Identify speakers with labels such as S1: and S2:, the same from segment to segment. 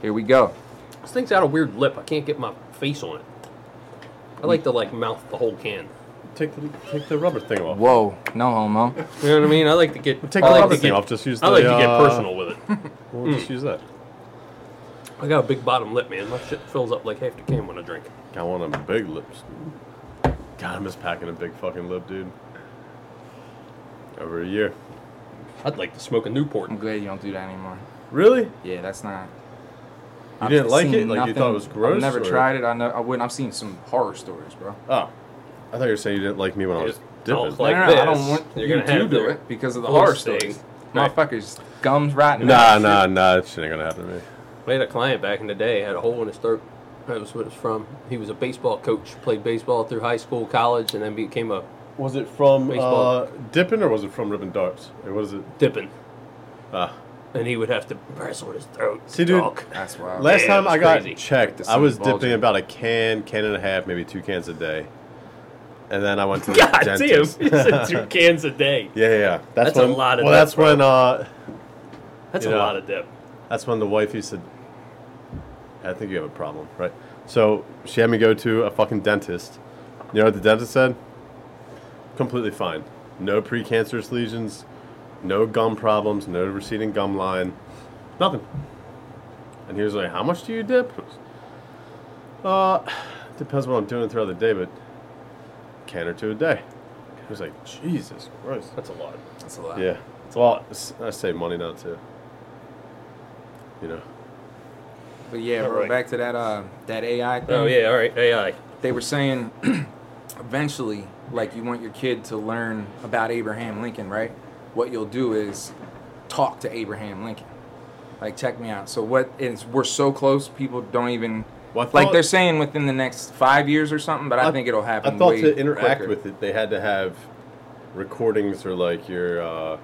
S1: Here we go.
S2: This thing's got a weird lip. I can't get my face on it. I like to like mouth the whole can.
S3: Take the take the rubber thing off.
S1: Whoa, no homo.
S2: You know what I mean? I like to get
S3: Take
S2: I
S3: the
S2: like
S3: rubber
S2: to
S3: thing
S2: get-
S3: off. Just use.
S2: I
S3: the,
S2: like to get
S3: uh,
S2: personal with it.
S3: We'll just use that.
S2: I got a big bottom lip, man. My shit fills up like half the can when I drink.
S3: I want them big lips. God, I miss packing a big fucking lip, dude. Over a year.
S2: I'd like to smoke a Newport.
S1: I'm glad you don't do that anymore.
S3: Really?
S1: Yeah, that's not.
S3: You didn't like
S1: seen
S3: it? Like, you thought it was gross,
S1: I've never
S3: or-
S1: tried it. I know. I wouldn't. I've seen some horror stories, bro.
S3: Oh, I thought you were saying you didn't like me when I was
S2: Don't
S3: dipping.
S2: like-
S1: no, no, no, I don't
S2: this,
S1: want
S2: you're
S1: you
S2: gonna
S1: to
S2: have
S1: do
S2: their
S1: it because of the
S2: full
S1: horror
S2: sting.
S1: stories.
S2: Right.
S1: Motherfuckers, gums rotten.
S3: nah,
S1: out,
S3: nah,
S1: shit.
S3: nah. That shit ain't gonna happen to me.
S2: I had a client back in the day had a hole in his throat. That was what it's from. He was a baseball coach, played baseball through high school, college, and then became a
S3: Was it from
S2: Baseball.
S3: uh, dipping or was it from ripping darts? Or was it?
S2: dipping.
S3: Ah.
S2: And he would have to press on his throat.
S3: See, dude,
S2: Talk.
S1: That's wild.
S3: Last
S2: Yeah,
S3: time
S2: it's
S3: I got
S2: crazy.
S3: checked,
S1: Like the
S3: I was
S1: Super Bowl
S3: dipping
S1: jam.
S3: about a can, can and a half, maybe two cans a day. And then I went to the
S2: God damn, he
S3: dentist.
S2: said two cans a day.
S3: Yeah, yeah, yeah.
S2: That's a
S3: when,
S2: lot of
S3: Well,
S2: dip,
S3: that's when uh,
S2: That's
S3: Yeah.
S2: a lot of dip.
S3: that's when the wife used to. I think you have a problem, right? So she had me go to a fucking dentist. You know what the dentist said? Completely fine. No precancerous lesions, no gum problems, no receding gum line, nothing. And he was like, "How much do you dip?" Uh, depends what I'm doing throughout the day, but can or two a day. He was like, "Jesus Christ."
S2: That's a lot.
S1: That's a lot.
S3: Yeah. It's a lot. it's- I save money now too. You know.
S1: But yeah, bro.
S2: Alright.
S1: Back to that uh that AI thing.
S2: Oh yeah, all right, AI.
S1: They were saying, eventually, like you want your kid to learn about Abraham Lincoln, right? What you'll do is talk to Abraham Lincoln. Like, check me out. So what is? We're so close. People don't even.
S3: Well,
S1: like
S3: I thought-
S1: they're saying within the next five years or something, but I, think it'll happen.
S3: I thought
S1: way
S3: to interact
S1: quicker.
S3: with it, they had to have recordings or like your uh,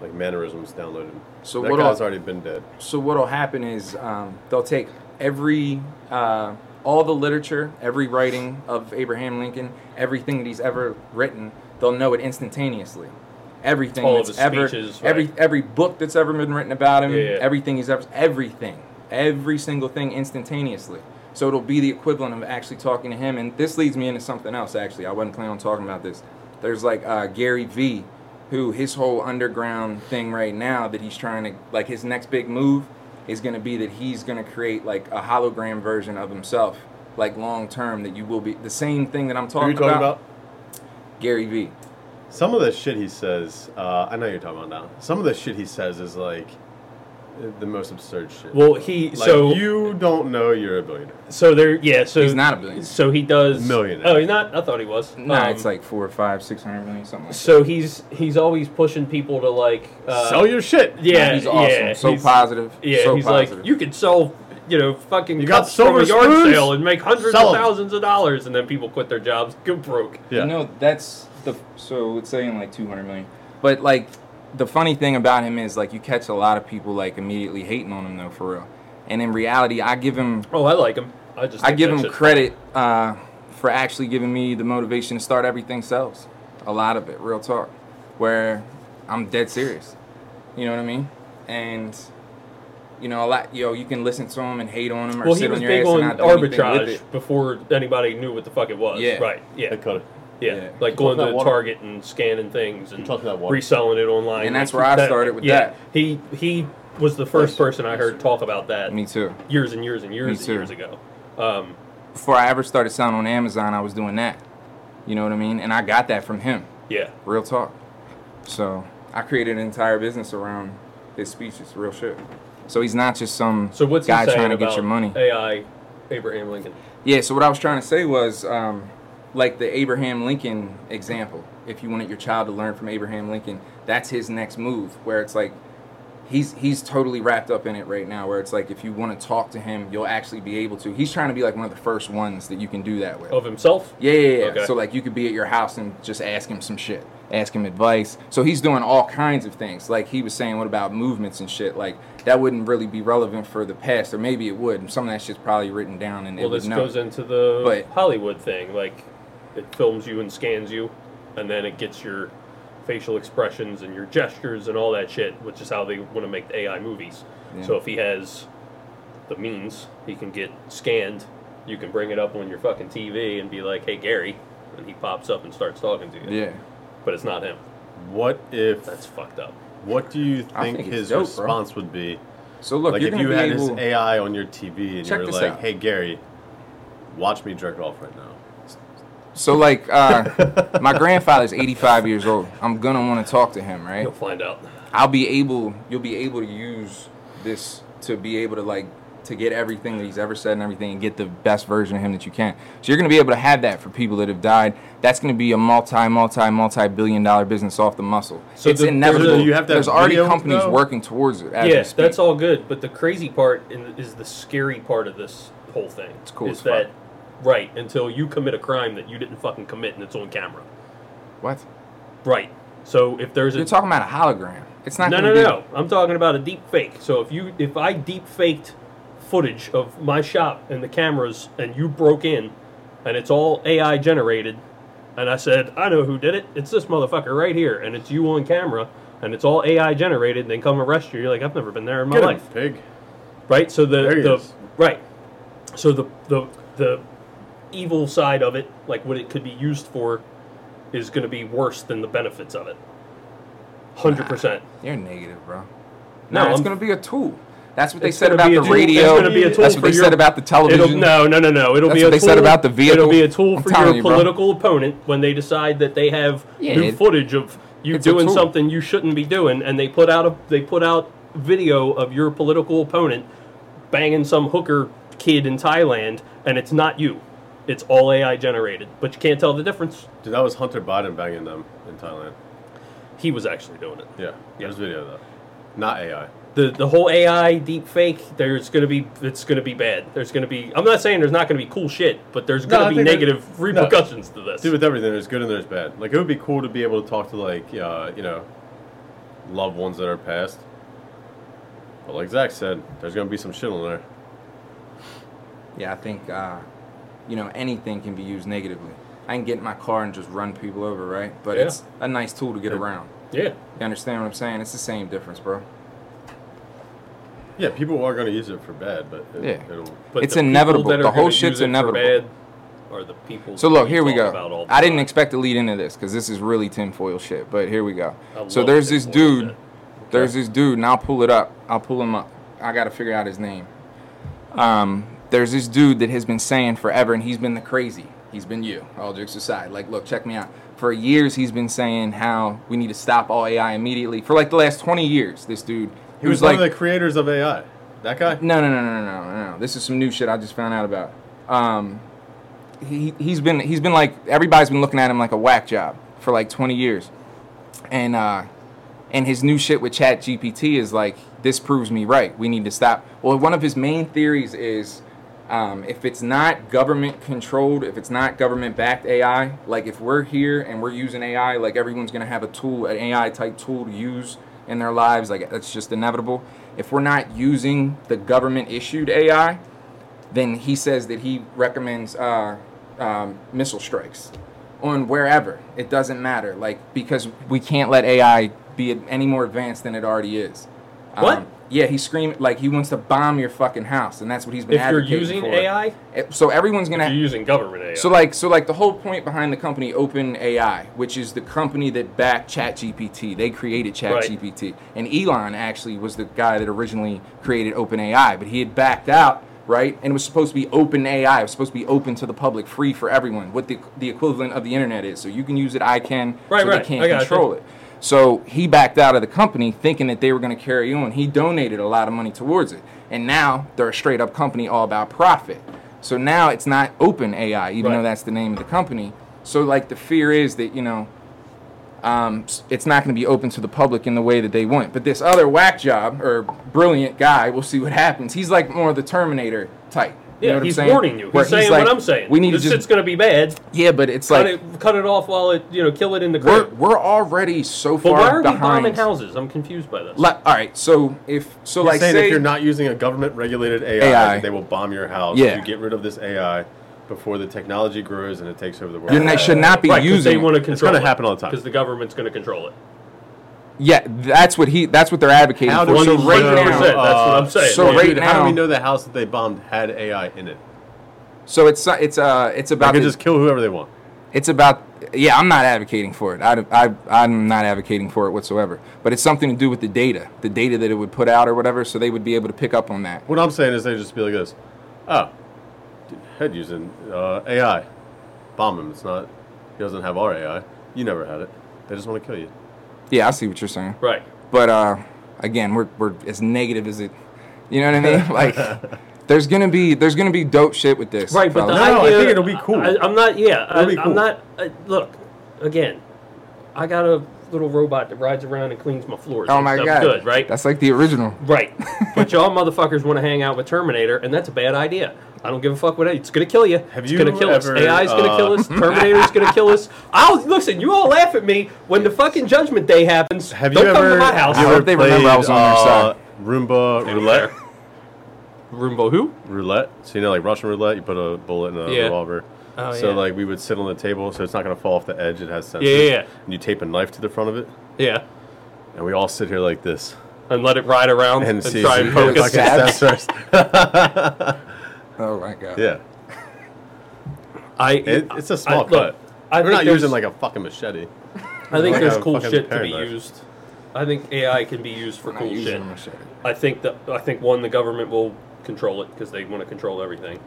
S3: like mannerisms downloaded.
S1: So
S3: that
S1: what
S3: guy's
S1: I'll-
S3: already been dead.
S1: So what'll happen is um, they'll take every uh, all the literature, every writing of Abraham Lincoln, everything that he's ever written. They'll know it instantaneously. Everything
S2: All of
S1: that's
S2: his
S1: ever
S2: speeches,
S1: every
S2: right.
S1: every book that's ever been written about him,
S2: Yeah, yeah.
S1: everything he's ever everything, every single thing instantaneously. So it'll be the equivalent of actually talking to him. And this leads me into something else. Actually, I wasn't planning on talking about this. There's like uh, Gary V, who his whole underground thing right now that he's trying to like his next big move is going to be that he's going to create like a hologram version of himself, like long term. That you will be the same thing that I'm
S3: Who are
S1: talking,
S3: you talking about?
S1: Gary V.
S3: Some of the shit he says, uh, I know you're talking about now. Some of the shit he says is like uh, the most absurd shit.
S2: Well, he
S3: like,
S2: so
S3: you don't know you're a billionaire.
S2: so there yeah so
S1: He's not a billionaire.
S2: So he does
S3: Millionaire.
S2: Oh, he's not. I thought he was.
S1: No,
S2: Um,
S1: it's like four or five, six hundred million, something. Like that.
S2: so he's he's always pushing people to like uh,
S3: Sell your shit.
S2: Yeah,
S1: he's awesome.
S2: yeah,
S1: so
S2: he's-
S1: positive.
S2: Yeah,
S1: so
S2: he's
S1: positive.
S2: like you could sell you know fucking
S3: You got
S2: cups from a
S3: silver
S2: yard
S3: spoons?
S2: sale and make hundreds
S3: Sell 'em.
S2: of thousands of dollars, and then people quit their jobs, go broke.
S3: Yeah.
S1: You know, that's the so it's saying like 200 million. But like the funny thing about him is like you catch a lot of people like immediately hating on him though for real. And in reality, I give him
S2: Oh, I like him. I just
S1: I
S2: think
S1: give
S2: that
S1: him
S2: shit-
S1: credit uh, for actually giving me the motivation to start everything sells. A lot of it, real talk. Where I'm dead serious. You know what I mean? And you know, a lot yo, you can listen to him and hate on him or
S2: Well, he
S1: sit
S2: was
S1: on your
S2: big
S1: ass
S2: on
S1: and not do anything with
S2: arbitrage
S1: it.
S2: before anybody knew what the fuck it was.
S1: Yeah.
S2: Right. Yeah.
S3: I cut it.
S2: Yeah.
S1: Yeah.
S2: Like going
S3: Talking
S2: to
S3: about water.
S2: Target and scanning things and
S3: Talking about water.
S2: reselling it online.
S1: And that's where I
S2: That-
S1: started with
S2: yeah.
S1: that.
S2: He he was the first person I heard talk about that
S1: Me too.
S2: years and years and years and
S1: too.
S2: years ago. Um,
S1: before I ever started selling on Amazon, I was doing that. You know what I mean? And I got that from him.
S2: yeah.
S1: Real talk. So I created an entire business around his speeches. Real shit. So he's not just some
S2: So what's
S1: guy
S2: he saying
S1: trying to
S2: about
S1: get your money.
S2: AI, Abraham Lincoln.
S1: Yeah, so what I was trying to say was um, like the Abraham Lincoln example. If you wanted your child to learn from Abraham Lincoln, that's his next move where it's like he's he's totally wrapped up in it right now where it's like if you want to talk to him, you'll actually be able to. He's trying to be like one of the first ones that you can do that with.
S2: Of himself?
S1: Yeah, yeah, yeah.
S2: Okay.
S1: So like you could be at your house and just ask him some shit, ask him advice. So he's doing all kinds of things. Like he was saying, what about movements and shit? Like that wouldn't really be relevant for the past, or maybe it would. And some of that shit's probably written down and
S2: Well,
S1: it would
S2: this
S1: know.
S2: goes into the
S1: But-
S2: Hollywood thing. Like, it films you and scans you, and then it gets your facial expressions and your gestures and all that shit, which is how they want to make the AI movies.
S1: Yeah.
S2: So if he has the means, he can get scanned. You can bring it up on your fucking TV and be like, "Hey, Gary," and he pops up and starts talking to you.
S1: Yeah.
S2: But it's not him.
S3: What if?
S2: That's fucked up.
S3: What do you
S1: I
S3: think,
S1: think it's
S3: his
S1: dope, bro.
S3: response would be?
S1: So look,
S3: like
S1: you're
S3: if
S1: gonna
S3: you
S1: be
S3: had
S1: able.
S3: this AI on your TV and
S1: Check
S3: you were
S1: this
S3: like,
S1: out.
S3: "Hey Gary, watch me jerk off right now."
S1: So like, uh, my grandfather's 85 years old. I'm gonna want to talk to him, right?
S2: You'll find out.
S1: I'll be able. You'll be able to use this to be able to like to get everything that he's ever said and everything, and get the best version of him that you can. So you're gonna be able to have that for people that have died. That's gonna be a multi, multi, multi billion dollar business off the muscle.
S2: So
S1: it's
S2: the-
S1: inevitable.
S3: so you have to have
S1: There's already
S3: video,
S1: companies
S3: though?
S1: working towards it. as we
S2: Yes,
S1: speak.
S2: that's all good. But the crazy part in, is the scary part of this whole thing. It's
S1: cool
S2: Is
S1: as fuck.
S2: that right? Until you commit a crime that you didn't fucking commit and it's on camera.
S1: What?
S2: Right. So if there's
S1: You're
S2: a
S1: talking about a hologram. It's not.
S2: no,
S1: gonna
S2: no,
S1: be,
S2: no. I'm talking about a deep fake. So if you if I deep faked footage of my shop and the cameras and you broke in and it's all AI generated and I said, I know who did it. It's this motherfucker right here and it's you on camera and it's all AI generated and they come arrest you. You're like, I've never been there in my
S3: Get him,
S2: life.
S3: pig.
S2: Right? So the,
S3: There he
S2: the
S3: is.
S2: right. So the the the evil side of it, like what it could be used for is going to be worse than the benefits of it. 100%.
S1: You're negative, bro.
S2: No,
S1: No, it's
S2: I'm-
S1: going to be a tool. That's what they
S2: It's
S1: said
S2: gonna
S1: about
S2: be a
S1: the
S2: tool-
S1: radio.
S2: it's gonna be a tool
S1: That's what
S2: for
S1: they
S2: your-
S1: said about the
S2: It'll,
S1: television.
S2: no, no, no, no. It'll
S1: That's
S2: be
S1: what
S2: a
S1: they
S2: tool,
S1: said about the
S2: It'll
S1: vehicle.
S2: be a tool
S1: I'm
S2: for
S1: telling
S2: your
S1: you, bro.
S2: political opponent when they decide that they have
S1: Yeah,
S2: new
S1: it-
S2: footage of you
S1: it's a
S2: doing
S1: tool.
S2: something you shouldn't be doing, and they put out a they put out video of your political opponent banging some hooker kid in Thailand, and it's not you. It's all AI generated, but you can't tell the difference.
S3: Dude, that was Hunter Biden banging them in Thailand.
S2: He was actually doing it.
S3: Yeah, there's
S2: Yeah.
S3: video of that. Not AI.
S2: the the whole AI deep fake, there's gonna be it's gonna be bad. There's gonna be I'm not saying there's not gonna be cool shit, but there's
S3: No,
S2: gonna
S3: I
S2: be
S3: think that-
S2: negative
S3: no.
S2: repercussions to this.
S3: Dude, with everything, there's good and there's bad. Like it would be cool to be able to talk to like uh, you know loved ones that are passed. But like Zach said, there's gonna be some shit on there.
S1: Yeah, I think uh, you know anything can be used negatively. I can get in my car and just run people over, right? But
S2: Yeah.
S1: it's a nice tool to get around.
S2: yeah.
S1: You understand what I'm saying? It's the same difference, bro.
S3: Yeah, people are gonna use it for bad, but it,
S1: Yeah.
S3: it'll.
S2: But
S1: It's
S2: the people
S1: inevitable.
S2: that are
S1: The whole
S2: gonna
S1: shit's
S2: use it for
S1: inevitable.
S2: Bad are the people
S1: So
S2: that
S1: look, here we
S2: talk about all
S1: go.
S2: the
S1: I didn't
S2: time.
S1: expect to lead into this because this is really tinfoil shit. But here we go.
S2: I
S1: So
S2: love
S1: there's this
S2: tinfoil
S1: dude.
S2: shit.
S1: There's this dude, and I'll pull it up. I'll pull him up. I gotta figure out his name. Um, there's this dude that has been saying forever, and he's been the crazy. He's been you. All jokes aside, like, look, check me out. For years, he's been saying how we need to stop all AI immediately. For like the last 20 years, this dude.
S3: He was,
S1: like,
S3: one of the creators of AI. That guy.
S1: no, no, no, no, no, no, no. This is some new shit I just found out about. Um, he he's been he's been like everybody's been looking at him like a whack job for like 20 years, and uh, and his new shit with Chat GPT is like this proves me right. We need to stop. Well, one of his main theories is. Um, if it's not government controlled, if it's not government backed AI, like if we're here and we're using AI, like everyone's gonna have a tool, an AI type tool to use in their lives, like that's just inevitable. If we're not using the government issued AI, then he says that he recommends uh, um, missile strikes on wherever. It doesn't matter, like because we can't let AI be any more advanced than it already is. Um,
S2: What?
S1: yeah, he's screaming like he wants to bomb your fucking house, and that's what he's been.
S2: If you're
S1: advocating
S2: using
S1: for.
S2: AI,
S1: Eh, so everyone's gonna.
S2: you're using government AI.
S1: So like so like the whole point behind the company OpenAI, which is the company that backed ChatGPT, they created ChatGPT, and Elon actually was the guy that originally created OpenAI, but he had backed out, right? And it was supposed to be OpenAI, it was supposed to be open to the public, free for everyone, what the the equivalent of the internet is. So you can use it, I can,
S2: Right,
S1: so
S2: right,
S1: they can't
S2: I got you.
S1: control it. So he backed out of the company thinking that they were going to carry on. He donated a lot of money towards it. And now they're a straight up company all about profit. So now it's not open AI, even
S2: Right.
S1: though that's the name of the company. So, like, the fear is that, you know, um, s- it's not going to be open to the public in the way that they want. But this other whack job or brilliant guy, we'll see what happens. He's like more of the Terminator type. You know
S2: yeah,
S1: what I'm
S2: he's
S1: saying?
S2: warning you. He's
S1: Where
S2: saying
S1: like,
S2: what I'm saying.
S1: We need
S2: this
S1: to just
S2: shit's gonna be bad.
S1: yeah, but it's
S2: Cut
S1: like
S2: it, cut it off while it you know kill it in the
S1: we're,
S2: crib.
S1: we're already so
S2: But
S1: far
S2: why are we
S1: behind.
S2: bombing houses? I'm confused by this.
S1: Like, all right, so if so,
S3: You're
S1: like,
S3: saying
S1: say
S3: if you're not using a government regulated AI,
S1: AI.
S3: they will bomb your house.
S1: Yeah.
S3: You get rid of this AI before the technology grows and it takes over the world.
S1: you should not be
S2: right, 'cause
S1: using.
S2: they want to
S1: it.
S2: control.
S3: gonna
S2: it,
S3: happen all the time.
S2: because the government's gonna control it.
S1: Yeah, that's what he. That's what they're advocating
S3: How do
S1: for.
S3: we
S1: So right
S3: know,
S1: now,
S2: That's what I'm saying.
S1: so
S3: dude,
S1: right
S3: how do we
S1: now-
S3: know the house that they bombed had AI in it?
S1: so it's it's uh it's
S3: They
S1: about
S3: could
S1: the-
S3: just kill whoever they want.
S1: it's about yeah i'm not advocating for it I, I, i'm not advocating for it whatsoever but it's something to do with the data the data that it would put out or whatever so they would be able to pick up on that
S3: What I'm saying is they just be like this. Oh, dude, head using uh, AI. Bomb him. It's not. He doesn't have our AI. You never had it. They just want to kill you.
S1: yeah i see what you're saying
S2: Right.
S1: but uh, again we're, we're as negative as it you know what i mean like there's gonna be there's gonna be dope shit with this
S2: Right, but the
S1: fellas.
S3: No, I
S2: idea,
S3: think it'll be cool.
S2: I, am not. Yeah, I,
S3: It'll be cool.
S2: I'm not. I, look, again, I got a little robot that rides around and cleans my floors.
S1: oh
S2: and
S1: my
S2: stuff.
S1: god
S2: good, right?
S1: that's like the original
S2: right. But y'all motherfuckers want to hang out with Terminator, and that's a bad idea. I don't give a fuck what it- it's gonna kill you.
S3: Have
S2: it's
S3: you
S2: gonna kill
S3: ever,
S2: us. AI's gonna
S3: uh,
S2: kill us. Terminator's gonna kill us. I'll listen. You all laugh at me when the fucking Judgment Day happens.
S3: Have
S2: don't
S3: you
S2: come
S3: ever?
S2: to my house.
S1: you
S3: have you
S1: I
S3: ever
S1: hope they remember I
S3: played,
S1: was on their
S3: uh,
S1: side.
S3: Roomba roulette.
S2: Roomba who?
S3: roulette. So you know, like Russian roulette, you put a bullet in a
S2: Yeah.
S3: revolver.
S2: Oh,
S3: so
S2: yeah.
S3: like we would sit on the table, so it's not gonna fall off the edge. It has sensors.
S2: Yeah, yeah, yeah.
S3: And you tape a knife to the front of it,
S2: Yeah.
S3: and we all sit here like this
S2: And let it ride around
S3: and,
S2: and,
S3: see
S2: try
S3: if
S2: and
S3: we hit
S2: poke
S3: the
S2: us.
S1: focus.
S3: fucking sensors.
S1: oh my god
S3: yeah,
S2: I
S3: it, it's a small
S2: I,
S3: cut.
S2: Look, I
S3: We're
S2: think
S3: not using
S2: there's-
S3: like a fucking machete.
S2: I think
S3: like
S2: there's
S3: a
S2: cool
S3: fucking
S2: shit to be
S3: paragraph.
S2: used. I think AI can be used for
S1: I'm not
S2: cool
S1: using
S2: shit.
S1: my shit.
S2: I think that I think one, the government will control it because they want to control everything.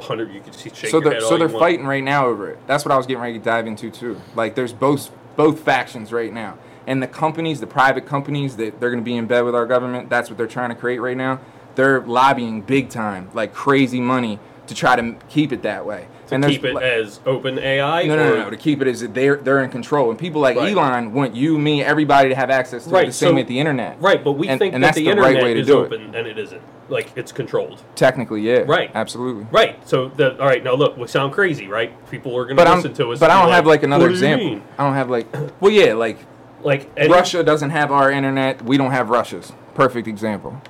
S2: Hundred, you can see shake
S1: so
S2: your
S1: they're
S2: head
S1: so
S2: all
S1: they're
S2: you want.
S1: fighting right now over it. That's what I was getting ready to dive into too. Like there's both both factions right now, and the companies, the private companies that they're going to be in bed with our government. That's what they're trying to create right now. They're lobbying big time, like crazy money, to try to m- keep it that way. and there's
S2: Keep it
S1: like-
S2: as open AI.
S1: no, no,
S2: or-
S1: no, no. To keep it is that they're they're in control, and people like
S2: Right.
S1: Elon want you, me, everybody to have access to it
S2: Right,
S1: the same
S2: so-
S1: way with the internet.
S2: Right, but we
S1: And-
S2: think
S1: and
S2: that
S1: that's
S2: the,
S1: the right
S2: internet
S1: way to
S2: is
S1: do it.
S2: open, and it isn't. Like it's controlled.
S1: Technically, yeah.
S2: Right.
S1: Absolutely.
S2: Right. So the all right. Now look, we sound crazy, right? People are going to
S1: But I'm
S2: listen to us.
S1: but
S2: and
S1: I
S2: be
S1: don't have like another
S2: "What do you
S1: example.
S2: mean?"
S1: I don't have like well, yeah, like
S2: Like any-
S1: Russia doesn't have our internet. We don't have Russia's. Perfect example.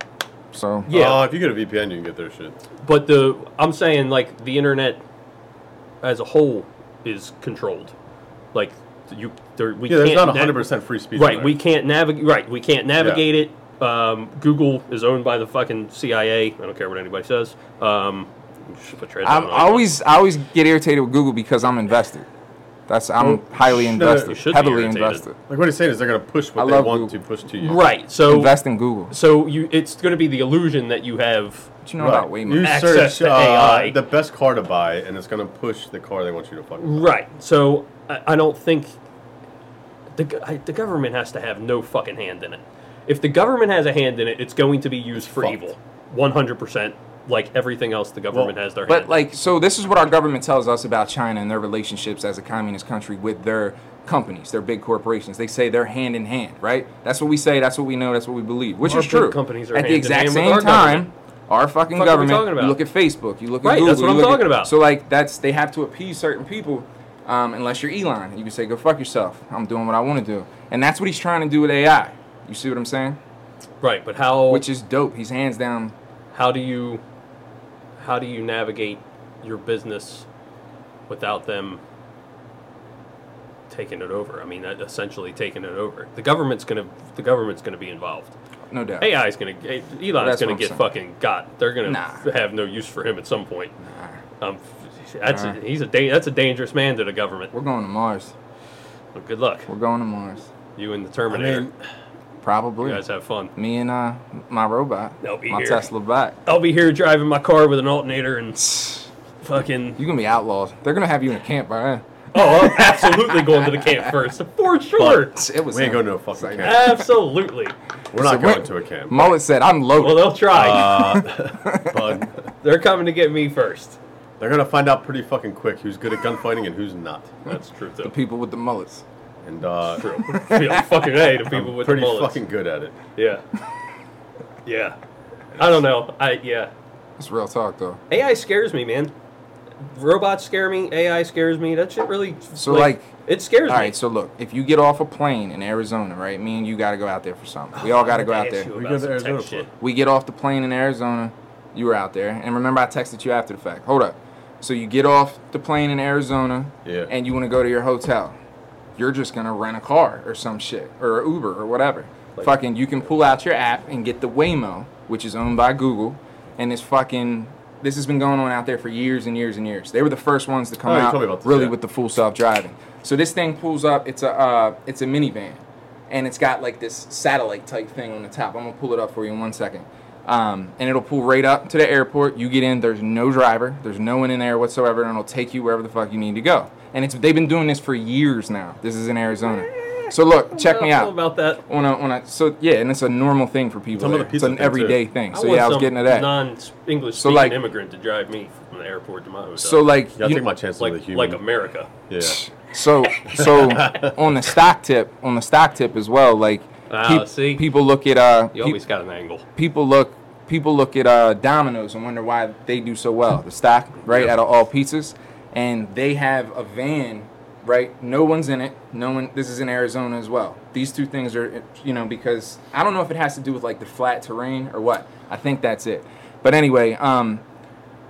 S1: So
S2: Yeah.
S3: Oh, if you get a VPN, you can get their shit.
S2: But the I'm saying like the internet as a whole is controlled. Like you there we
S3: Yeah, there's
S2: can't
S3: not
S2: nav-
S3: 100 percent free speech.
S2: Right,
S3: in
S2: we
S3: there.
S2: can't navigate right, we can't navigate it. Um, Google is owned by the fucking CIA. I don't care what anybody says. Um you should put Trezor
S1: I'm
S2: on.
S1: I always I always get irritated with Google because I'm invested. That's I'm highly
S3: no,
S1: invested,
S3: you
S2: Oh, should be
S1: heavily
S2: irritated.
S1: invested.
S3: Like what he's saying is they're gonna push what
S1: I
S3: they
S1: love
S3: want
S1: Google.
S3: to push to you.
S2: Right. So
S1: Invest in Google.
S2: so you it's gonna be the illusion that you have
S1: What you know
S3: Right.
S1: about
S3: You
S1: Waymo?
S2: Access
S3: search
S2: to
S3: uh,
S2: AI.
S3: the best car to buy, and it's gonna push the car they want you to fucking.
S2: Right. So I, I don't think the go- I, the government has to have no fucking hand in it. If the government has a hand in it, it's going to be used for
S3: fucked.
S2: evil, one hundred percent. Like everything else, the government
S3: Well,
S2: has their hand.
S1: But
S2: in.
S1: like, so this is what our government tells us about China and their relationships as a communist country with their companies, their big corporations. They say they're hand in hand, right? That's what we say. That's what we know. That's what we believe, which
S2: Our
S1: is
S2: big
S1: true.
S2: companies are
S1: at
S2: hand
S1: the
S2: in
S1: exact
S2: hand with
S1: same
S2: our
S1: time.
S2: government.
S1: Our fucking
S2: Fuck are we
S1: government.
S2: talking about?
S1: You look at Facebook. You look at
S2: Right,
S1: Google.
S2: that's what
S1: you
S2: I'm
S1: look at-
S2: talking about.
S1: So like, that's they have to appease certain people, um, unless you're Elon. You can say, "Go fuck yourself. I'm doing what I want to do," and that's what he's trying to do with AI. You see what I'm saying?
S2: right. But how
S1: Which is dope. He's hands down
S2: how do you how do you navigate your business without them taking it over? I mean, uh, essentially taking it over. The government's gonna the government's gonna be involved.
S1: no doubt.
S2: AI is gonna eh,
S1: that's
S2: Elon's
S1: what
S2: gonna
S1: I'm
S2: get
S1: saying.
S2: fucking got. They're gonna
S1: Nah.
S2: f- have no use for him at some point. Um, that's
S1: Nah.
S2: a, he's a da- that's a dangerous man to the government.
S1: We're going to Mars.
S2: Well, good luck,
S1: We're going to Mars.
S2: you and the Terminator.
S1: Probably.
S2: you guys have fun.
S1: Me and uh, my robot.
S2: They'll be
S1: my
S2: here.
S1: Tesla bot.
S2: I'll be here driving my car with an alternator and fucking.
S1: You're gonna be outlawed. They're gonna have you in a camp by then.
S2: Oh, I'm absolutely going to the camp first for sure.
S1: It was
S3: We ain't
S1: him.
S3: going to a fucking
S1: Like,
S3: camp.
S2: Absolutely.
S3: We're
S1: So
S3: not going
S1: when-
S3: to a camp.
S1: Mullet said, "I'm loaded."
S2: Well, they'll try.
S3: Uh, but
S2: They're coming to get me first.
S3: they're gonna find out pretty fucking quick who's good at gunfighting and who's not.
S2: That's true though.
S1: People with the mullets.
S3: And uh,
S2: True. yeah, fucking hey, the people
S3: I'm
S2: with
S3: pretty
S2: the bullets.
S3: fucking good at it.
S2: Yeah. Yeah. I don't know. I yeah.
S1: It's real talk though.
S2: AI scares me, man. Robots scare me. AI scares me. That shit really.
S1: So, like-
S2: it scares
S1: All
S2: me.
S1: right, so look, if you get off a plane in Arizona, right? Me and you gotta go out there for something. We all gotta go out there.
S3: We go to Arizona
S1: We get off the plane in Arizona. You were out there, and remember, I texted you after the fact. Hold up. So you get off the plane in Arizona,
S3: Yeah.
S1: and you want to go to your hotel. you're just gonna rent a car or some shit or Uber or whatever.
S2: Like-
S1: fucking, you can pull out your app and get the Waymo, which is owned by Google, and this fucking. This has been going on out there for years and years and years. They were the first ones to come
S3: Oh, you
S1: out
S3: told me about this,
S1: really
S3: yeah.
S1: with the full self driving. So this thing pulls up. It's a uh, it's a minivan, and it's got like this satellite type thing on the top. I'm gonna pull it up for you in one second. Um, and it'll pull right up to the airport. You get in. There's no driver. There's no one in there whatsoever, and it'll take you wherever the fuck you need to go. And it's they've been doing this for years now. This is in Arizona. So look, check me
S2: I don't
S1: out.
S2: know about that.
S1: On a, on a, so yeah, and it's a normal thing for people.
S3: Some of the
S1: there. It's
S3: pizza
S1: an
S3: thing, too.
S1: everyday thing.
S2: I
S1: So
S2: want
S1: yeah, I was
S2: some
S1: getting to that.
S2: Non-English
S1: So,
S2: speaking
S1: like-
S2: immigrant to drive me from the airport to my hotel.
S1: so like,
S3: Yeah, I
S1: you-
S3: take my chances
S2: like,
S3: with a human.
S2: like America.
S3: yeah.
S1: So so on the stock tip, on the stock tip as well, like
S2: Ah, see?
S1: people look at uh
S2: You
S1: pe-
S2: always got an angle.
S1: people look people look at uh Domino's and wonder why they do so well. The stock, right, out of all pizzas, and they have a van, right? No one's in it. No one this is in Arizona as well. These two things are you know because I don't know if it has to do with like the flat terrain or what. I think that's it. But anyway, um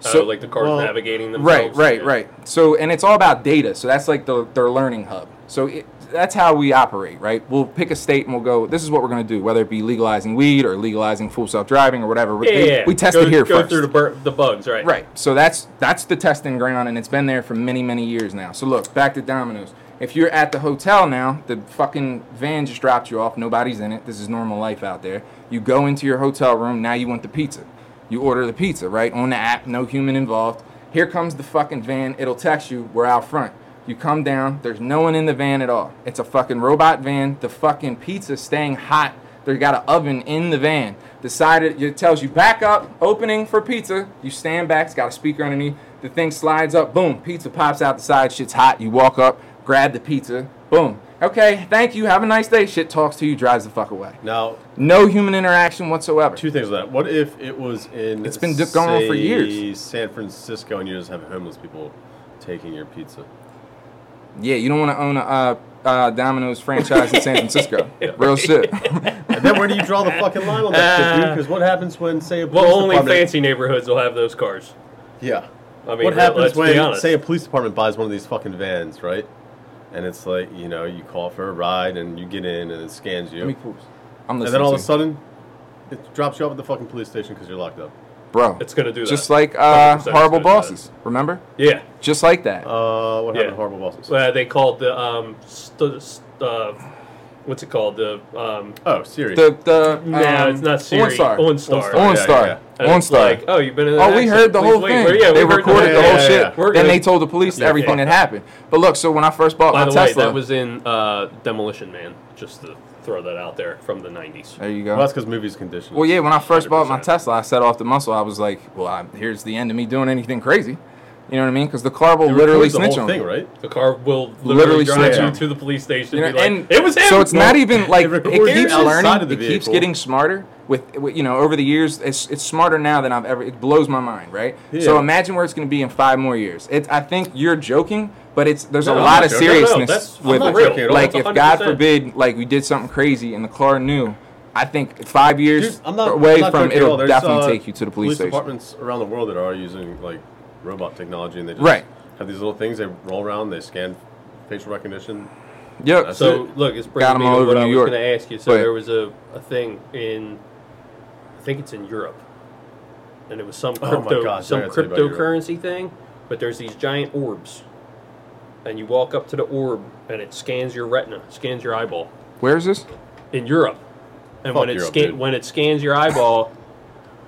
S2: So like the cars
S3: well,
S2: navigating
S1: Right,
S2: themselves.
S1: right,
S2: Yeah.
S1: right. So, and it's all about data. So that's like the, their learning hub. So it, that's how we operate, right? We'll pick a state and we'll go. This is what we're going to do, whether it be legalizing weed or legalizing full self driving or whatever.
S2: Yeah,
S1: They-
S2: yeah, yeah.
S1: We test
S2: go,
S1: it here
S2: go
S1: first.
S2: through the, bur- the bugs, right?
S1: Right. So that's that's the testing ground, and it's been there for many many years now. So look back to Domino's. If you're at the hotel now, the fucking van just dropped you off. Nobody's in it. This is normal life out there. You go into your hotel room. Now you want the pizza. You order the pizza right on the app. No human involved. Here comes the fucking van. It'll text you. We're out front. You come down. There's no one in the van at all. It's a fucking robot van. The fucking pizza's staying hot. They got an oven in the van. Decided it tells you back up, opening for pizza. You stand back, it's got a speaker underneath. The thing slides up, boom, pizza pops out the side, shit's hot. You walk up, grab the pizza, boom. Okay, thank you, have a nice day. Shit talks to you, drives the fuck away.
S3: Now,
S1: No human interaction whatsoever.
S3: two things with that. What if it was in
S1: It's been d- going on for
S3: say,
S1: years.
S3: San Francisco, and you just have homeless people taking your pizza?
S1: Yeah, you don't want to own a uh, uh, Domino's franchise in San Francisco. Real shit.
S3: And then where do you draw the fucking line on that shit, dude? Because what happens when, say, a
S2: Well,
S3: police
S2: only
S3: department-
S2: fancy neighborhoods will have those cars.
S3: Yeah.
S2: I mean, let-
S3: what happens
S2: let's be
S3: when,
S2: honest.
S3: say, a police department buys one of these fucking vans, right? And it's like, you know, you call for a ride and you get in and it scans you.
S1: Let me pause. I'm listening.
S3: and then all
S1: to
S3: of a
S1: you.
S3: sudden, it drops you off at the fucking police station because you're locked up.
S1: bro,
S2: It's gonna do that.
S1: Just like uh,
S2: 100% it's
S1: horrible
S2: gonna do that.
S1: bosses. Remember?
S2: Yeah.
S1: Just like that.
S3: Uh, what happened
S2: Yeah.
S3: to Horrible Bosses?
S2: Uh, they called the um, st- st- uh, what's it called? The um,
S3: oh, Siri.
S1: the the
S2: No,
S1: um,
S2: it's not Siri.
S1: OnStar.
S2: OnStar.
S1: OnStar.
S3: Yeah, yeah,
S2: and
S1: OnStar.
S2: it's Like, oh, you've been in. An
S1: Oh, we
S2: accident.
S1: heard the
S2: Please
S1: whole
S2: wait."
S1: thing.
S2: Well, yeah,
S1: they
S2: we heard
S1: recorded the
S2: whole-
S1: whole
S3: yeah,
S1: shit.
S3: yeah.
S2: We're
S1: Then
S2: gonna-
S1: they told the police
S2: Yeah,
S1: everything
S2: yeah.
S1: that happened. But look, so when I first bought
S2: By
S1: my
S2: the way,
S1: Tesla,
S2: that was in uh, Demolition Man. Just to throw that out there from the '90s.
S1: there you
S3: well, that's
S1: go.
S3: because movies condition.
S1: Well, yeah, when I first bought my
S2: 100%.
S1: Tesla, I set off the muscle. I was like, well, I, here's the end of me doing anything crazy. You know what I mean? Because the car will literally
S3: the
S1: snitch
S3: whole
S1: on
S3: thing,
S1: me.
S3: right?
S2: The car will
S1: Literally
S2: literally, drive
S1: snitch
S2: you
S1: on.
S2: to the police station.
S1: You know,
S2: and be like,
S1: and
S2: it was him.
S1: So it's not even like
S3: it
S1: it,
S3: records
S1: keeps
S3: outside
S1: learning.
S3: of the
S1: it keeps
S3: vehicle.
S1: getting smarter with with- you know over the years. It's it's smarter now than I've ever. It blows my mind, right? So
S3: Yeah.
S1: imagine where it's going to be in five more years. It's I think you're joking, but it's there's
S2: No,
S1: a
S2: I'm
S1: lot
S2: not
S1: of
S2: joking. No, no, that's-
S1: seriousness
S2: I'm
S1: with
S2: not
S1: it.
S2: joking at all.
S1: Like
S2: That's
S1: if God
S2: 100%.
S1: forbid, like we did something crazy and the car knew, I think five years
S3: Dude, I'm not
S1: away
S3: I'm not
S1: from
S3: joking at all.
S1: it'll
S3: There's,
S1: definitely
S3: uh,
S1: take you to the police, station.
S3: departments around the world that are using like robot technology, and they just
S1: Right.
S3: have these little things. They roll around, they scan facial recognition.
S1: Yep.
S2: So look, it's
S1: Got
S2: bringing
S1: 'em
S2: me
S1: all
S2: to
S1: over
S2: what
S1: New
S2: I was
S1: York.
S2: going to ask you. So
S1: Go ahead.
S2: there was a, a thing in, I think it's in Europe, and it was some
S3: Oh my
S2: crypto,
S3: God,
S2: some
S3: I gotta tell you about
S2: cryptocurrency thing. But there's these giant orbs, and you walk up to the orb, and it scans your retina, scans your eyeball
S1: Where is this?
S2: in Europe, and
S3: Fuck
S2: when it
S3: Europe,
S2: scan
S3: dude.
S2: when it scans your eyeball,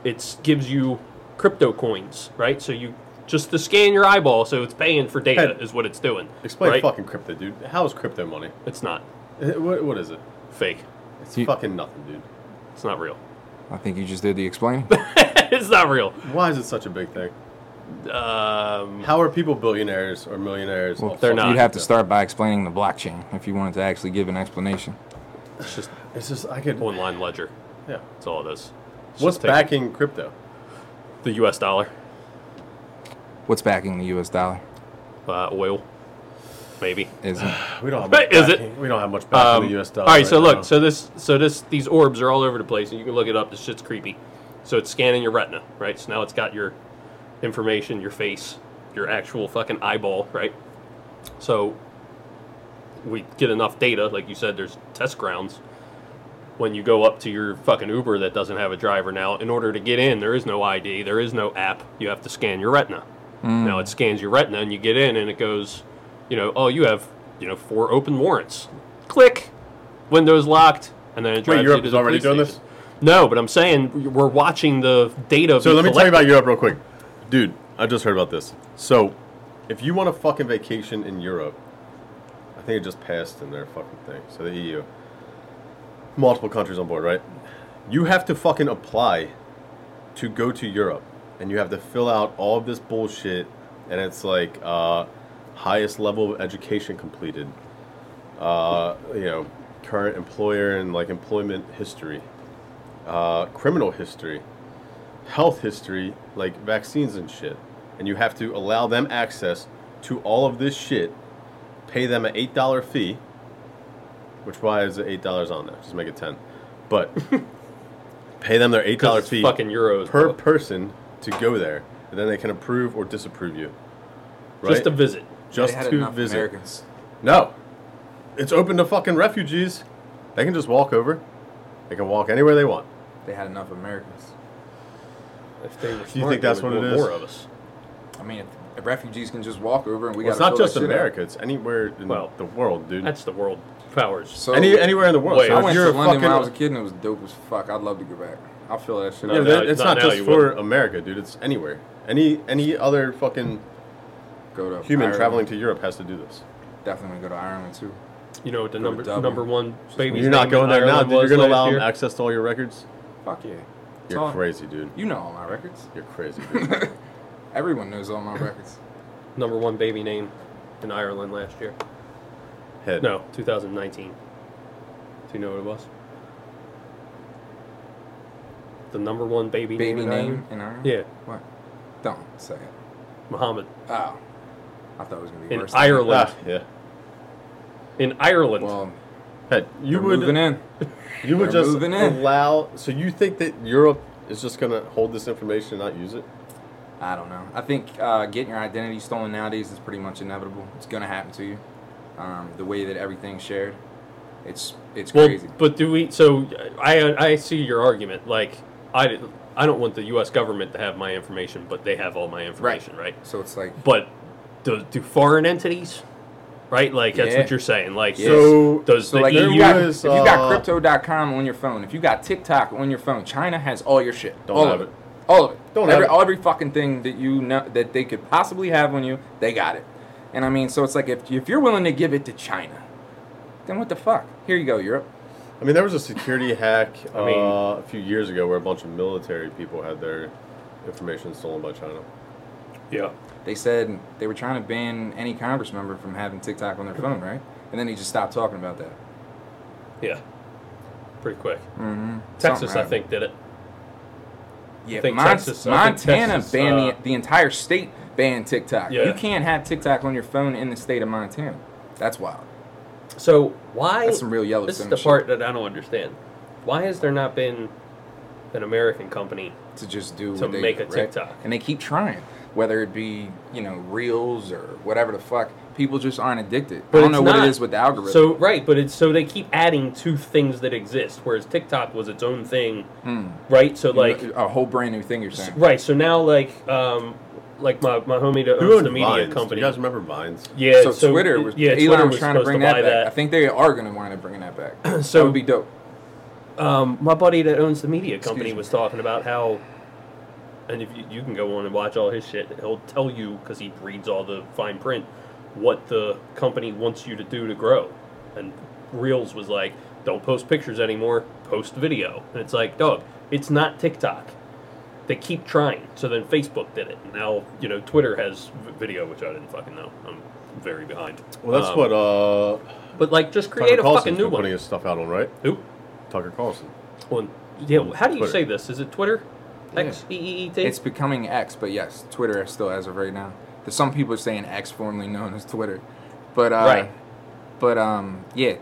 S2: it gives you crypto coins, right? So you just to scan your eyeball, so it's paying for data
S3: Hey,
S2: is what it's doing.
S3: Explain
S2: right?
S3: fucking crypto, dude. How is crypto money?
S2: It's not
S3: Eh, What, what is it?
S2: fake.
S3: It's
S1: You-
S3: fucking nothing, dude.
S2: It's not real.
S1: I think you just did the explaining.
S2: it's not real.
S3: Why is it such a big thing?
S2: Um,
S3: How are people billionaires or millionaires?
S1: Well,
S3: Oh,
S2: they're
S3: fuck
S2: not.
S1: You'd have to
S3: crypto.
S1: start by explaining the blockchain if you wanted to actually give an explanation.
S2: it's just
S3: It's just I could.
S2: one line ledger.
S3: Yeah.
S2: That's all it is. It's
S3: What's
S2: just taking
S3: backing crypto?
S2: the U.S. dollar,
S1: What's backing the U.S. dollar?
S2: uh, oil, maybe.
S1: Is
S3: We don't have
S2: But
S3: much
S2: is it-
S3: backing. We don't have much backing in
S2: Um,
S3: the U.S. dollar.
S2: All right, so
S3: right
S2: look,
S3: now.
S2: so this, so this, these orbs are all over the place, and you can look it up. This shit's creepy. So it's scanning your retina, right? So now it's got your information, your face, your actual fucking eyeball, right? So we get enough data, like you said, there's test grounds. When you go up to your fucking Uber that doesn't have a driver now, in order to get in, there is no ID, there is no app. You have to scan your retina.
S3: Mm.
S2: Now it scans your retina, and you get in, and it goes, you know, oh, you have, you know, four open warrants. Click, windows locked, and then it drives
S3: Europe
S2: you to
S3: is
S2: the
S3: already
S2: police
S3: doing this?
S2: station. No, but I'm saying we're watching the data.
S3: So
S2: be
S3: let me tell you
S2: collected.
S3: about Europe real quick. Dude, I just heard about this. So if you want a fucking vacation in Europe, I think it just passed in their fucking thing. So the EU. Multiple countries on board, right? You have to fucking apply to go to Europe. And you have to fill out all of this bullshit and it's like uh, highest level of education completed. Uh, you know, current employer and like employment history. Uh, criminal history health history, like vaccines and shit, and you have to allow them access to all of this shit, pay them an eight dollar fee, which why is it eight dollars on there? Just make it ten. But pay them their eight dollar
S2: 'Cause it's
S3: fee
S2: fucking euros
S3: per
S2: bro.
S3: person to go there, and then they can approve or disapprove you. Right?
S2: just a visit.
S1: They
S3: just
S1: had
S3: to
S1: enough
S3: visit.
S1: Americans.
S3: No. It's open to fucking refugees. They can just walk over. They can walk anywhere they want.
S1: They had enough Americans.
S2: If they were
S3: think
S2: smart, they
S3: that's
S2: would
S3: what it
S2: want
S3: is?
S2: More of us.
S1: I mean, if, if refugees can just walk over and we
S3: Well, it's
S1: got
S3: not just America. It's anywhere in
S2: Well,
S3: the world, dude.
S2: That's the world powers.
S1: So
S3: Any, anywhere in the world.
S2: Wait,
S3: so
S1: I
S3: if
S1: went
S3: you're
S1: to
S3: a
S1: London when I was a
S3: fucking-
S1: kid and it was dope as fuck. I'd love to go back. I'll fill that shit
S3: Yeah,
S1: up.
S3: but
S2: No,
S3: it's
S2: not
S3: not,
S2: now,
S3: just
S2: you
S3: for
S2: wouldn't.
S3: America, dude. It's anywhere. Any any other fucking
S1: go to
S3: human
S1: Ireland.
S3: traveling to Europe has to do this.
S1: Definitely go to Ireland too.
S2: You know what the
S1: Go to
S2: number
S1: Dublin.
S2: number one baby.
S3: You're not going there now.
S2: Ireland
S3: Dude. You're
S2: was
S3: gonna
S2: last
S3: allow
S2: year?
S3: them access to all your records.
S1: Fuck yeah. It's
S3: You're
S1: all-
S3: crazy, dude.
S1: You know all my records.
S3: You're crazy. Dude.
S1: Everyone knows all my records.
S2: number one baby name in Ireland last year.
S3: Head.
S2: No, 2019. Do you know what it was? The number one baby,
S1: Baby
S2: name, in
S1: name
S2: Ireland?
S1: in Ireland?
S2: Yeah,
S1: What? Don't say it.
S2: Muhammad
S1: Oh. I thought it was going to be
S2: in
S1: worse. than that.
S2: Ireland.
S3: Ah, yeah.
S2: In Ireland,
S1: Well,
S3: Head. You
S1: you
S3: would.
S1: moving in.
S3: You would
S1: They're
S3: just
S1: moving in.
S3: allow. So you think that Europe is just gonna hold this information and not use it?
S1: I don't know. I think uh, getting your identity stolen nowadays is pretty much inevitable. It's going to happen to you. Um, the way that everything's shared, it's it's
S2: Well,
S1: crazy.
S2: but do we? So I I see your argument. Like I didn't- I don't want the U.S. government to have my information, but they have all my information, right?
S1: So it's like
S2: But do, do foreign entities, right? Like that's
S1: Yeah.
S2: what you're saying. Like
S1: Yes.
S3: So-
S2: does
S1: So
S2: the E
S1: like if
S2: EU?
S1: you, got,
S3: was,
S1: if you got
S3: uh,
S1: crypto.com on your phone, if you got TikTok on your phone, China has all your shit.
S3: Don't
S1: all
S3: have
S1: of
S3: it.
S1: All of it.
S3: Don't
S1: every,
S3: have it.
S1: every fucking thing that you know that they could possibly have on you, they got it. And I mean, so it's like if if you're willing to give it to China, then what the fuck? Here you go, Europe.
S3: I mean, there was a security hack
S2: I mean-
S3: uh, a few years ago where a bunch of military people had their information stolen by China.
S2: yeah.
S1: They said they were trying to ban any Congress member from having TikTok on their phone, right? And then he just stopped talking about that.
S2: Yeah. Pretty quick.
S1: Mm-hmm.
S2: Texas, I think, did it.
S1: Yeah,
S2: think
S1: Mon-
S2: Texas- I think
S1: Montana
S2: Texas,
S1: banned
S2: uh,
S1: the, the entire state banned TikTok.
S2: Yeah.
S1: You can't have TikTok on your phone in the state of Montana. That's wild.
S2: So why?
S1: That's some real yellow
S2: This is
S1: stone
S2: the
S1: shit.
S2: part that I don't understand. Why has there not been an American company?
S1: To just do
S2: To
S1: what they
S2: make
S1: do,
S2: a
S1: right?
S2: TikTok.
S1: and they keep trying, whether it be you know reels or whatever the fuck. People just aren't addicted. I don't
S2: it's
S1: know what
S2: not.
S1: it is with the algorithm.
S2: So right, but it's so they keep adding to things that exist, whereas TikTok was its own thing,
S1: Mm.
S2: right? So like,
S1: a whole brand new thing you're saying.
S2: right. So now like, um, like my, my homie that
S3: Who
S2: owns
S3: owned
S2: the media
S3: Vines? Do
S2: company.
S3: you guys remember Vines?
S2: yeah.
S1: so, Twitter was
S2: yeah,
S1: Elon
S2: Twitter
S1: was trying to
S2: supposed
S1: bring that
S2: buy
S1: back. I think they are going to wind up bringing that back.
S2: So-
S1: that would be dope.
S2: um, my buddy that owns the media company
S1: me.
S2: was talking about how, and if you, you can go on and watch all his shit, he'll tell you because he reads all the fine print what the company wants you to do to grow. And Reels was like, don't post pictures anymore, post video. And it's like, dog, it's not TikTok. They keep trying. So then Facebook did it. And now, you know, Twitter has v- video, which I didn't fucking know. I'm very behind.
S3: Well, that's
S2: Um,
S3: what uh,
S2: But like, just create
S3: Tucker
S2: a fucking
S3: Carlson's
S2: new
S3: been
S2: one.
S3: putting his stuff out on, right?
S2: Who?
S3: Tucker Carlson.
S2: Well, yeah. How do you
S3: Twitter.
S2: say this? Is it Twitter?
S1: Yeah.
S2: X E E E T.
S1: It's becoming X, but yes, Twitter is still as of right now. There's some people saying X, formerly known as Twitter, but uh,
S2: Right.
S1: But um, yeah,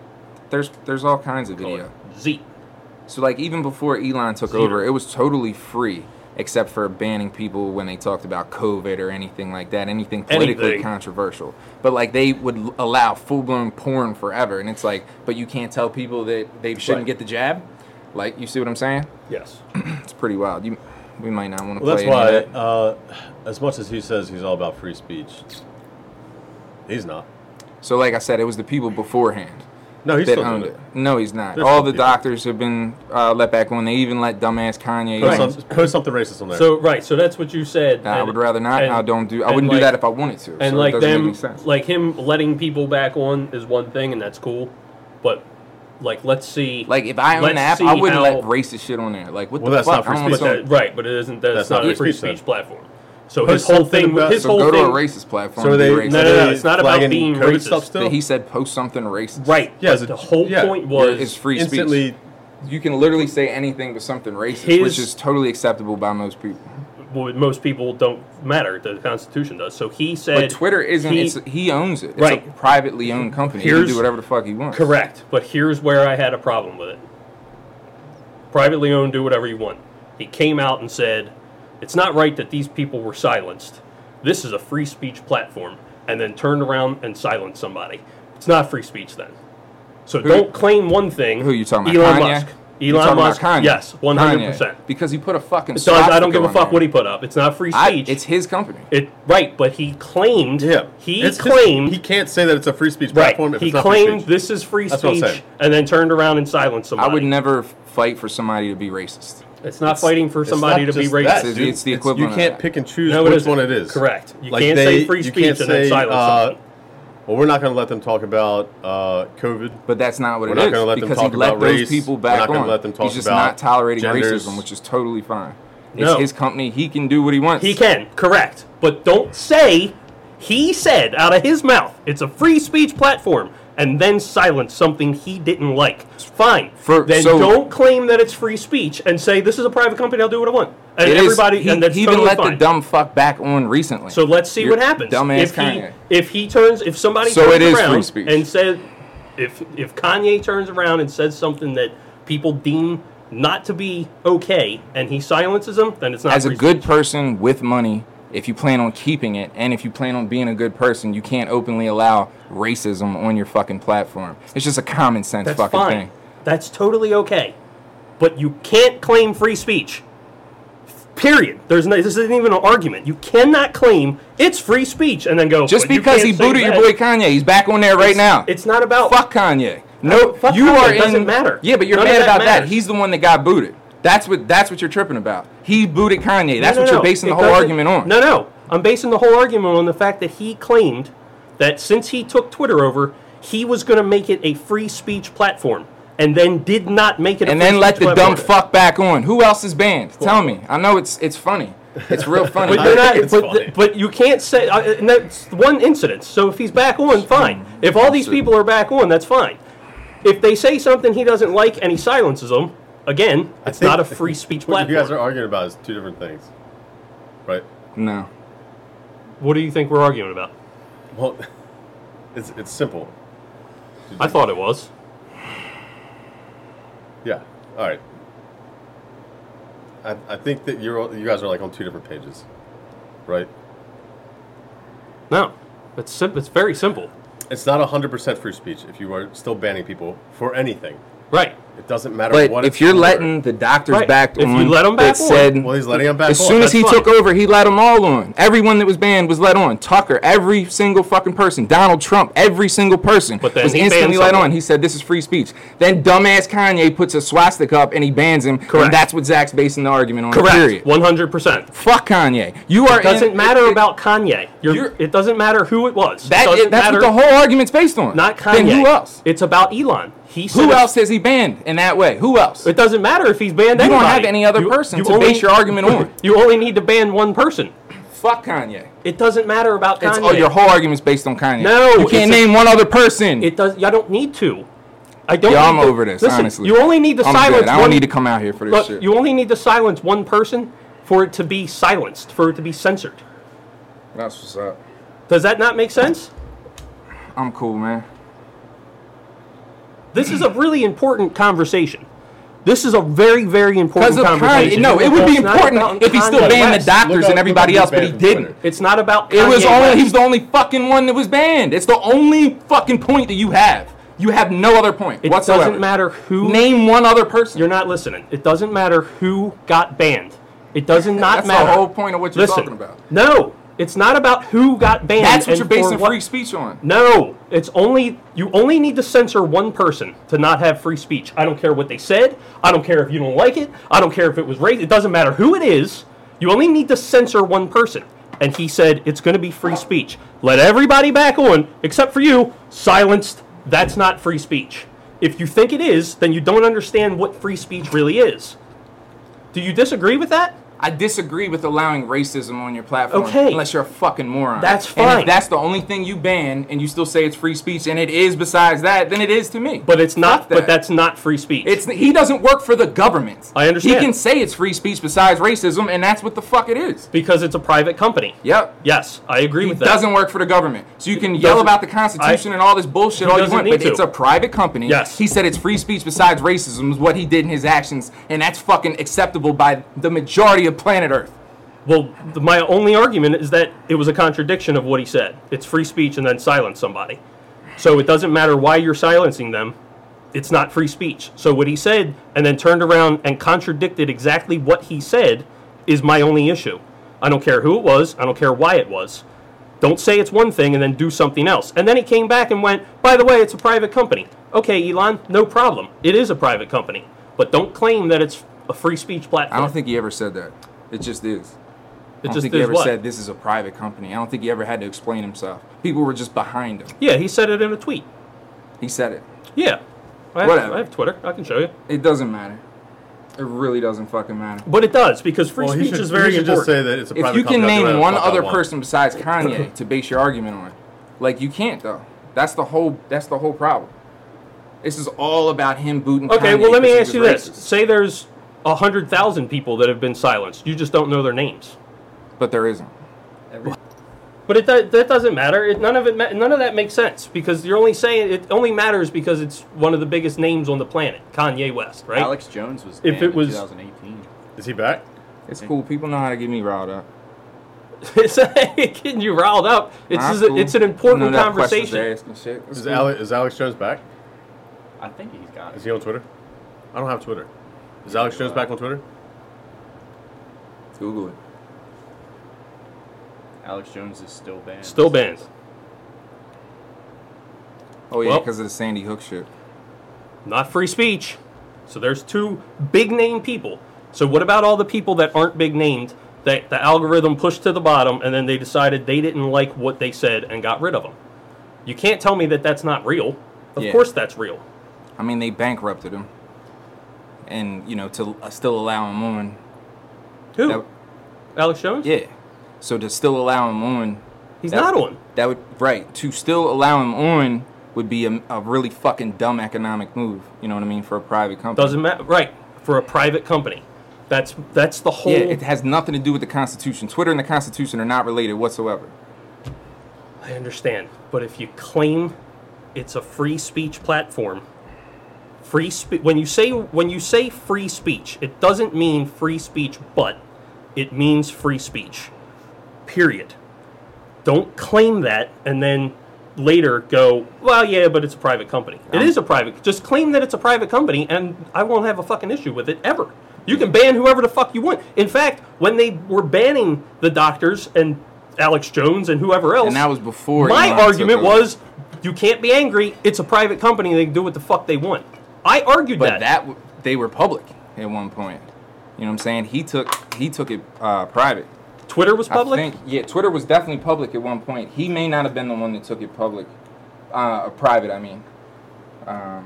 S1: there's there's all kinds of
S2: Call it
S1: video.
S2: Z.
S1: So like even before Elon took
S2: Zero.
S1: over, it was totally free, except for banning people when they talked about COVID or anything like that, anything politically
S2: Anything.
S1: controversial. But like they would l- allow full blown porn forever, and it's like, but you can't tell people that they shouldn't
S2: Right.
S1: get the jab. Like, you see what I'm saying?
S2: Yes.
S1: It's pretty wild. You, we might not want to
S3: Well, that's
S1: play. any
S3: why,
S1: of that.
S3: uh, as much as he says he's all about free speech, he's not.
S1: So, like I said, it was the people beforehand.
S3: No, he's
S1: that
S3: still doing
S1: owned
S3: it.
S1: it. No, he's not.
S3: There's
S1: All
S3: some
S1: the
S3: people.
S1: doctors have been uh, let back on. They even let dumbass Kanye.
S3: Put,
S1: in.
S3: some, put something racist on there.
S2: So right. So that's what you said.
S1: I
S2: and-
S1: would rather not.
S2: and-
S1: I don't do. I
S2: and
S1: wouldn't do
S2: like-
S1: that if I wanted to.
S2: and
S1: so it
S2: like
S1: doesn't make
S2: them,
S1: any sense.
S2: like him letting people back on is one thing, and that's cool. But like, let's see.
S1: Like if I own
S2: Let's
S1: an app,
S2: see
S1: I wouldn't let
S2: how-
S1: racist shit on there. Like what
S3: Well,
S1: the
S3: that's
S1: fuck?
S3: not free
S1: I don't
S2: but
S3: speech.
S1: want
S2: that, Uh, right, but it isn't. That's,
S3: That's
S2: not,
S3: not
S2: a free
S3: free speech,
S2: speech
S3: then.
S2: platform. So
S3: But
S2: his
S3: something
S2: whole thing.
S3: about-
S2: his
S1: so
S2: whole
S1: go
S2: thing.
S1: to a racist platform.
S3: so are
S1: and
S3: they?
S1: be
S3: No,
S1: racist.
S2: no, no,
S3: they
S2: it's not about
S3: flagging
S2: being
S3: code
S2: racist.
S3: Stuff still?
S1: But he said post something racist.
S2: Right.
S3: Yeah,
S2: But
S3: it's a-
S2: the whole
S3: yeah.
S2: point was
S1: It's free
S3: instantly.
S1: speech. You can literally say anything but something racist,
S2: His-
S1: which is totally acceptable by most people.
S2: what most people don't matter. The Constitution does. So he said.
S1: But Twitter isn't.
S2: he-
S1: He, it's, he owns it. It's a
S2: Right.
S1: privately owned company. he can
S2: Here's-
S1: do whatever the fuck he wants.
S2: Correct. But here's where I had a problem with it. Privately owned, do whatever you want. He came out and said, it's not right that these people were silenced. This is a free speech platform. And then turned around and silenced somebody. It's not free speech then. So don't claim one thing.
S1: Who you talking about?
S2: Elon
S1: Kanye?
S2: Musk.
S1: You
S2: Elon
S1: talking about
S2: Musk.
S1: Kanye?
S2: Yes, one hundred
S1: Kanye.
S2: percent.
S1: Because he put a fucking.
S2: So I, I don't give a
S1: swastika on
S2: fuck
S1: there.
S2: what he put up. It's not free
S1: I-
S2: speech.
S1: it's his company.
S2: it right, but he claimed.
S3: Yeah,
S2: He
S3: It's just-
S2: claimed
S3: he can't say that it's a free speech
S2: Right.
S3: platform. If
S2: he
S3: it's not free
S2: claimed
S3: speech.
S2: this is free
S3: That's what I'm
S2: speech
S3: saying.
S2: and then turned around and silenced
S1: I
S2: somebody.
S1: would never fight for somebody to be racist.
S2: It's not fighting for somebody to
S3: It's not
S2: be
S3: just
S2: racist.
S3: that,
S1: It's-
S3: dude.
S1: it's the equivalent
S3: You
S1: of
S3: can't
S1: that.
S3: pick and choose
S2: No, it
S3: which
S2: isn't.
S3: one it is.
S2: Correct. You
S3: Like
S2: can't
S3: they-
S2: say free
S3: you
S2: speech
S3: can't
S2: and then
S3: say,
S2: silence
S3: uh,
S2: someone.
S3: Well, we're not going to let them talk about uh, COVID.
S1: But that's not what
S3: We're
S1: it is.
S3: not gonna let them
S1: because
S3: talk
S1: he let
S3: about
S1: those
S3: race.
S1: people
S3: We're
S1: back
S3: not gonna
S1: on.
S3: let them talk
S1: He's just
S3: about
S1: not tolerating
S3: genders.
S1: racism, which is totally fine. It's
S2: No.
S1: his company. He can do what he wants.
S2: He can, correct. But don't say he said out of his mouth it's a free speech platform and then silence something he didn't like. Fine.
S1: For-
S2: then
S1: so-
S2: don't claim that it's free speech and say this is a private company, I'll do what I want. And
S1: It is-
S2: everybody
S1: he,
S2: and that's
S1: he even
S2: totally
S1: let
S2: fine.
S1: the dumb fuck back on recently.
S2: So let's see
S1: You're
S2: what happens.
S1: Dumbass
S2: if
S1: Kanye.
S2: he if he turns if somebody
S1: So
S2: turns
S1: it is
S2: around
S1: free speech.
S2: and says if if Kanye turns around and says something that people deem not to be okay and he silences them, then it's not
S1: As a
S2: free
S1: good
S2: speech.
S1: person with money, if you plan on keeping it and if you plan on being a good person, you can't openly allow racism on your fucking platform. It's just a common sense
S2: That's
S1: fucking
S2: fine.
S1: thing.
S2: That's totally okay. But you can't claim free speech. Period. There's no, this isn't even an argument. You cannot claim it's free speech and then go
S1: Just
S2: "But you
S1: because he
S2: can't say
S1: booted your
S2: that."
S1: boy Kanye, he's back on there right
S2: It's-
S1: now.
S2: It's not about
S1: fuck Kanye. No,
S2: Oh. fuck
S1: you
S2: Kanye,
S1: are
S2: it
S1: in-
S2: doesn't matter.
S1: Yeah, but you're
S2: None of
S1: mad
S2: that
S1: about that.
S2: matters.
S1: He's the one that got booted. That's what that's what you're tripping about. He booted Kanye. That's
S2: No, no,
S1: what
S2: no.
S1: you're basing
S2: It
S1: the whole
S2: doesn't-
S1: argument on.
S2: No, no. I'm basing the whole argument on the fact that he claimed that since he took Twitter over, he was going to make it a free speech platform, and then did not make it. a
S1: and
S2: free
S1: then let
S2: speech
S1: the dumb
S2: platform.
S1: fuck back on. Who else is banned? Tell me. I know it's it's funny. It's real funny.
S2: But, they're
S3: I
S2: not,
S3: think it's
S2: but,
S3: funny.
S2: but you can't say, uh, and that's one incident. So if he's back on, fine. If all these people are back on, that's fine. If they say something he doesn't like and he silences them, again,
S3: I
S2: it's
S3: think
S2: not a free speech
S3: What
S2: platform.
S3: you guys are arguing about is two different things, right?
S1: no.
S2: what do you think we're arguing about?
S3: Well, it's it's simple.
S2: I thought it was.
S3: Yeah. All right. I, I think that you're all- you guys are like on two different pages, right?
S2: No, it's sim- It's very simple.
S3: It's not hundred percent free speech if you are still banning people for anything.
S2: Right.
S3: It doesn't matter
S1: But
S3: what.
S1: if
S3: it's
S1: you're
S3: for.
S1: letting the doctors
S2: Right.
S1: back
S2: If you
S1: on,
S2: let 'em back
S1: that
S2: on,
S1: said,
S3: well, he's letting him back
S1: as
S3: on.
S1: soon as
S2: that's
S1: he
S2: fine.
S1: took over, he let them all on. Everyone that was banned was let on. Tucker, every single fucking person. Donald Trump, every single person
S2: But then
S1: was
S2: he
S1: instantly
S2: banned
S1: let
S2: someone.
S1: on. He said this is free speech. Then dumbass Kanye puts a swastika up and he bans him.
S2: Correct.
S1: And that's what Zach's basing the argument on.
S2: Correct.
S1: Period.
S2: One hundred percent.
S1: Fuck Kanye. You are.
S2: Doesn't
S1: in-
S2: matter
S1: it-
S2: about Kanye. You're,
S1: You're-
S2: it doesn't matter who it was. It
S1: that.
S2: doesn't
S1: that's
S2: matter,
S1: what the whole argument's based on.
S2: Not Kanye.
S1: Then who else?
S2: It's about Elon. He said
S1: Who
S2: it-
S1: else has he banned in that way? Who else?
S2: It doesn't matter if he's banned.
S1: You don't
S2: anybody.
S1: have any other person to base your argument on.
S2: You only need to ban one person.
S1: Fuck Kanye.
S2: It doesn't matter about Kanye.
S1: It's, oh, your whole argument's based on Kanye.
S2: No,
S1: you can't
S2: it's a-
S1: name one other person.
S2: it does. I don't need to. I don't.
S1: Yeah,
S2: need
S1: I'm
S2: to-
S1: over this,
S2: Listen,
S1: honestly.
S2: you only need to
S1: I'm
S2: silence.
S1: good. I don't
S2: one-
S1: need to come out here for this
S2: Look,
S1: shit.
S2: you only need to silence one person for it to be silenced, for it to be censored.
S1: That's what's up.
S2: Does that not make sense?
S1: I'm cool, man.
S2: This is a really important conversation. This is a very, very important
S1: Because of Kanye.
S2: conversation.
S1: No, it would be
S2: It's not
S1: important
S2: about
S1: if he still
S2: Kanye
S1: banned the
S2: West.
S1: doctors
S3: up-
S1: and
S3: look
S1: everybody
S3: up
S1: else, but
S3: who's
S1: he
S3: banned from
S1: didn't.
S2: It's not about.
S1: It was
S2: Kanye
S1: only he
S2: West.
S1: was the only fucking one that was banned. It's the only fucking point that you have. You have no other point
S2: It
S1: whatsoever.
S2: doesn't matter who.
S1: Name one other person.
S2: You're not listening. It doesn't matter who got banned. It doesn't not
S1: That's
S2: matter.
S1: the whole point of what you're
S2: Listen,
S1: talking about.
S2: No, it's not about who got banned.
S1: That's what
S2: and
S1: you're
S2: for
S1: basing
S2: what-
S1: free speech on.
S2: No, it's only you only need to censor one person to not have free speech. I don't care what they said. I don't care if you don't like it. I don't care if it was race. It doesn't matter who it is. You only need to censor one person. And he said it's going to be free speech. Let everybody back on except for you. Silenced. That's not free speech. If you think it is, then you don't understand what free speech really is. Do you disagree with that?
S1: I disagree with allowing racism on your platform
S2: Okay.
S1: unless you're a fucking moron.
S2: That's
S1: And
S2: fine.
S1: if that's the only thing you ban and you still say it's free speech and it is besides that, then it is to me.
S2: But it's not.
S1: Fuck that.
S2: But that's not free speech.
S1: It's he doesn't work for the government.
S2: I understand.
S1: He can say it's free speech besides racism, and that's what the fuck it is.
S2: because it's a private company.
S1: Yep.
S2: Yes, I agree
S1: He
S2: with that.
S1: doesn't work for the government. So you can yell
S2: doesn't-
S1: about the Constitution and all this bullshit all you
S2: doesn't
S1: want,
S2: need
S1: but
S2: to.
S1: it's a private company.
S2: Yes.
S1: He said it's free speech besides racism is what he did in his actions, and that's fucking acceptable by the majority of planet Earth.
S2: Well, the, my only argument is that it was a contradiction of what he said. It's free speech and then silence somebody. So it doesn't matter why you're silencing them. It's not free speech. So what he said and then turned around and contradicted exactly what he said is my only issue. I don't care who it was, I don't care why it was. Don't say it's one thing and then do something else. And then he came back and went, by the way, it's a private company. Okay, Elon, no problem. It is a private company. But don't claim that it's a free speech platform.
S1: I don't think he ever said that. It just is.
S2: it
S1: I
S2: just
S1: don't think he
S2: is
S1: ever
S2: what?
S1: said this is a private company. I don't think he ever had to explain himself. People were just behind him.
S2: Yeah, he said it in a tweet.
S1: He said it.
S2: Yeah. I have,
S1: Whatever.
S2: I have Twitter. I can show you.
S1: It doesn't matter. It really doesn't fucking matter.
S2: But it does because free
S3: Well, he
S2: speech
S3: should,
S2: is very
S3: he should
S2: important.
S3: just say that it's a
S1: If
S3: private
S1: you can
S3: company, I'll do
S1: name
S3: whatever
S1: one
S3: the fuck I
S1: other
S3: want.
S1: person besides Kanye to base your argument on, like you can't though. That's the whole. That's the whole problem. This is all about him booting.
S2: okay,
S1: Kanye
S2: well, let me
S1: 'cause
S2: ask
S1: he
S2: you
S1: was
S2: this.
S1: racist.
S2: Say there's 100,000 people that have been silenced. You just don't know their names.
S1: But there isn't.
S2: But it do- that doesn't matter. It, none of it ma- none of that makes sense because you're only saying it only matters because it's one of the biggest names on the planet, Kanye West, right?
S4: Alex Jones was
S2: If
S4: banned
S2: it
S4: in
S2: was-
S4: 2018.
S3: Is he back?
S1: It's cool. People know how to get me riled up.
S2: It's getting you riled up. It's
S1: Nah,
S2: just a-
S1: cool.
S2: it's an
S1: None
S2: important
S1: of that questions
S2: conversation.
S1: they're asking shit. It's
S3: Is,
S1: cool.
S3: Ale- is Alex Jones back?
S4: I think he's got
S3: Is
S4: it.
S3: he on Twitter? I don't have Twitter. Is Alex Jones back on Twitter?
S1: Google it.
S4: Alex Jones is still banned.
S2: Still banned.
S1: Oh yeah,
S2: Well-
S1: because of the Sandy Hook shit.
S2: not free speech. So there's two big name people. So what about all the people that aren't big named that the algorithm pushed to the bottom and then they decided they didn't like what they said and got rid of them? You can't tell me that that's not real. Of
S1: Yeah.
S2: course that's real.
S1: I mean, they bankrupted him, and you know to uh, still allow him on.
S2: Who?
S1: That,
S2: Alex Jones?
S1: yeah. So to still allow him on,
S2: He's
S1: that-
S2: not on.
S1: That would right to still allow him on would be a, a really fucking dumb economic move. You know what I mean for a private company.
S2: Doesn't matter. Right. For a private company. That's that's the whole
S1: Yeah, it has nothing to do with the Constitution. Twitter and the Constitution are not related whatsoever.
S2: I understand, but if you claim it's a free speech platform, free spe- when you say when you say free speech, it doesn't mean free speech, but it means free speech. Period. Don't claim that and then later go, well, yeah, but it's a private company. It is a private. Just claim that it's a private company, and I won't have a fucking issue with it ever. You can ban whoever the fuck you want. In fact, when they were banning the doctors and Alex Jones and whoever else,
S1: And that was before.
S2: my
S1: Elon
S2: argument
S1: took over.
S2: was, you can't be angry. It's a private company. They can do what the fuck they want. I argued
S1: but
S2: that.
S1: that w- they were public at one point. You know what I'm saying? He took he took it uh, private.
S2: Twitter was public.
S1: I think yeah, Twitter was definitely public at one point. He may not have been the one that took it public, uh, private. I mean,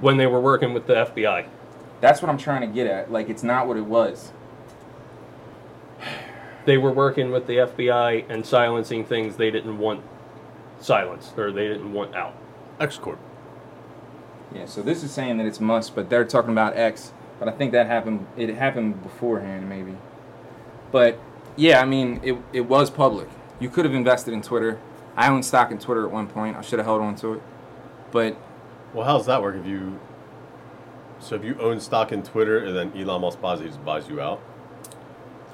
S2: when they were working with the FBI.
S1: that's what I'm trying to get at. Like, it's not what it was.
S2: They were working with the FBI and silencing things they didn't want silenced or they didn't want out.
S3: X Corp.
S1: Yeah, so this is saying that it's must, but they're talking about X. But I think that happened. It happened beforehand, maybe. But yeah, I mean, it it was public. You could have invested in Twitter. I owned stock in Twitter at one point. I should have held on to it. But
S3: Well, how's that work if you So if you own stock in Twitter and then Elon Musk buys it, he just buys you out.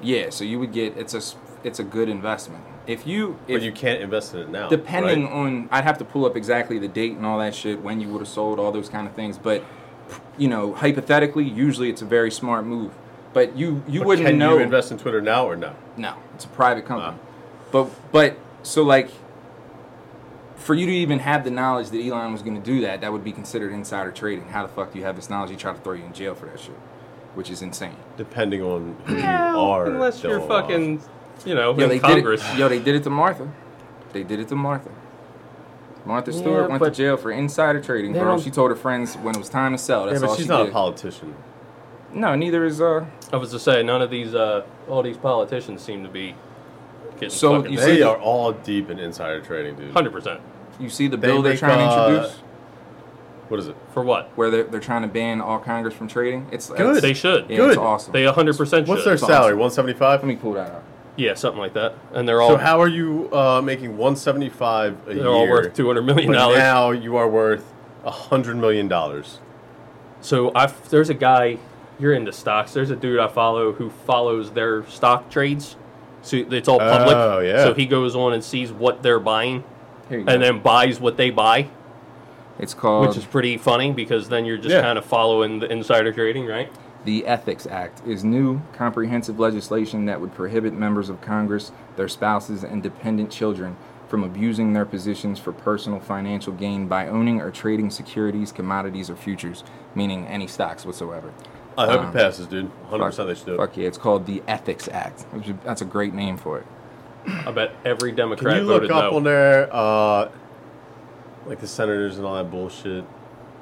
S1: Yeah, so you would get it's a s- it's a good investment. If you
S3: But
S1: if
S3: you can't invest in it now.
S1: depending
S3: right?
S1: on I'd have to pull up exactly the date and all that shit when you would have sold all those kind of things, but you know, hypothetically, usually it's a very smart move. But you you
S3: But
S1: wouldn't
S3: can
S1: know
S3: you invest Ah. in Twitter now or no? Uh,
S1: No, it's a private company.
S3: Wow.
S1: But but so like for you to even have the knowledge that Elon was going to do that, that would be considered insider trading. How the fuck do you have this knowledge? He tried to throw you in jail for that shit, which is insane.
S3: Depending on who
S2: Yeah,
S3: you are.
S2: unless you're
S3: Dylan.
S2: fucking, you know,
S1: Yo,
S2: in
S1: they
S2: Congress.
S1: did it. Yo, they did it to Martha. They did it to Martha. Martha Stewart
S2: Yeah,
S1: went to
S2: but-
S1: jail for insider trading,
S2: They
S1: bro.
S2: don't-
S1: She told her friends when it was time to sell.
S3: Yeah,
S1: That's all
S3: but she's
S1: she
S3: not
S1: did.
S3: a politician.
S1: no, neither is uh.
S2: I was to say none of these, uh, all these politicians seem to be getting
S1: So
S2: fucking
S1: you
S3: they
S1: see-
S3: are all deep in insider trading, dude.
S2: hundred percent
S1: You see the
S3: They
S1: bill they're
S3: make,
S1: trying
S3: uh,
S1: to introduce,
S3: What is it?
S2: for what?
S1: where they're, they're trying to ban all Congress from tradiing. It's
S3: Good.
S1: It's,
S2: They should.
S1: yeah,
S3: Good.
S1: it's awesome.
S2: They hundred percent should.
S3: What's their
S1: awesome.
S3: salary? One seventy five.
S1: Let me pull that up.
S2: yeah, something like that. And they're all
S3: So how are you uh, making one seventy five a
S2: they're
S3: year?
S2: all worth two hundred million
S3: but
S2: dollars.
S3: now you are worth hundred million dollars.
S2: So I f- there's a guy you're into stocks. There's a dude I follow who follows their stock trades. So it's all public.
S3: Oh, yeah.
S2: So he goes on and sees what they're buying
S1: Here you go.
S2: and then buys what they buy,
S1: it's called
S2: which is pretty funny because then you're just
S3: Um, Yeah.
S2: kind of following the insider trading, right?
S1: The Ethics Act is new, comprehensive legislation that would prohibit members of Congress, their spouses, and dependent children from abusing their positions for personal financial gain by owning or trading securities, commodities, or futures, meaning any stocks whatsoever.
S3: I hope
S1: Um,
S3: it passes, dude. Hundred
S1: Fuck,
S3: percent they should do it.
S1: fuck yeah, it's called the Ethics Act. Which is- That's a great name for it.
S2: I bet every
S3: Can
S2: Democrat
S3: you look
S2: voted
S3: up
S2: no.
S3: on there, uh, like the senators and all that bullshit,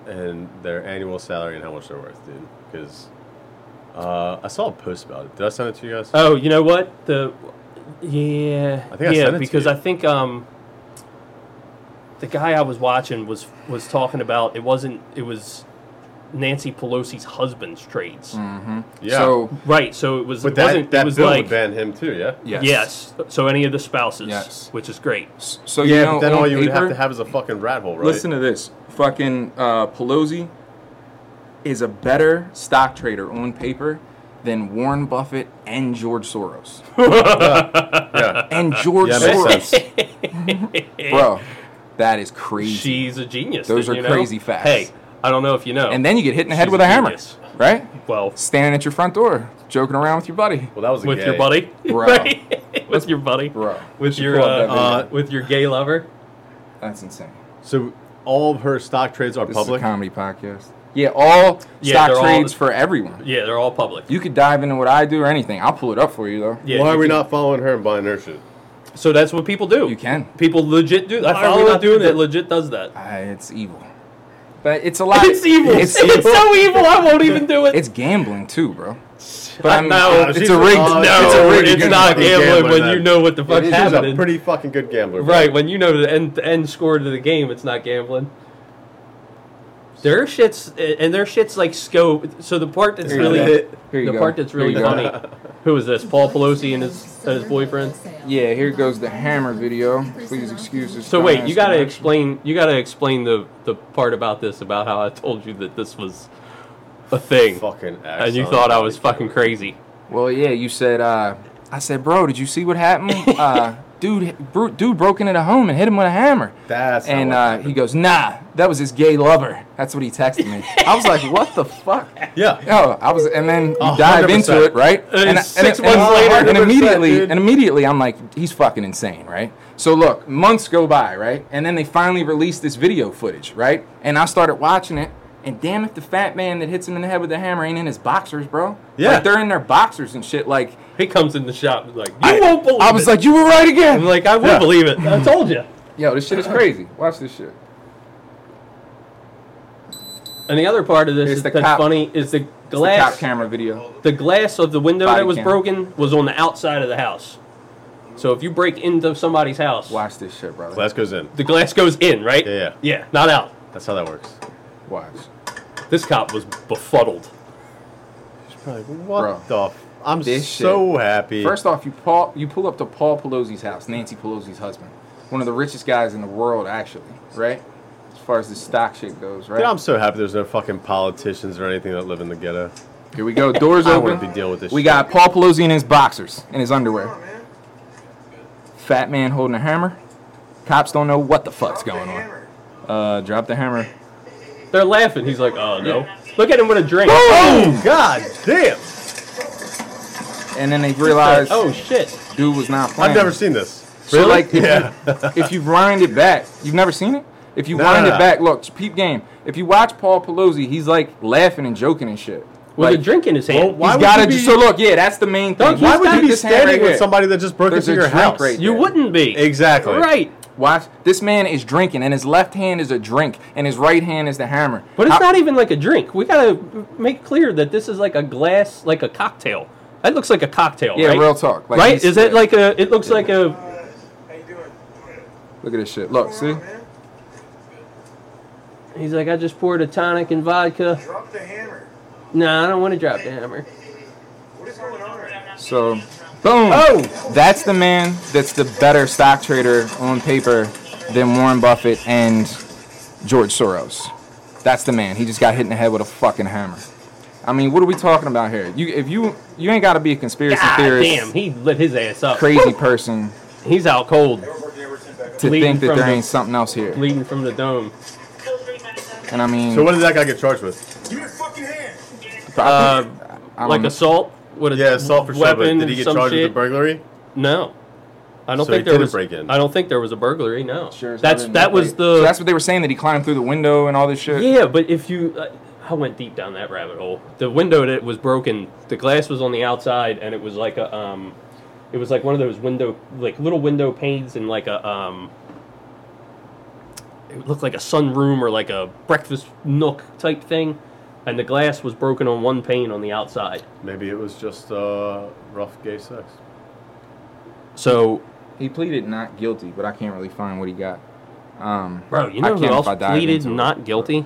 S3: and their annual salary and how much they're worth, dude? Because uh, I saw a post about it. Did I send it to you guys?
S2: Oh, you know what? The yeah,
S3: I think I
S2: yeah,
S3: sent it to
S2: because
S3: you.
S2: I think um, the guy I was watching was was talking about it wasn't it was Nancy Pelosi's husband's trades,
S1: Mm.
S3: yeah.
S1: So,
S2: right? So it was
S3: but
S2: it
S3: that,
S2: wasn't
S3: that
S2: it was
S3: bill
S2: like
S3: would ban him too, yeah.
S1: yes.
S2: yes. So any of the spouses,
S1: Yes.
S2: which is great.
S1: S- So,
S3: Yeah,
S1: you know,
S3: but then
S1: on
S3: all you would have
S1: paper-
S3: to have is a fucking rat hole, right?
S1: Listen to this. Fucking uh, Pelosi is a better stock trader on paper than Warren Buffett and George Soros.
S3: yeah,
S1: And George
S3: yeah, makes
S1: Soros.
S3: sense.
S1: Bro, that is crazy.
S2: She's a genius.
S1: Those
S2: dude,
S1: are
S2: you know?
S1: crazy facts.
S2: Hey, I don't know if you know.
S1: and then you get hit in the head
S2: She's
S1: with
S2: a
S1: a hammer,
S2: genius.
S1: right?
S2: well,
S1: Standing at your front door, joking around with your buddy.
S3: Well, that was a
S2: with
S3: gay.
S2: your buddy,
S1: Bro.
S2: right? with your buddy,
S1: Bro,
S2: with
S1: she
S2: your
S1: pulled that
S2: uh,
S1: video.
S2: with your gay lover.
S1: That's insane.
S3: So all of her stock trades are
S1: This
S3: public.
S1: is a comedy podcast. Yeah, all
S2: Yeah, they're
S1: stock
S2: all-
S1: trades for everyone.
S2: Yeah, they're all public.
S1: You could dive into what I do or anything. I'll pull it up for you though.
S2: Yeah,
S3: Why
S2: you
S3: are we
S2: can-
S3: not following her and buying her shit?
S2: So that's what people do.
S1: You can.
S2: People legit do. I
S3: Why are we
S2: follow a
S3: not
S2: dude
S3: doing
S2: that
S3: it?
S2: legit does that.
S1: I, it's evil. But it's a lot. It's,
S2: It's
S1: evil.
S2: so evil. I won't even do it.
S1: It's gambling too, bro. But
S2: I
S1: I mean,
S2: know.
S1: it's
S3: She's-
S1: a rigged.
S2: no,
S3: oh,
S2: it's,
S3: it's a really good
S2: not
S3: fucking
S2: gambling
S3: gambler,
S2: when
S3: then.
S2: you know what the fuck's
S3: She's
S2: happening.
S3: a pretty fucking good gambler. bro.
S2: right when you know the end end score to the game, it's not gambling. Their shits and their shits like scope. So the part that's
S1: Here you
S2: really
S3: go.
S1: Here you
S2: the
S1: go.
S2: part that's
S1: Here
S2: really
S1: you go.
S2: funny. Who is this? Paul Pelosi and his and his boyfriend.
S1: Yeah, here goes the hammer video. Please excuse this.
S2: So wait, you
S1: dumbass
S2: gotta
S1: connection.
S2: explain. You gotta explain the the part about this about how I told you that this was a thing,
S3: Fucking.
S2: and you thought I was fucking crazy.
S1: Well, yeah, you said. uh I said, bro, did you see what happened? Uh, dude, bro, dude broke into the home and hit him with a hammer.
S3: That's not
S1: and
S3: what
S1: uh,
S3: happened.
S1: he goes, nah, that was his gay lover. That's what he texted me. I was like, what the fuck?
S3: Yeah.
S1: Oh, I was, and then you
S3: A
S1: dive
S3: hundred
S1: into
S3: percent.
S1: it, right?
S2: And
S1: I-
S2: six
S1: and-
S2: months
S1: and-
S2: later,
S1: and
S3: hundred percent,
S1: immediately,
S3: dude.
S1: and immediately, I'm like, he's fucking insane, right? So look, months go by, right? And then they finally released this video footage, right? And I started watching it, and damn if the fat man that hits him in the head with the hammer ain't in his boxers, bro.
S3: Yeah.
S1: like, they're in their boxers and shit. Like,
S2: He comes in the shop and like, you
S1: I-
S2: won't believe
S1: I was
S2: it."
S1: like, you were right
S2: I'm
S1: again.
S2: like, I will
S3: Yeah.
S2: believe it. I told you.
S1: Yo, this shit is crazy. Watch this shit.
S2: And the other part of this
S1: It's
S2: is
S1: the
S2: that's
S1: cop-
S2: funny is the
S1: It's the
S2: glass.
S1: cop camera video.
S2: the glass of the window
S1: Body
S2: that was
S1: cam.
S2: broken was on the outside of the house. So if you break into somebody's house,
S1: Watch this shit, brother.
S3: Glass goes in.
S2: the glass goes in, right?
S3: Yeah, yeah.
S2: yeah, not out.
S3: That's how that works.
S1: Watch.
S2: This cop was befuddled.
S3: She's probably like, what
S1: Bro,
S3: the? F- I'm
S1: this
S3: so happy.
S1: First off, you Paul, you pull up to Paul Pelosi's house, Nancy Pelosi's husband, one of the richest guys in the world, actually, right? far as the stock shit goes, right?
S3: Dude, I'm so happy there's no fucking politicians or anything that live in the ghetto.
S1: Here we go. Doors
S3: I
S1: open.
S3: wouldn't be dealing with this
S1: We
S3: shit.
S1: got Paul Pelosi in his boxers and his underwear.
S5: man.
S1: Fat man holding a hammer. Cops don't know what the fuck's
S5: Drop the
S1: going on.
S5: hammer.
S1: Uh, drop the hammer.
S2: They're laughing. He's like, oh no. Look at him with a drink.
S3: Oh god damn!
S1: And then they realize,
S2: oh shit.
S1: dude was not playing.
S3: I've never seen this.
S1: So like, if,
S3: Yeah.
S1: you, if you wind it back, you've never seen it. If you
S3: No,
S1: wind
S3: no,
S1: it
S3: no.
S1: back, look, peep game. If you watch Paul Pelosi, he's like laughing and joking and shit.
S2: With
S1: like,
S2: a drink in his
S3: Well,
S2: hand.
S3: why
S1: He's
S3: would
S1: got
S3: you
S1: to.
S3: be-
S1: So look, yeah, that's the main thing.
S2: Don't you
S1: He's
S3: Why would
S1: got
S3: you be
S1: this hand right
S3: standing
S1: here.
S3: with somebody that just broke
S1: There's
S3: into
S1: a
S3: your
S1: drink
S3: house?
S1: right
S2: you
S1: Yeah.
S2: wouldn't be.
S3: Exactly.
S2: Right.
S1: Watch, this man is drinking, and his left hand is a drink, and his right hand is the hammer.
S2: But it's
S1: How-
S2: not even like a drink. We gotta make clear that this is like a glass, like a cocktail. That looks like a cocktail,
S1: Yeah,
S2: right?
S1: real talk. Like
S2: right?
S1: he's-
S2: Is that like a? It looks like a.
S5: Uh, how you doing?
S1: Look at this shit. Look,
S5: What's
S1: see?
S5: going on, man?
S2: He's like, I just poured a tonic and vodka.
S5: Drop the hammer.
S2: Nah, I don't want to drop the hammer.
S5: What is going on right now?
S1: So, boom. Oh, that's the man. That's the better stock trader on paper than Warren Buffett and George Soros. That's the man. He just got hit in the head with a fucking hammer. I mean, what are we talking about here? You, if you, you ain't got to be a conspiracy
S2: God
S1: theorist,
S2: damn, he lit his ass up.
S1: crazy person
S2: He's out cold,
S5: We're working over 10 back up.
S1: to
S2: Bleeding
S1: think that
S2: from
S1: there
S2: the-
S1: ain't something else here.
S2: bleeding from the dome.
S1: And I mean,
S3: So what did that guy get charged with?
S5: Give me your fucking hand.
S2: Uh,
S1: I don't
S2: like
S1: know.
S2: assault with a
S3: Um, Yeah, assault for sure.
S2: weapon.
S3: But did he get
S2: some
S3: charged
S2: shit.
S3: with a burglary?
S2: No, I don't
S3: So
S2: think
S3: he
S2: there
S3: didn't
S2: was.
S3: break in.
S2: I don't think there was a burglar. No,
S1: Sure, it's
S2: that's
S1: not in
S2: that was
S1: plate. So
S2: the.
S1: that's what they were saying that he climbed through the window and all this shit.
S2: yeah, but if you, uh, I went deep down that rabbit hole. The window that was broken, the glass was on the outside, and it was like a um, it was like one of those window like little window panes and like a um. It looked like a sunroom or like a breakfast nook type thing, and the glass was broken on one pane on the outside.
S3: Maybe it was just uh, rough gay sex.
S2: So,
S1: He pleaded not guilty, but I can't really find what he got. Um,
S2: bro, you
S1: I
S2: know who
S1: can't
S2: else
S1: if I dive
S2: pleaded
S1: into it.
S2: not guilty?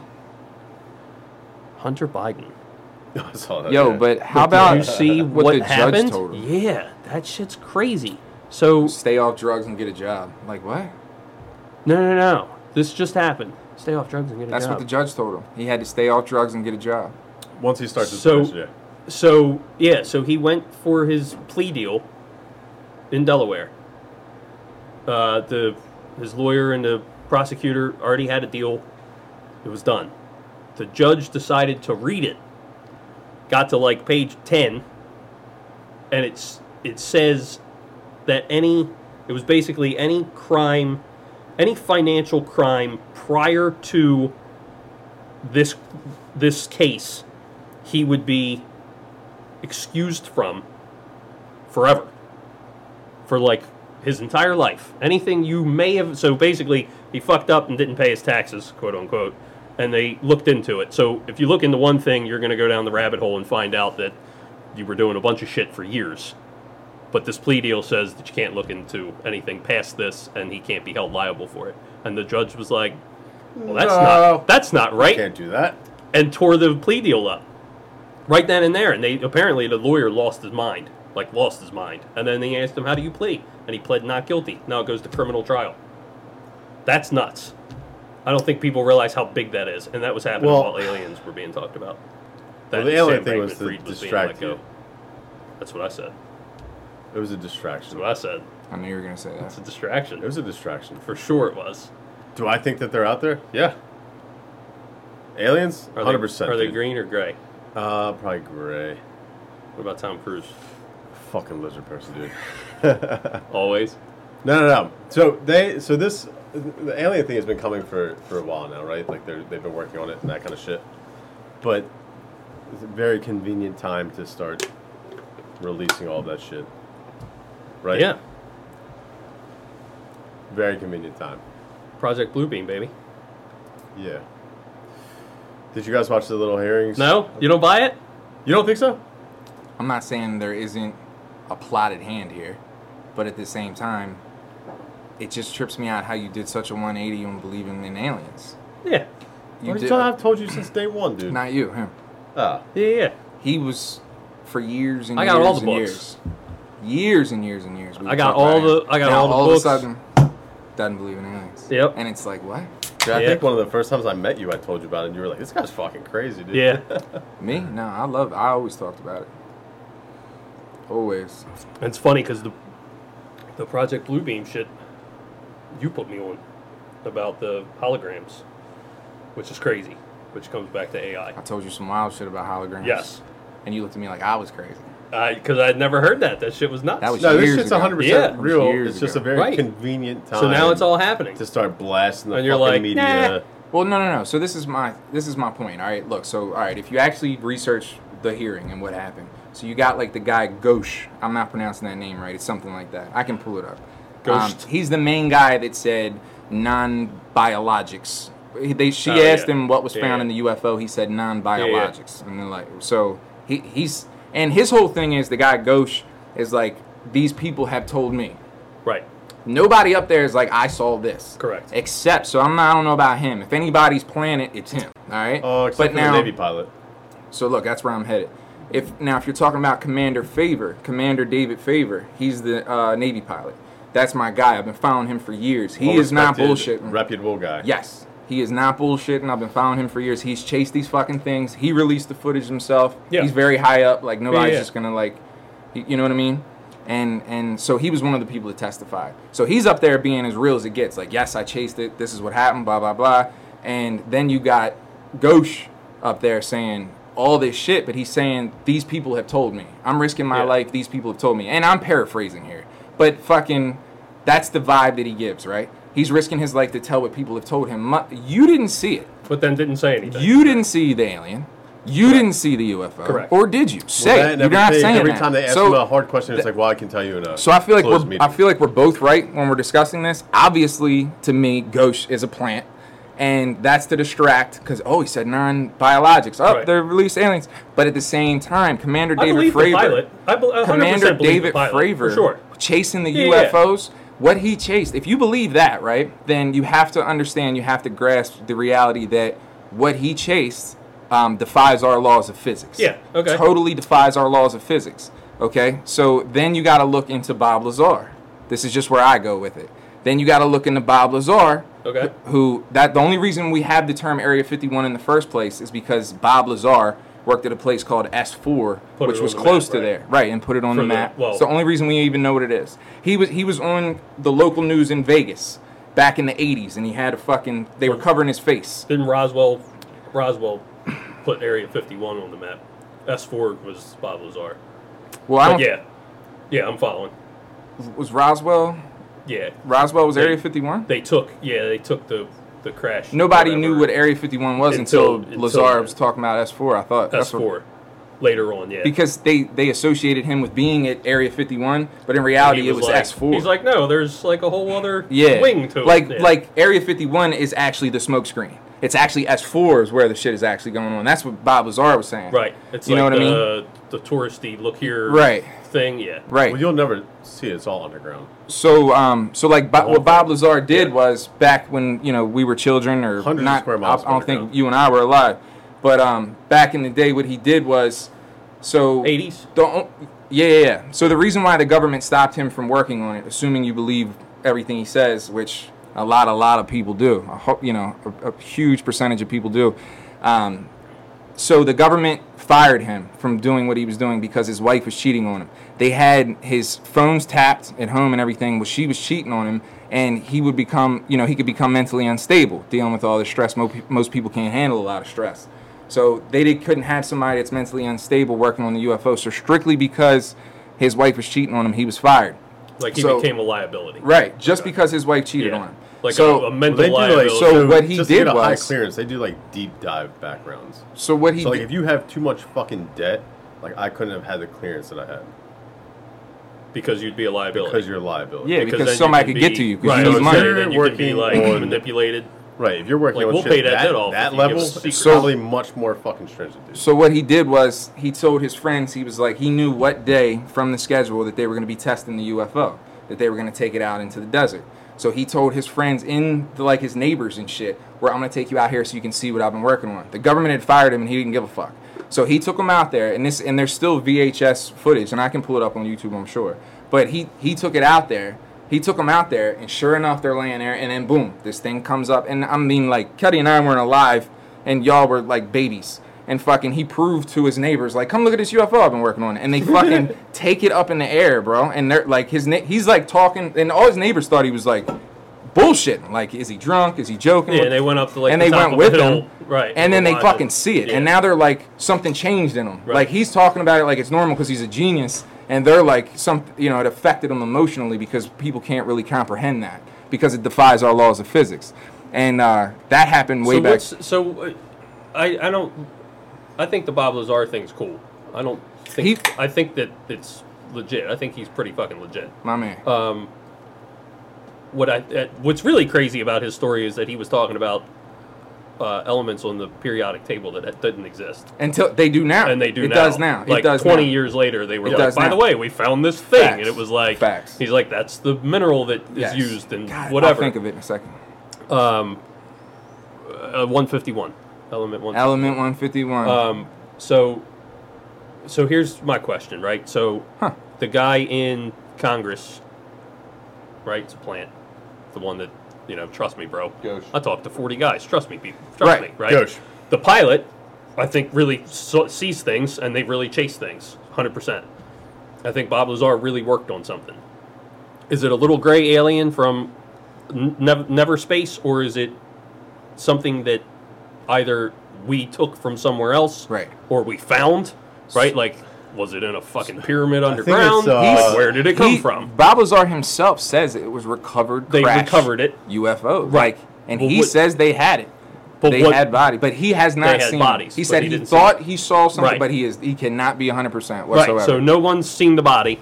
S2: Hunter Biden.
S3: I saw that.
S1: Yo,
S3: yeah.
S1: but how
S2: Did
S1: about uh,
S2: you see
S1: what,
S2: what,
S1: the
S2: happened?
S1: judge told him?
S2: Yeah, that shit's crazy. So
S1: Stay off drugs and get a job. Like what?
S2: no, no, no. This just happened. Stay off drugs and get a
S1: That's
S2: job.
S1: what the judge told him. He had to stay off drugs and get a job.
S3: once he starts his
S2: So-
S3: so, yeah.
S2: so yeah, so he went for his plea deal in Delaware. Uh, the his lawyer and the prosecutor already had a deal. It was done. The judge decided to read it. Got to like page ten, and it's it says that any it was basically any crime, any financial crime prior to this this case, he would be excused from forever for like his entire life. Anything you may have so basically he fucked up and didn't pay his taxes, quote unquote, and they looked into it. So if you look into one thing, you're going to go down the rabbit hole and find out that you were doing a bunch of shit for years. But this plea deal says that you can't look into anything past this and he can't be held liable for it. And the judge was like, "Well, that's
S3: No.
S2: not that's not right."
S3: Can't do that.
S2: and tore the plea deal up right then and there. And they apparently the lawyer lost his mind, like lost his mind. And then they asked him, "How do you plead?" And he pled not guilty. Now it goes to criminal trial. That's nuts. I don't think people realize how big that is, and that was happening
S3: Well-
S2: while aliens were being talked about.
S3: Well,
S2: That
S3: the
S2: and Sam
S3: alien thing was to
S2: Bankman-Fried being
S3: distract
S2: let go.
S3: you.
S2: That's what I said.
S3: It was a
S2: That's
S3: distraction.
S2: what I said.
S1: I knew you were gonna say that.
S2: It's a distraction.
S3: It was a distraction.
S2: For sure, it was.
S3: Do I think that they're out there? Yeah. Aliens?
S2: Are they-
S3: 100%.
S2: Are they
S3: dude.
S2: green or gray?
S3: Uh, probably gray.
S2: What about Tom Cruise?
S3: Fucking lizard person, dude.
S2: Always.
S3: No, no, no. So they, so this, the alien thing has been coming for for a while now, right? Like they're they've been working on it and that kind of shit. But it's a very convenient time to start releasing all that shit, right?
S2: Yeah.
S3: Very convenient time.
S2: Project Bluebeam, baby.
S3: Yeah. Did you guys watch the little hearings?
S2: No, you don't buy it.
S3: You don't think so?
S1: I'm not saying there isn't a plot at hand here, but at the same time, it just trips me out how you did such a 180 on believing in aliens.
S2: Yeah.
S1: You
S3: What
S1: did.
S3: did I've told you since day one, dude.
S1: Not you, him.
S3: Ah.
S2: Yeah, yeah.
S1: He was for years and
S2: I
S1: years
S2: got all the
S1: and
S2: books.
S1: years, years and years and years. we
S2: I got
S1: talked about
S2: all
S1: it.
S2: the- I got
S1: Now
S2: all the
S1: all
S2: books.
S1: of a sudden, doesn't believe in aliens.
S2: Yep.
S1: And it's like what?
S3: Dude, I
S2: Yeah.
S3: think one of the first times I met you, I told you about it, and you were like, "This guy's fucking crazy, dude."
S2: Yeah.
S1: Me? No, I love. I always talked about it. Always.
S2: And it's funny because the the Project Bluebeam shit you put me on about the holograms, which is crazy, which comes back to AI.
S1: I told you some wild shit about holograms.
S2: Yes,
S1: And you looked at me like I was crazy.
S2: because I'd never heard that. That shit was nuts.
S1: That was
S3: No, this
S1: Years
S3: shit's
S1: ago.
S3: 100
S2: Yeah.
S3: percent real.
S1: Years
S3: It's just
S1: ago.
S3: a very
S2: Right.
S3: convenient time.
S2: so now it's all happening.
S3: to start blasting the
S2: And
S3: fucking
S2: you're like,
S3: media.
S1: Well, no, no, no. So this is my this is my point. All right, look. So all right, if you actually research the hearing and what happened, so you got like the guy Ghosh. I'm not pronouncing that name right. It's something like that. I can pull it up. Um,
S2: Ghost.
S1: he's the main guy that said non-biologics. He- They she
S2: Oh, yeah.
S1: asked him what was
S2: Yeah,
S1: found
S2: yeah.
S1: in the UFO. He said non-biologics, and then like so he he's and his whole thing is the guy Ghosh is like these people have told me
S2: right.
S1: Nobody up there is like, I saw this.
S2: Correct.
S1: Except, so I'm not, I don't know about him. If anybody's planet, it's him. All right.
S3: Oh, except
S1: but
S3: for
S1: now,
S3: the Navy pilot.
S1: so look, that's where I'm headed. If now, if you're talking about Commander Favor, Commander David Favor, he's the uh, Navy pilot. That's my guy. I've been following him for years. He is not
S3: Well-respected,
S1: bullshitting.
S3: Reputable guy.
S1: Yes, he is not bullshitting. I've been following him for years. He's chased these fucking things. He released the footage himself.
S2: Yeah.
S1: He's very high up. Like nobody's
S2: yeah.
S1: just gonna like, y- you know what I mean? And and so he was one of the people that testified. So he's up there being as real as it gets. Like yes, I chased it. This is what happened. Blah blah blah. And then you got Ghosh up there saying all this shit, but he's saying these people have told me. I'm risking my
S2: Yeah.
S1: life. These people have told me. And I'm paraphrasing here, but fucking. That's the vibe that he gives, right? He's risking his life to tell what people have told him. Mu- You didn't see it.
S2: But then didn't say anything.
S1: You didn't see the alien. You didn't see the UFO.
S2: Correct.
S1: Or did you?
S3: Well,
S1: Say
S3: that
S1: it.
S3: and
S1: You're not
S3: everything-
S1: saying
S3: every
S1: that.
S3: time they ask
S1: so,
S3: him a hard question, it's like, "Well, I can tell you in a."
S1: so I feel like
S3: closed
S1: we're
S3: meeting.
S1: I feel like we're both right when we're discussing this. Obviously, to me, Ghosh is a plant, and that's to distract because oh, he said non-biologics. Oh,
S2: Right.
S1: they're released aliens. But at the same time, Commander
S2: I
S1: David
S2: believe
S1: Fravor,
S2: the pilot. I be- I 100%
S1: Commander
S2: believe the
S1: David
S2: pilot, for
S1: Fravor
S2: Sure.
S1: chasing the
S2: Yeah, yeah.
S1: UFOs. What he chased, if you believe that, right, then you have to understand, you have to grasp the reality that what he chased um, defies our laws of physics.
S2: Yeah, okay.
S1: Totally defies our laws of physics. Okay, so then you got to look into Bob Lazar. This is just where I go with it. Then you got to look into Bob Lazar,
S2: Okay.
S1: who that the only reason we have the term Area 51 in the first place is because Bob Lazar worked at a place called S4,
S2: Put it
S1: which
S2: on
S1: was
S2: the
S1: close
S2: map,
S1: to
S2: right.
S1: there, right? And put it on
S2: For
S1: the
S2: the-
S1: map.
S2: well-
S1: it's the only reason we even know what it is. He was he was on the local news in Vegas back in the 80s, and he had a fucking they were covering his face.
S2: Didn't Roswell Roswell put Area 51 on the map? S4 was Bob Lazar.
S1: Well, I
S2: But
S1: don't,
S2: yeah. Yeah, I'm following.
S1: was Roswell.
S2: Yeah.
S1: Roswell was
S2: They-
S1: Area 51.
S2: They took, yeah, they took the, the crash.
S1: Nobody
S2: whatever.
S1: knew what Area 51 was
S2: Until-
S1: until,
S2: until-
S1: Lazar was talking about S4. I thought that's what-
S2: S4 later on, yeah.
S1: because they they associated him with being at Area 51, but in reality it was
S2: like,
S1: S4.
S2: He's like, no, there's like a whole other
S1: yeah,
S2: wing to
S1: like
S2: it. Yeah.
S1: like Area 51 is actually the smokescreen. It's actually S4 is where the shit is actually going on. That's what Bob Lazar was saying.
S2: right. It's
S1: you
S2: like
S1: know what I mean?
S2: the, the touristy look here
S1: Right.
S2: thing, yeah.
S1: Right.
S3: Well, you'll never see it. It's all underground.
S1: so, um, so like Bo-
S3: whole
S1: what Bob Lazar did
S2: Yeah.
S1: was back when you know we were children or
S3: Hundreds of
S1: not.
S3: square miles
S1: I, I don't think
S3: underground.
S1: you and I were alive, but um, back in the day, what he did was so
S2: 80s.
S1: The o- yeah, yeah, yeah. So the reason why the government stopped him from working on it, assuming you believe everything he says, which a lot, a lot of people do. I hope you know a, a huge percentage of people do. Um, so the government fired him from doing what he was doing because his wife was cheating on him. They had his phones tapped at home and everything, but she was cheating on him, and he would become, you know, he could become mentally unstable dealing with all this stress. Mo- Most people can't handle a lot of stress, so they did, couldn't have somebody that's mentally unstable working on the UFO. So strictly because his wife was cheating on him, he was fired.
S2: Like he
S1: So-
S2: became a liability.
S1: Right, just
S2: Okay.
S1: because his wife cheated
S2: Yeah.
S1: on him.
S2: Like
S1: so,
S2: a, a mental
S3: Well, they do like
S2: liability.
S1: So what he
S3: just to
S1: did
S3: get a high
S1: was-
S3: clearance. They do like deep dive backgrounds.
S1: so what he
S3: So like,
S1: did-
S3: if you have too much fucking debt, like I couldn't have had the clearance that I had
S2: because you'd be a liability.
S3: because you're liability.
S1: Yeah. because
S2: then you
S1: somebody
S2: can
S1: could get
S2: be-
S1: to you 'cause you
S2: Right,
S1: need
S2: I was
S1: money.
S2: saying, then you could be
S3: Working
S2: like
S3: on-
S2: manipulated.
S3: Right. If you're working
S2: Like,
S3: on
S2: we'll
S3: shit
S2: pay that
S3: that,
S2: debt off if
S3: that
S2: you give
S3: level,
S2: us secrets.
S3: it's probably much more fucking stringent, dude.
S1: So what he did was he told his friends he was like he knew what day from the schedule that they were going to be testing the UFO that they were going to take it out into the desert. So he told his friends in the, like his neighbors and shit, where I'm going to take you out here so you can see what I've been working on. The government had fired him and he didn't give a fuck. So he took them out there and this and there's still VHS footage and I can pull it up on YouTube I'm sure. But he he took it out there He took them out there, and sure enough, they're laying there, and then boom, this thing comes up. And I mean, like, Cuddy and I weren't alive, and y'all were like babies. And fucking, he proved to his neighbors, like, come look at this UFO I've been working on. And they fucking take it up in the air, bro. And they're like, his na- he's like talking, and all his neighbors thought he was like bullshitting. Like, is he drunk? Is he joking?
S2: Yeah, and they went up to like
S1: and
S2: the
S1: they
S2: top
S1: went
S2: of
S1: with
S2: the hill.
S1: him,
S2: right?
S1: And then they
S2: watched it.
S1: fucking see it, and
S2: Yeah.
S1: now they're like something changed in him.
S2: Right.
S1: Like he's talking about it like it's normal because he's a genius, and they're like some, you know, it affected him emotionally because people can't really comprehend that because it defies our laws of physics, and uh, that happened way
S2: so
S1: back.
S2: What's, so uh, I I don't I think the Bob Lazar thing's cool. I don't think
S1: He-
S2: I think that it's legit. I think he's pretty fucking legit.
S1: My man,
S2: Um, what I uh, what's really crazy about his story is that he was talking about uh, elements on the periodic table that, that didn't exist.
S1: until they do now,
S2: And they do
S1: It
S2: now.
S1: does now.
S2: Like
S1: it does
S2: 20
S1: now.
S2: years later, they were
S1: It
S2: like,
S1: does
S2: by
S1: now.
S2: the way, we found this thing.
S1: Facts.
S2: And it was like,
S1: Facts.
S2: he's like, that's the mineral that is
S1: Yes.
S2: used and
S1: God,
S2: whatever.
S1: I'll think of it in a second.
S2: um, uh, 151, element 151.
S1: Element one fifty one.
S2: Um, so, so here's my question, right? So,
S1: Huh.
S2: the guy in Congress, right? It's a plant, the one that you know. Trust me, bro.
S1: Gauche.
S2: I talked to forty guys. Trust me, people. Trust
S1: Right.
S2: me, right?
S3: Gauche.
S2: The pilot, I think, really so- sees things, and they really chase things, hundred percent. I think Bob Lazar really worked on something. Is it a little gray alien from N- Nev- Never Space, or is it something that either we took from somewhere else,
S1: Right.
S2: or we found, right? Like, was it in a fucking pyramid
S3: think
S2: underground?
S3: it's, uh,
S2: Like, where did it come
S1: He-
S2: from?
S1: Bob Lazar himself says it was recovered.
S2: They
S1: crash
S2: recovered it.
S1: UFO,
S2: Right.
S1: Like, and
S2: But
S1: he
S2: what-
S1: says they had it.
S2: But
S1: they
S2: what-
S1: had body, but he has not
S2: had
S1: seen.
S2: bodies,
S1: it. He
S2: but
S1: said
S2: he
S1: he,
S2: didn't see
S1: thought he saw something,
S2: Right.
S1: but he is he cannot be 100 percent whatsoever.
S2: Right. So no one's seen the body,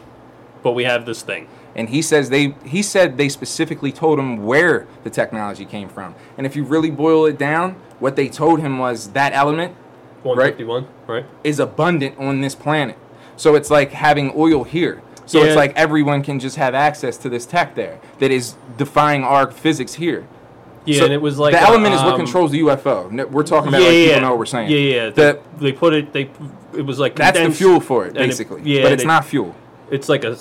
S2: but we have this thing.
S1: and he says they he said they specifically told him where the technology came from. And if you really boil it down, what they told him was that element
S2: One fifty-one. Right.
S1: is abundant on this planet. So it's like having oil here. So
S2: Yeah.
S1: it's like everyone can just have access to this tech there that is defying our physics here.
S2: Yeah,
S1: So
S2: and it was like
S1: the
S2: a,
S1: element is what
S2: um,
S1: controls the UFO. No- We're talking about
S2: yeah,
S1: like
S2: yeah,
S1: people know what we're saying.
S2: Yeah, yeah. They,
S1: The-
S2: they put it. They it was like
S1: that's the
S2: condensed,
S1: fuel for it,
S2: and
S1: basically.
S2: yeah,
S1: but
S2: and
S1: it's
S2: it-
S1: not fuel.
S2: It's like a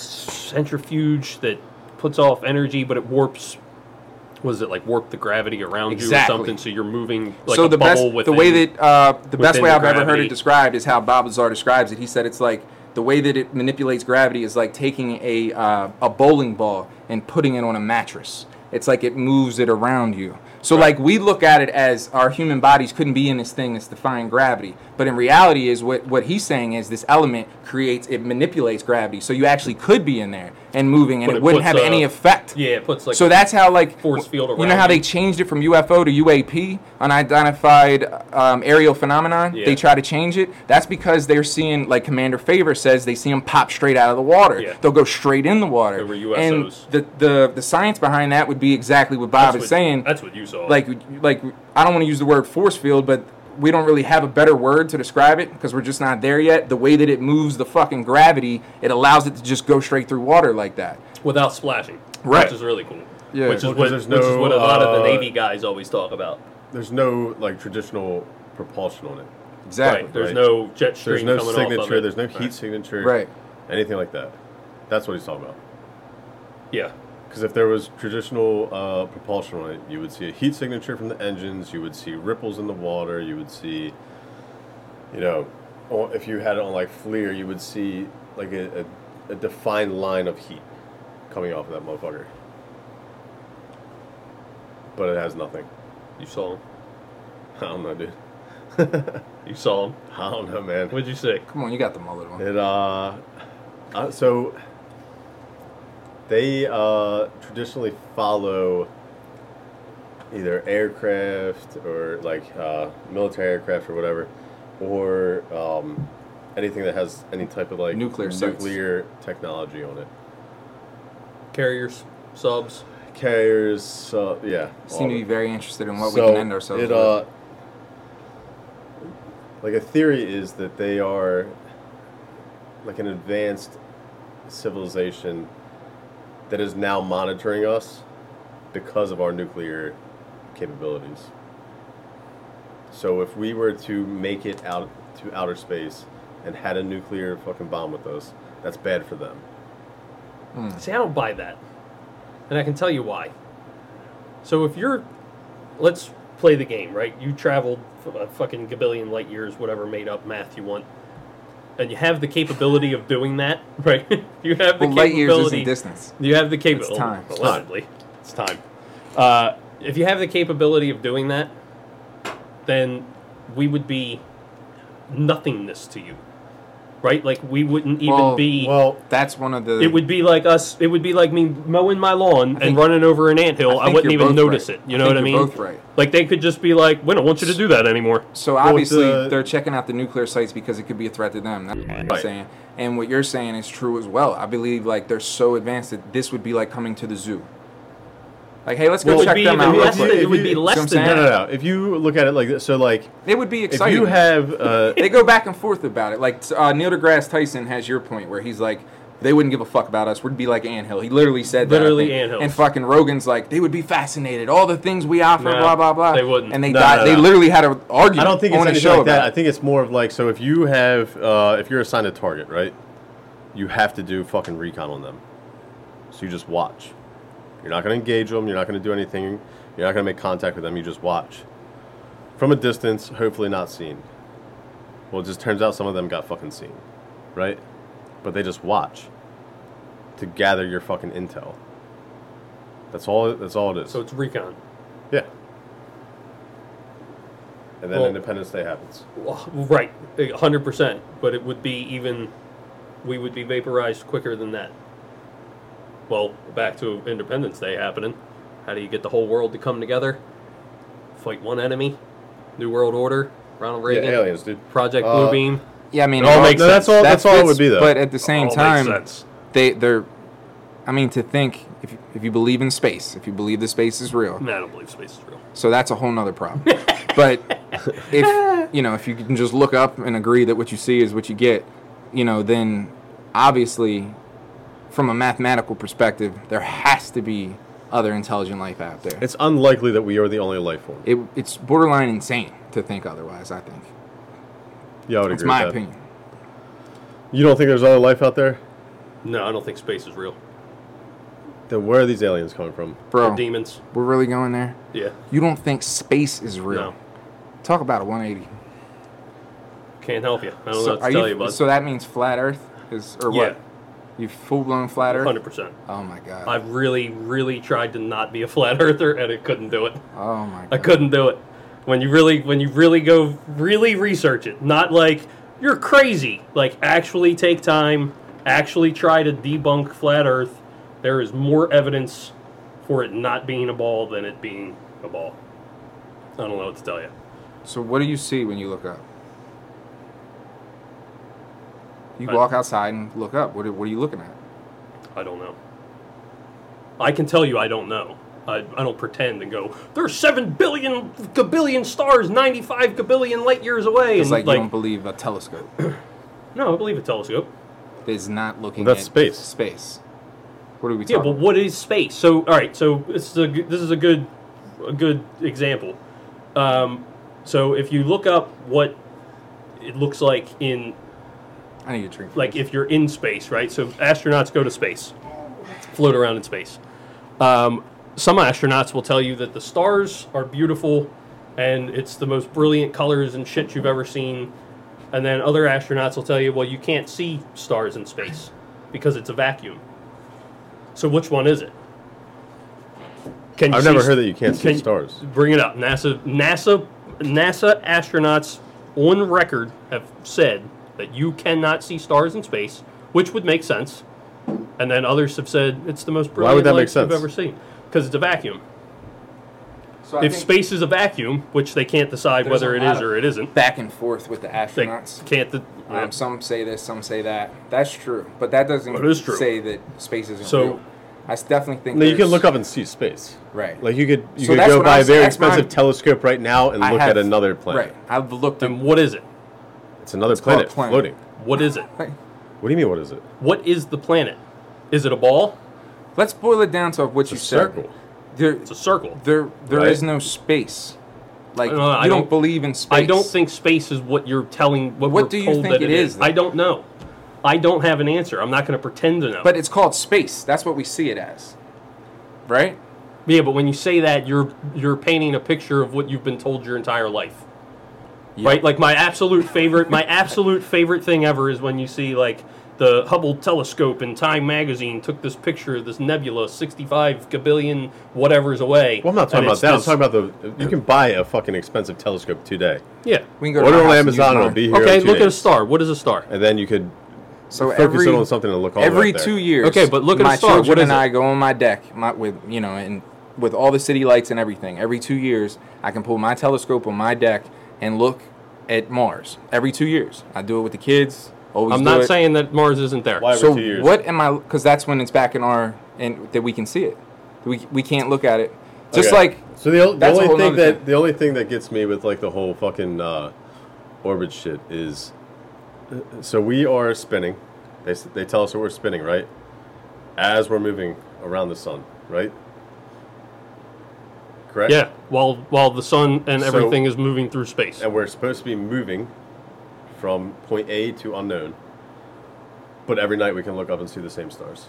S2: centrifuge that puts off energy, but it warps. Was it like warp the gravity around
S1: Exactly.
S2: you or something? So you're moving like
S1: so
S2: a
S1: the best,
S2: bubble with
S1: the way that uh, the best
S2: within
S1: way
S2: the
S1: I've ever heard
S2: gravity.
S1: it described is how Bob Lazar describes it. He said it's like the way that it manipulates gravity is like taking a uh, a bowling ball and putting it on a mattress. It's like it moves it around you. So like we look at it as our human bodies couldn't be in this thing that's defying gravity, but in reality, is what what he's saying is this element creates it manipulates gravity. So you actually could be in there and moving, and
S2: But
S1: it,
S2: it
S1: wouldn't have
S2: puts, uh,
S1: any effect.
S2: yeah, it puts like
S1: so that's how like
S2: force field
S1: You know
S2: around
S1: how they
S2: you.
S1: changed it from UFO to UAP, unidentified um, aerial phenomenon.
S2: Yeah.
S1: They try to change it. That's because they're seeing, like Commander Favor says, they see them pop straight out of the water.
S2: Yeah.
S1: They'll go straight in the water.
S2: They were
S1: And
S2: USOs.
S1: the, the the science behind that would be exactly what Bob
S2: that's
S1: is
S2: what,
S1: saying.
S2: That's what you saw.
S1: Like like I don't want to use the word force field, but we don't really have a better word to describe it because we're just not there yet. The way that it moves the fucking gravity, it allows it to just go straight through water like that.
S2: without splashing,
S1: Right.
S2: Which is really cool.
S1: Yeah.
S2: Which is
S1: Well,
S3: 'cause
S2: what
S3: there's
S2: which is
S3: no,
S2: what a lot of the
S3: uh,
S2: Navy guys always talk about.
S3: There's no like traditional propulsion on it.
S1: Exactly.
S2: right. There's
S3: Right.
S2: no jet
S3: There's
S2: stream.
S3: no
S2: coming
S3: signature.
S2: Off of it.
S3: There's no heat
S2: Right.
S3: signature.
S1: Right.
S3: Anything like that. That's what he's talking about.
S2: Yeah.
S3: Because if there was traditional uh, propulsion on it, you would see a heat signature from the engines. You would see ripples in the water. You would see, you know, or if you had it on like FLIR, you would see like a, a, a defined line of heat coming off of that motherfucker. But it has nothing.
S2: You saw him.
S3: I don't know, dude.
S2: You saw him.
S3: I don't know, man.
S2: What'd you say?
S1: Come on, you got the mullet on.
S3: It uh, uh so they uh traditionally follow either aircraft or like uh, military aircraft or whatever, or um, anything that has any type of like
S1: Nuclear suits.
S3: nuclear technology on it.
S2: Carriers, subs.
S3: Carriers, uh, yeah. all
S1: Seem to
S3: of
S1: be
S3: it.
S1: very interested in what
S3: so
S1: we can end ourselves
S3: it,
S1: with.
S3: uh, like a theory is that they are like an advanced civilization that is now monitoring us because of our nuclear capabilities. So if we were to make it out to outer space and had a nuclear fucking bomb with us, that's bad for them.
S2: See, I don't buy that. and I can tell you why. So if you're, let's play the game, right? You traveled f- a fucking gabillion light years, whatever made up math you want, and you have the capability of doing that, right? you have the
S1: Well,
S2: capability.
S1: light years isn't distance.
S2: You have the capability.
S1: time. It's time.
S2: Allegedly, it's time. Uh, if you have the capability of doing that, then we would be nothingness to you, right? Like we wouldn't even
S1: Well,
S2: be.
S3: Well,
S1: That's one of the.
S2: it would be like us. It would be like me mowing my lawn and
S1: think-
S2: running over an anthill.
S1: I
S2: I,
S1: think
S2: wouldn't
S1: you're
S2: even
S1: both
S2: notice
S1: right.
S2: it. You
S1: I
S2: know
S1: think
S2: what I mean?
S1: you're both right.
S2: Like they could just be like, "We don't want you to do that anymore."
S1: So obviously
S3: the-
S1: they're checking out the nuclear sites because it could be a threat to them. That's what I'm
S3: Right.
S1: saying. And what you're saying is true as well. I believe like they're so advanced that this would be like coming to the zoo. Like, hey, let's go
S2: Well, it would
S1: check
S2: be
S1: them
S2: even
S1: out. real
S2: less
S1: quick.
S2: than, it
S3: If
S2: would
S3: you-
S2: be
S3: see what
S1: I'm
S2: less than
S1: saying?
S3: no,
S2: that.
S3: no, no. If you look at it like this, so like
S1: It would be
S3: if
S1: exciting.
S3: you have uh,
S1: they go back and forth about it. Like uh, Neil deGrasse Tyson has your point where he's like, they wouldn't give a fuck about us. We'd be like anthill. He literally said
S2: Literally
S1: that. I think.
S2: anthill.
S1: And fucking Rogan's like, they would be fascinated. All the things we offer,
S2: No,
S1: blah blah blah.
S2: they wouldn't.
S1: And they
S3: No,
S1: died.
S3: no,
S1: They
S3: no.
S1: literally had an
S3: I
S1: argument.
S3: don't think it's
S1: on a
S3: anything
S1: show
S3: like that.
S1: about
S3: I
S1: it.
S3: think it's more of like so if you have uh, if you're assigned a target, right? You have to do fucking recon on them. So you just watch. You're not going to engage them. You're not going to do anything. You're not going to make contact with them. You just watch from a distance, hopefully not seen. Well, it just turns out some of them got fucking seen, right? But they just watch to gather your fucking intel. That's all. That's all it is.
S2: So it's recon.
S3: yeah. And then
S2: Well-
S3: Independence Day happens.
S2: Well, Right, hundred percent. But it would be even. We would be vaporized quicker than that. Well, back to Independence Day happening. How do you get the whole world to come together? Fight one enemy. New World Order. Ronald
S3: Yeah,
S2: Reagan.
S3: aliens, dude.
S2: Project
S3: Uh,
S2: Bluebeam.
S1: Yeah, I mean,
S3: It all makes
S1: no,
S3: sense. That's all- that's all it would be, though.
S1: But at the same
S2: All makes
S1: time,
S2: sense.
S1: they they're, I mean, to think if you- if you believe in space, if you believe the space is real,
S2: No, I don't believe space is real.
S1: so that's a whole nother problem. but if you know, if you can just look up and agree that what you see is what you get, you know, then obviously, from a mathematical perspective, there has to be other intelligent life out there.
S3: It's unlikely that we are the only life form.
S1: it, it's borderline insane to think otherwise. I think
S3: Yeah, I would
S1: it's
S3: agree
S1: my
S3: with that.
S1: opinion.
S3: You don't think there's other life out there?
S2: No, I don't think space is real.
S3: Then where are these aliens coming from?
S1: Bro,
S2: Demons.
S1: we're really going there.
S2: Yeah.
S1: You don't think space is real?
S2: No.
S1: Talk about a 180.
S2: Can't help you. I don't know
S1: So,
S2: what
S1: are
S2: to tell you,
S1: you,
S2: bud.
S1: so that means flat Earth is or
S2: yeah,
S1: what? You full blown flat Earth?
S2: hundred percent.
S1: Oh my god.
S2: I really, really tried to not be a flat earther, and I couldn't do it.
S1: oh my god.
S2: I couldn't do it. When you really, when you really go, really research it. Not like you're crazy. Like actually take time. Actually try to debunk flat Earth. There is more evidence for it not being a ball than it being a ball. I don't know what to tell you.
S1: So what do you see when you look up? You
S2: I-
S1: walk outside and look up. What are, what are you looking at?
S2: I don't know. I can tell you I don't know. I, I don't pretend and go, there's 7 billion, gabillion stars 95 gabillion light years away.
S1: It's
S2: And
S1: like,
S2: like,
S1: you don't believe a telescope
S2: no, I believe a telescope.
S1: is not looking
S3: Well, that's
S1: at
S3: space.
S1: Space. What are we talking
S2: Yeah, but what is space? So, all right, so this is a, g- this is a good a good example. Um, so if you look up what it looks like in
S1: I need a drink.
S2: like if you're in space, right? So astronauts go to space, float around in space. Um, some astronauts will tell you that the stars are beautiful, and it's the most brilliant colors and shit you've ever seen. And then other astronauts will tell you, well, you can't see stars in space because it's a vacuum. So which one is it? Can
S3: I've
S2: see
S3: never
S2: s-
S3: heard that you can't see
S2: can-
S3: stars.
S2: Bring it up. NASA NASA NASA astronauts on record have said that you cannot see stars in space, which would make sense. And then others have said it's the most
S3: Why
S2: brilliant
S3: would that
S2: light
S3: make sense?
S2: you've ever seen because it's a vacuum.
S1: so I
S2: if
S1: think
S2: space is a vacuum, which they can't decide
S1: There's
S2: whether
S1: a
S2: it
S1: lot
S2: is
S1: of-
S2: or it isn't,
S1: back and forth with the
S2: they
S1: astronauts.
S2: can't. De-
S1: Um, some say this, some say that. That's true, but that doesn't
S2: Well, it is true.
S1: say that space isn't
S2: So-
S1: real. I s- definitely think
S3: No, you can
S1: there's-
S3: look up and see space.
S1: Right.
S3: Like you could you
S1: So
S3: could
S1: that's
S3: go
S1: what
S3: buy
S1: I'm
S3: a very
S1: saying. That's
S3: expensive
S1: mine.
S3: telescope right now and
S1: I
S3: look
S1: have-
S3: at another planet.
S1: Right. I've looked at
S2: then what is it?
S3: It's another
S1: called a
S3: planet,
S1: planet.
S3: floating.
S2: What is it?
S3: What do you mean? What is it?
S2: What is the planet? Is it a ball?
S1: Let's boil it down to what
S3: It's
S1: you
S3: a
S1: said.
S3: circle.
S1: There,
S2: It's a circle.
S1: there, there
S3: Right.
S1: is no space. Like
S2: No, no, I
S1: you don't,
S2: don't-
S1: believe in space.
S2: I don't think space is what you're telling. What,
S1: What
S2: we're
S1: do you
S2: told
S1: think
S2: that
S1: it is, then?
S2: I don't know. I don't have an answer. I'm not going to pretend to know.
S1: But it's called space. That's what we see it as. right?
S2: Yeah, but when you say that, you're you're painting a picture of what you've been told your entire life,
S1: Yeah.
S2: right? Like my absolute favorite, my absolute favorite thing ever is when you see like the Hubble telescope and Time magazine took this picture of this nebula 65 gabillion whatever's away.
S3: Well, I'm not talking
S2: and
S3: about
S2: it's
S3: that.
S2: this-
S3: I'm talking about the. You can buy a fucking expensive telescope today.
S2: yeah.
S1: We can go to
S3: Order
S1: my
S3: on
S1: house and use
S3: Amazon. It'll
S1: mine.
S3: be here. in
S2: Okay,
S3: two
S2: look at a
S3: days.
S2: star. What is a star?
S3: And then you could
S1: So
S3: focus
S1: every
S3: it on something and look all the way
S1: every
S3: up there.
S1: two years.
S2: Okay, but look at
S1: my
S2: a star. What
S1: children
S2: is
S1: and
S2: it?
S1: I go on my deck, my, with you know, and with all the city lights and everything. Every two years, I can pull my telescope on my deck and look at Mars. Every two years, I do it with the kids. Always.
S2: I'm
S1: do
S2: not
S1: it.
S2: saying that Mars isn't there.
S3: Why-
S1: So
S3: every two years.
S1: what am I? Because that's when it's back in our and that we can see it. We we can't look at it. Just
S3: Okay.
S1: like
S3: so the, o- the
S1: that's a
S3: only
S1: whole
S3: thing
S1: nother
S3: that
S1: thing.
S3: the only thing that gets me with like the whole fucking uh, orbit shit is uh, so we are spinning. They s- they tell us that we're spinning right as we're moving around the sun, right? Correct.
S2: Yeah, while while the sun and
S3: So-
S2: everything is moving through space.
S3: and we're supposed to be moving from point A to unknown. But every night we can look up and see the same stars.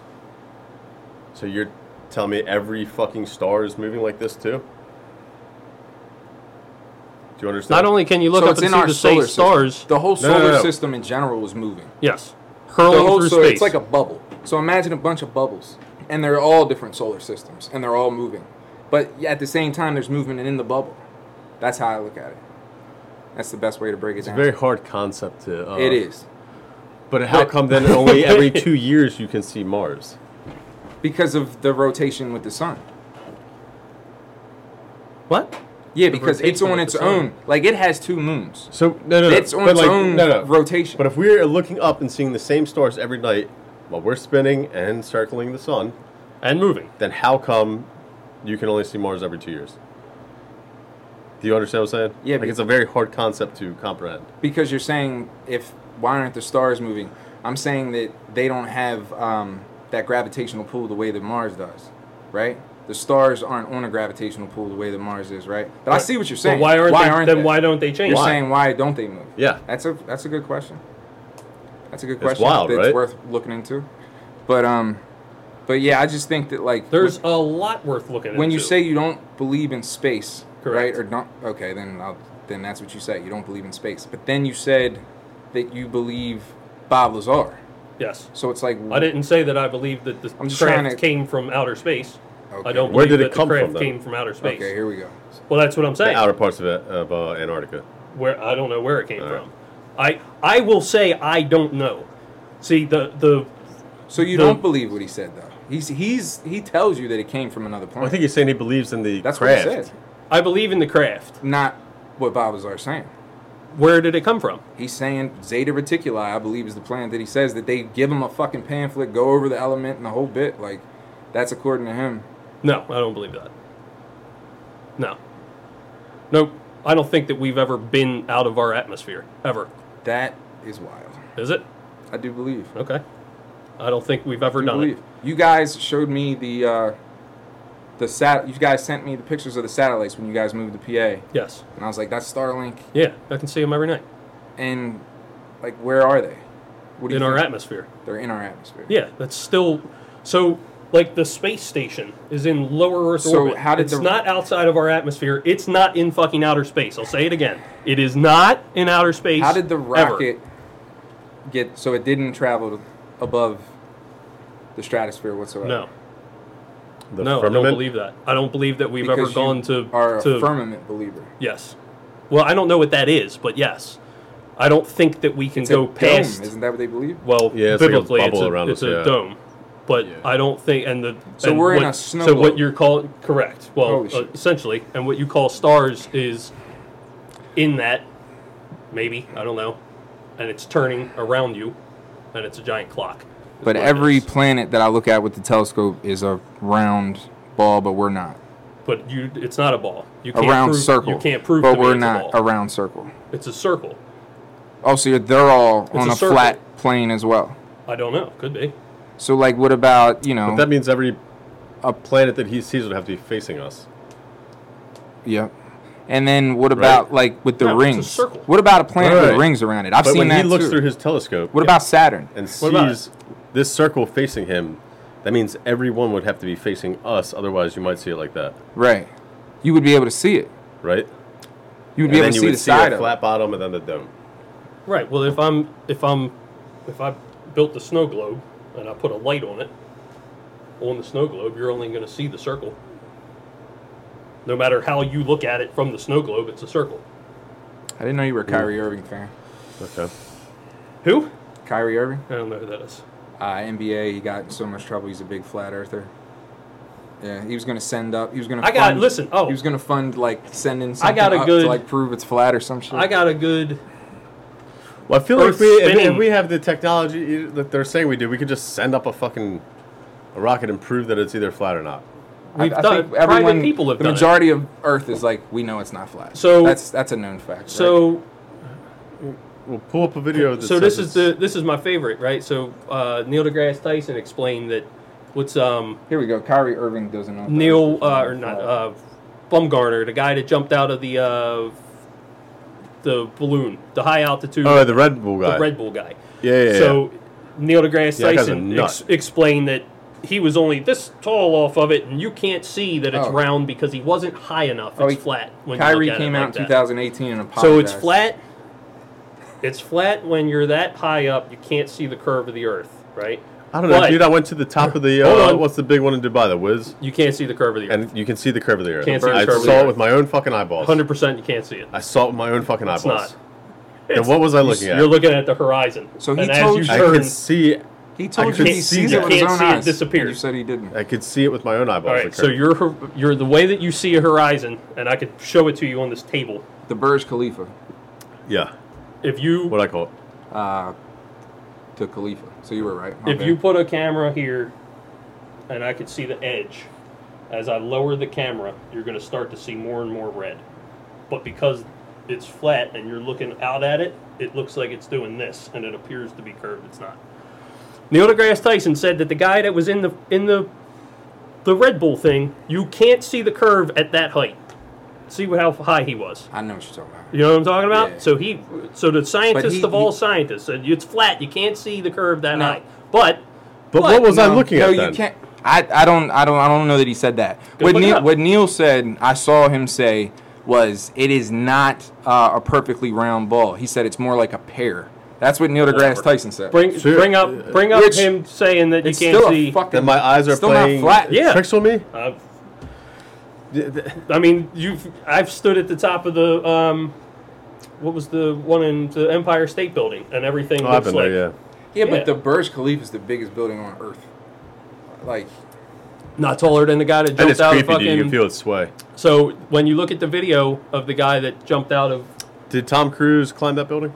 S3: So you're telling me every fucking star is moving like this too? Do you understand?
S2: Not only can you look
S1: so
S2: up
S1: it's
S2: and
S1: in
S2: see
S1: our
S2: the
S1: solar
S2: same
S1: system.
S2: stars,
S1: The whole
S3: No, no,
S1: solar
S3: no.
S1: system in general is moving.
S2: yes,
S1: The
S2: hurling
S1: whole,
S2: through
S1: so
S2: space.
S1: it's like a bubble. So imagine a bunch of bubbles, and they're all different solar systems, and they're all moving. But yeah, at the same time, there's movement in the bubble. That's how I look at it. That's the best way to break it
S3: it's a
S1: down.
S3: very hard concept to. Uh,
S1: it is
S3: But how come then only every two years you can see Mars?
S1: because of the rotation with the sun.
S2: what?
S1: Yeah, because it's
S2: rotation
S1: on
S2: with
S1: its
S2: the sun.
S1: own. Like it has two moons.
S3: So no, no, no.
S1: It's on
S3: but
S1: its
S3: like,
S1: own
S3: no, no.
S1: rotation.
S3: But if we're looking up and seeing the same stars every night while we're spinning and circling the sun,
S2: And moving.
S3: then how come you can only see Mars every two years? Do you understand what I'm saying?
S1: Yeah,
S3: like
S1: be-
S3: it's a very hard concept to comprehend.
S1: because you're saying if why aren't the stars moving? I'm saying that they don't have um, that gravitational pull the way that Mars does, right? The stars aren't on a gravitational pull the way that Mars is, right? But I see what you're
S2: So
S1: saying.
S2: why aren't they? then
S1: they?
S2: why don't they change?
S1: You're
S3: Why?
S1: saying why don't they move?
S3: Yeah.
S1: that's a that's a good question. That's a good question.
S3: wild,
S1: that's
S3: right?
S1: worth looking into. But um, but yeah, I just think that like
S2: There's a lot worth looking at.
S1: when you say you don't believe in space,
S2: Correct.
S1: right? Or not? Okay, then I'll, then that's what you say. You don't believe in space, but then you said that you believe Bob Lazar.
S2: yes,
S1: So it's like
S2: I didn't say that I believe that the
S1: I'm just
S2: craft
S1: trying to-
S2: came from outer space. I
S1: Okay.
S2: don't.
S3: Where
S2: believe
S3: did it
S2: that
S3: come
S2: the
S3: from,
S2: craft
S3: though?
S2: Came from outer space.
S1: Okay, here we go.
S2: Well, that's what I'm saying.
S3: The outer parts of, it, of uh, Antarctica.
S2: where I don't know where it came
S3: All right.
S2: from. I I will say I don't know. See the the
S1: So you
S2: The-
S1: don't believe what he said though. He's he's he tells you that it came from another
S3: Well,
S1: planet.
S3: I think he's saying he believes in the
S1: that's
S3: craft.
S1: what he said.
S2: I believe in the craft.
S1: Not what Bob Lazar's saying.
S2: Where did it come from?
S1: He's saying Zeta Reticuli, I believe, is the planet that he says that they give him a fucking pamphlet, go over the element and the whole bit. Like, that's according to him.
S2: No, I don't believe that. No. Nope. I don't think that we've ever been out of our atmosphere ever.
S1: That is wild.
S2: Is it?
S1: I do believe.
S2: Okay. I don't think we've ever
S1: You
S2: done
S1: believe. You guys showed me the uh, the sat. You guys sent me the pictures of the satellites when you guys moved to PA,
S2: it. Yes.
S1: and I was like, "That's Starlink."
S2: Yeah, I can see them every night
S1: And like, where are they? What
S2: in our
S1: think?
S2: atmosphere.
S1: They're in our atmosphere.
S2: Yeah, that's still so. Like the space station is in lower Earth
S1: So
S2: orbit.
S1: how did
S2: it's
S1: the-
S2: not outside of our atmosphere. It's not in fucking outer space. I'll say it again. It is not in outer space.
S1: How did the
S2: ever.
S1: rocket get so it didn't travel to- above the stratosphere whatsoever?
S2: No,
S3: The
S2: no, I don't
S3: firmament?
S2: believe that. I don't believe that we've
S1: Because
S2: ever gone
S1: you
S2: to
S1: are
S2: to
S1: a firmament believer.
S2: Yes. Well, I don't know what that is, but yes, I don't think that we can
S1: It's a
S2: go
S1: dome,
S2: past.
S1: isn't that what they believe?
S2: well,
S3: Yeah, it's like a
S2: biblically,
S3: bubble
S2: it's a,
S3: around
S2: it's
S3: us,
S2: a
S3: yeah.
S2: dome, but
S4: Yeah.
S2: I don't think. And the
S1: So
S2: and
S1: we're in
S2: what,
S1: a snow
S2: So what
S1: globe.
S2: you're call correct? Well,
S1: Holy
S2: uh,
S1: shit.
S2: essentially, and what you call stars is in that maybe I don't know, and it's turning around you, and it's a giant clock. is
S1: But
S2: what it
S1: every
S2: is.
S1: planet that I look at with the telescope is a round ball, but we're not.
S2: but you, it's not a ball. You
S1: A
S2: can't
S1: round
S2: prove,
S1: circle.
S2: You can't prove,
S1: but
S2: to me
S1: we're
S2: it's
S1: not
S2: A
S1: a
S2: ball.
S1: round circle.
S2: It's a circle.
S1: Oh, so you're- they're all on
S2: a
S1: a,
S2: circle.
S1: flat plane as well.
S2: I don't know. Could be.
S1: So, like, what about you know?
S3: But that means every
S1: A-
S3: planet that he sees would have to be facing us.
S1: yep. And then what about like with the
S2: No, it's a
S1: rings?
S2: circle.
S1: What about a planet
S3: Right.
S1: with rings around it? I've
S3: But
S1: seen
S3: when
S1: that
S3: he looks
S1: too.
S3: through his telescope
S1: what about Saturn?
S3: and
S2: What about
S3: sees this circle facing him,
S2: What
S3: That means everyone would have to be facing us, otherwise you might see it like that,
S1: Right. You would be able to see it.
S3: right?
S1: You would
S3: and
S1: be able
S3: then
S1: to
S3: you
S1: see
S3: would
S1: the side
S3: a
S1: of
S3: flat
S1: it.
S3: bottom and then the dome.
S2: Right. Well, if I'm if I'm if I built the snow globe and I put a light on it on the snow globe, you're only going to see the circle. No matter how you look at it from the snow globe, it's a circle.
S1: I didn't know you were a Kyrie Irving fan.
S3: Okay.
S2: Who?
S1: Kyrie Irving,
S2: I don't know who that is.
S1: uh, NBA, he got in so much trouble. He's a big flat earther. Yeah, he was gonna send up. He was gonna.
S2: I got-
S1: fund-
S2: listen, oh.
S1: he was gonna fund like sending. Something
S2: got a
S1: up
S2: good-
S1: to, like prove it's flat or some shit.
S2: I got a good.
S3: Well, I feel
S2: Or
S3: like we, if,
S2: spinning.
S3: if we have the technology e, that they're saying we do, we could just send up a fucking a rocket and prove that it's either flat or not.
S2: We've
S1: I, I
S2: done.
S1: think
S2: private
S1: everyone,
S2: people have
S1: the
S2: done. it.
S1: majority of Earth is like we know it's not flat.
S2: So-
S1: that's that's a known fact. right?
S2: So
S3: We'll pull up a video. That
S2: so
S3: says
S2: this is
S3: it's-
S2: the this is my favorite, right? So uh, Neil deGrasse Tyson explained that what's um
S1: here we go. Kyrie Irving doesn't know. if
S2: Neil
S1: Earth is
S2: uh, or not
S1: flat.
S2: uh, Bumgarner, the guy that jumped out of the uh, the balloon, the high altitude,
S3: oh the Red Bull guy.
S2: the Red Bull guy.
S3: yeah, yeah, yeah.
S2: So Neil deGrasse
S3: Yeah, that guy's a
S2: Tyson
S3: nut.
S2: ex- explained that he was only this tall off of it, and you can't see that it's
S1: Oh.
S2: round because he wasn't high enough. It's
S1: Oh, he-
S2: flat. When
S1: Kyrie
S2: you look at
S1: came
S2: it
S1: out
S2: like
S1: in
S2: that.
S1: 2018 and apologized.
S2: So it's flat. It's flat when you're that high up. You can't see the curve of the Earth, right?
S3: I don't know,
S2: But-
S3: dude. I went to the top of the.
S2: Hold
S3: Uh,
S2: on.
S3: what's the big one in Dubai? The Wiz,
S2: You can't see the curve of the Earth.
S3: and you can see the curve of the earth.
S2: Can't see the
S3: I
S2: curve of the
S3: saw it
S2: earth.
S3: with my own fucking eyeballs.
S2: Hundred percent, you can't see it.
S3: I saw it with my own fucking
S2: It's
S3: eyeballs.
S2: not.
S3: Then what was I looking at?
S2: You're looking at the horizon.
S1: So he
S2: and
S1: told
S2: as
S1: you-
S2: you
S3: I
S2: turn,
S3: could see.
S1: He told you
S3: couldn't
S1: he
S3: see
S1: sees
S3: that.
S1: it with his
S2: Can't
S1: own
S2: see it
S1: eyes. and
S2: disappear.
S1: You said he didn't.
S3: I could see it with my own eyeballs.
S2: all
S3: the
S2: right. So
S3: curve.
S2: your hor- your the way that you see a horizon, and I could show it to you on this table.
S1: The Burj Khalifa,
S3: yeah.
S2: If you
S3: What I call it?
S1: uh, to Khalifa. So you were right. my
S2: if
S1: bad.
S2: you put a camera here, and I could see the edge, as I lower the camera, you're going to start to see more and more red. But because it's flat and you're looking out at it, it looks like it's doing this, and it appears to be curved. It's not. Neil deGrasse Tyson said that the guy that was in the in the the Red Bull thing, you can't see the curve at that height. See what- how high he was.
S1: I know what you're talking about.
S2: You know what I'm talking about?
S1: Yeah.
S2: So he, so the scientist
S1: he-
S2: of all
S1: he-
S2: scientists said it's flat. You can't see the curve that
S1: No.
S2: high. But
S3: But what, was I
S1: No,
S3: looking
S1: no,
S3: at
S1: you
S3: then?
S1: can't. I, I don't I don't I don't know that he said that. What
S2: look it
S1: Neil,
S2: up.
S1: what Neil said, I saw him say was it is not uh, a perfectly round ball. He said it's more like a pear. That's what Neil deGrasse Tyson said.
S2: bring
S3: Sure.
S2: bring up bring up
S1: Which-
S2: him saying that you
S1: it's
S2: can't
S1: still
S2: see.
S1: a fucking.
S3: Then my eyes are
S1: still
S3: playing
S1: not flat.
S2: Yeah.
S3: tricks on me.
S2: Uh, I mean, you've I've stood at the top of the um, what was the one in the Empire State Building, and everything
S3: Oh, I've
S2: looks
S3: been
S2: like
S3: there. Yeah.
S1: Yeah, but
S2: Yeah.
S1: the Burj Khalifa is the biggest building on earth. Like
S2: not taller than the guy that
S3: And
S2: jumped
S3: it's
S2: out
S3: creepy,
S2: of
S3: dude. You can
S2: fucking.
S3: feel it sway.
S2: So when you look at the video of the guy that jumped out of
S3: Did Tom Cruise climb that building?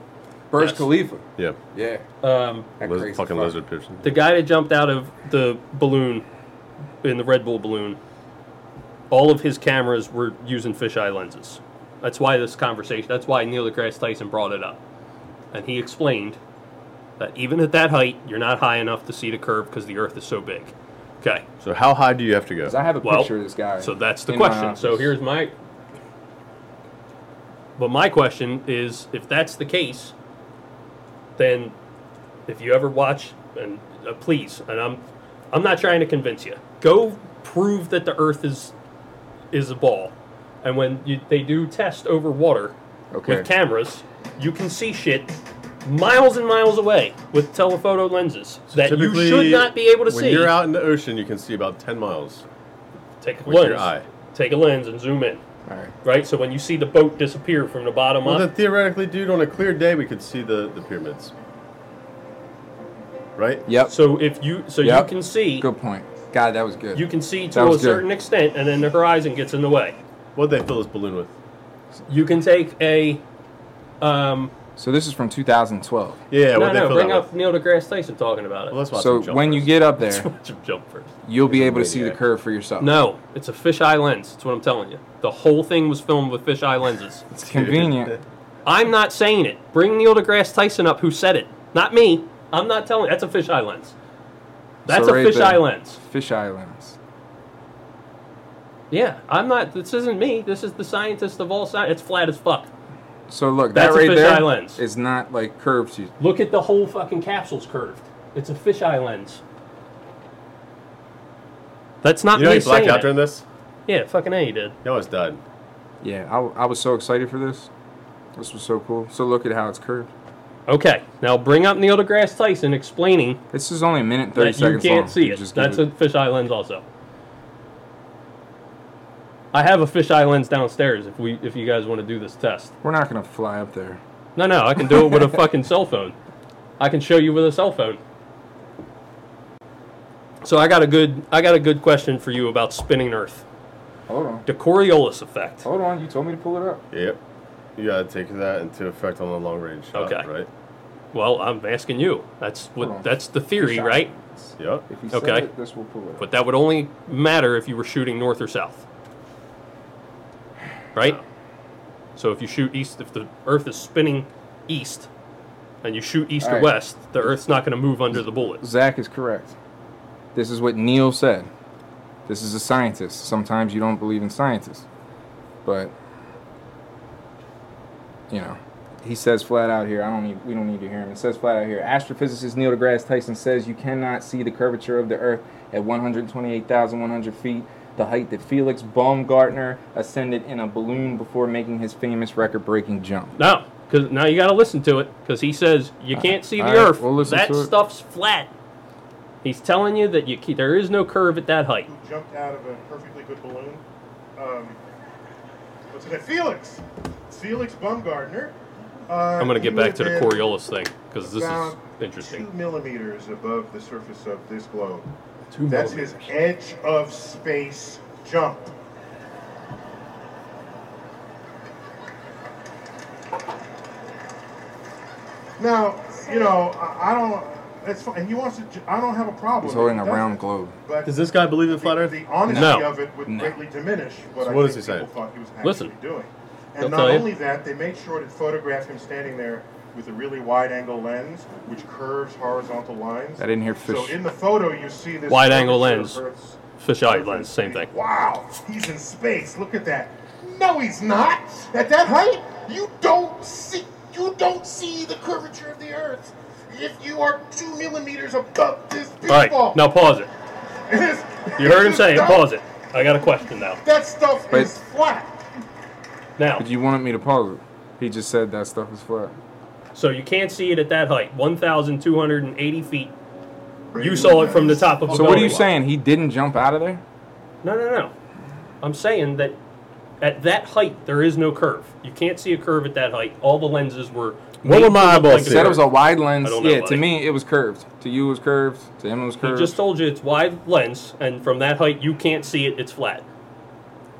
S1: Burj
S2: Yes.
S1: Khalifa.
S3: Yeah.
S1: Yeah.
S2: um,
S1: That
S3: Liz-
S1: crazy
S3: fucking
S1: fuck.
S3: lizard person.
S2: the guy that jumped out of the balloon in the Red Bull balloon, all of his cameras were using fisheye lenses. That's why this conversation. That's why Neil deGrasse Tyson brought it up, and he explained that even at that height, you're not high enough to see the curve because the Earth is so big. Okay,
S3: So how high do you have to go?
S1: 'Cause I have a
S2: Well,
S1: picture of this guy.
S2: so that's the
S1: in my
S2: question. So
S1: office.
S2: here's my. But my question is, if that's the case, then if you ever watch, and uh, please, and I'm, I'm not trying to convince you. Go prove that the Earth is, is a ball, and when you, they do test over water
S1: Okay.
S2: with cameras, you can see shit miles and miles away with telephoto lenses that you
S3: Typically,
S2: should not be able to
S3: when
S2: see.
S3: you're out in the ocean, you can see about 10 miles.
S2: Take a
S3: with your
S2: lens.
S3: eye.
S2: Take a lens and zoom in.
S1: All right.
S2: right? So when you see the boat disappear from the bottom
S3: Well,
S2: up,
S3: then theoretically, dude, on a clear day, we could see the, the pyramids. Right?
S1: Yep.
S2: so if you so
S1: Yep.
S2: you can see
S1: Good point. God, that was good.
S2: you can see
S1: That
S2: to a
S1: was good.
S2: certain extent, and then the horizon gets in the way.
S3: What'd they fill this balloon with?
S2: You can take a um,
S1: so this is from 2012.
S3: Yeah,
S2: no
S3: what'd they
S2: no
S3: fill
S2: bring
S3: that
S2: up
S3: with?
S2: Neil deGrasse Tyson talking about it.
S3: Well, let's watch
S1: So
S3: some jump
S1: when you
S3: first.
S1: get up
S2: Let's
S1: there,
S2: watch him jump first.
S1: you'll be able to see the
S3: maniac.
S1: curve for yourself.
S2: No, it's a fisheye lens. That's what I'm telling you. The whole thing was filmed with fisheye lenses.
S1: It's convenient.
S2: I'm not saying it. Bring Neil deGrasse Tyson up, who said it, not me. I'm not telling. That's a fisheye lens. That's
S1: So
S2: a
S1: right
S2: fisheye
S1: there.
S2: lens.
S1: Fish islands.
S2: Yeah, I'm not. This isn't me. This is the scientist of all science. It's flat as fuck.
S1: So look,
S2: That's
S1: that
S2: a
S1: right
S2: fisheye
S1: there
S2: lens.
S1: is not like curved. to-
S2: Look at the whole fucking capsule's curved. It's a fisheye lens. That's not
S3: You know
S2: me
S3: he blacked
S2: saying
S3: out
S2: it.
S3: during this?
S2: Yeah, fucking A, he did.
S3: He almost died.
S1: Yeah, I, I was so excited for this. This was so cool. So look at how it's curved.
S2: Okay, now bring up Neil deGrasse Tyson explaining
S1: This is only a minute and thirty
S2: that you
S1: seconds
S2: can't
S1: long.
S2: see
S1: You
S2: it.
S1: just give
S2: That's a fisheye lens also. I have a fisheye lens downstairs if we if you guys want to do this test.
S1: We're not gonna fly up there.
S2: No, no, I can do it with a fucking cell phone. I can show you with a cell phone. So I got a good I got a good question for you about spinning Earth,
S1: Hold on.
S2: the Coriolis effect.
S1: Hold on. You told me to pull it up.
S3: Yep. You gotta take that into effect on the long range shot,
S2: Okay.
S3: right?
S2: Well, I'm asking you. That's
S1: Hold on.
S2: what that's the theory,
S1: Fisheye.
S2: right?
S3: Yep.
S1: If you
S2: said Okay. it,
S1: this will pull it
S2: But that would only matter if you were shooting north or south. Right? So if you shoot east, if the Earth is spinning east and you shoot east or
S1: Alright.
S2: west, the Earth's not going to move under the bullet.
S1: Zach is correct. This is what Neil said. This is a scientist. Sometimes you don't believe in scientists, but you know, he says flat out here. I don't need. We don't need to hear him. It says flat out here. Astrophysicist Neil deGrasse Tyson says you cannot see the curvature of the Earth at 128,100 feet, the height that Felix Baumgartner ascended in a balloon before making his famous record-breaking jump.
S2: No, because now you got to listen to it because he says you can't see the
S1: alright,
S2: Earth.
S1: we'll listen
S2: that
S1: to it.
S2: stuff's flat. He's telling you that you ke- there is no curve at that height.
S5: Who jumped out of a perfectly good balloon? Um, what's his name? Felix. Felix Baumgartner. Uh,
S2: I'm going to
S5: he
S2: get
S5: would
S2: back to
S5: have
S2: the
S5: been
S2: Coriolis thing because this is
S5: about
S2: interesting.
S5: Two millimeters above the surface of this globe.
S2: Two
S5: That's his edge of space jump. Now, you know, I, I don't. That's fine. And he wants to. ju- I don't have a problem.
S1: He's
S5: if
S1: holding
S5: he
S1: a
S5: does
S1: round
S5: it,
S1: globe.
S5: But
S3: Does this guy believe in
S5: the-
S3: flat earth?
S5: The honesty
S2: No.
S5: of it would
S1: No.
S5: greatly diminish what
S3: So
S5: I
S3: what
S5: think
S3: does he
S5: people
S3: say?
S5: thought he was actually
S2: Listen.
S5: doing.
S2: They'll
S5: And
S2: tell
S5: not
S2: you.
S5: only that, they make sure to photograph him standing there with a really wide-angle lens, which curves horizontal lines.
S1: I didn't hear
S5: So
S1: fish.
S5: in the photo, you see this
S2: Wide-angle
S5: curvature
S2: lens.
S5: of Earth's
S2: Fisheye
S5: surface.
S2: lens, same thing.
S5: Wow, he's in space. Look at that. No, he's not. At that height, you don't see you don't see the curvature of the Earth if you are two millimeters above this
S2: All right,
S5: pinball.
S2: now pause it.
S5: It is-
S2: You heard him
S5: is
S2: say it.
S5: dumb.
S2: Pause it. I got a question now.
S5: That stuff
S1: But-
S5: is flat.
S2: Now,
S1: But you wanted me to pause it. He just said that stuff is flat.
S2: so you can't see it at that height, 1,280 feet. You saw it from the top of a
S1: So what are you
S2: building.
S1: saying? He didn't jump out of there?
S2: No, no, no. I'm saying that at that height there is no curve. You can't see a curve at that height. All the lenses were.
S3: What
S2: made
S3: were my
S2: to look
S3: eyeballs
S2: like a
S1: He said
S2: curve.
S1: it was a wide lens.
S2: I don't know,
S1: Yeah, to
S2: buddy.
S1: me it was curved. To you it was curved. To him it was
S2: He
S1: curved.
S2: just told you it's wide lens, and from that height you can't see it. It's flat,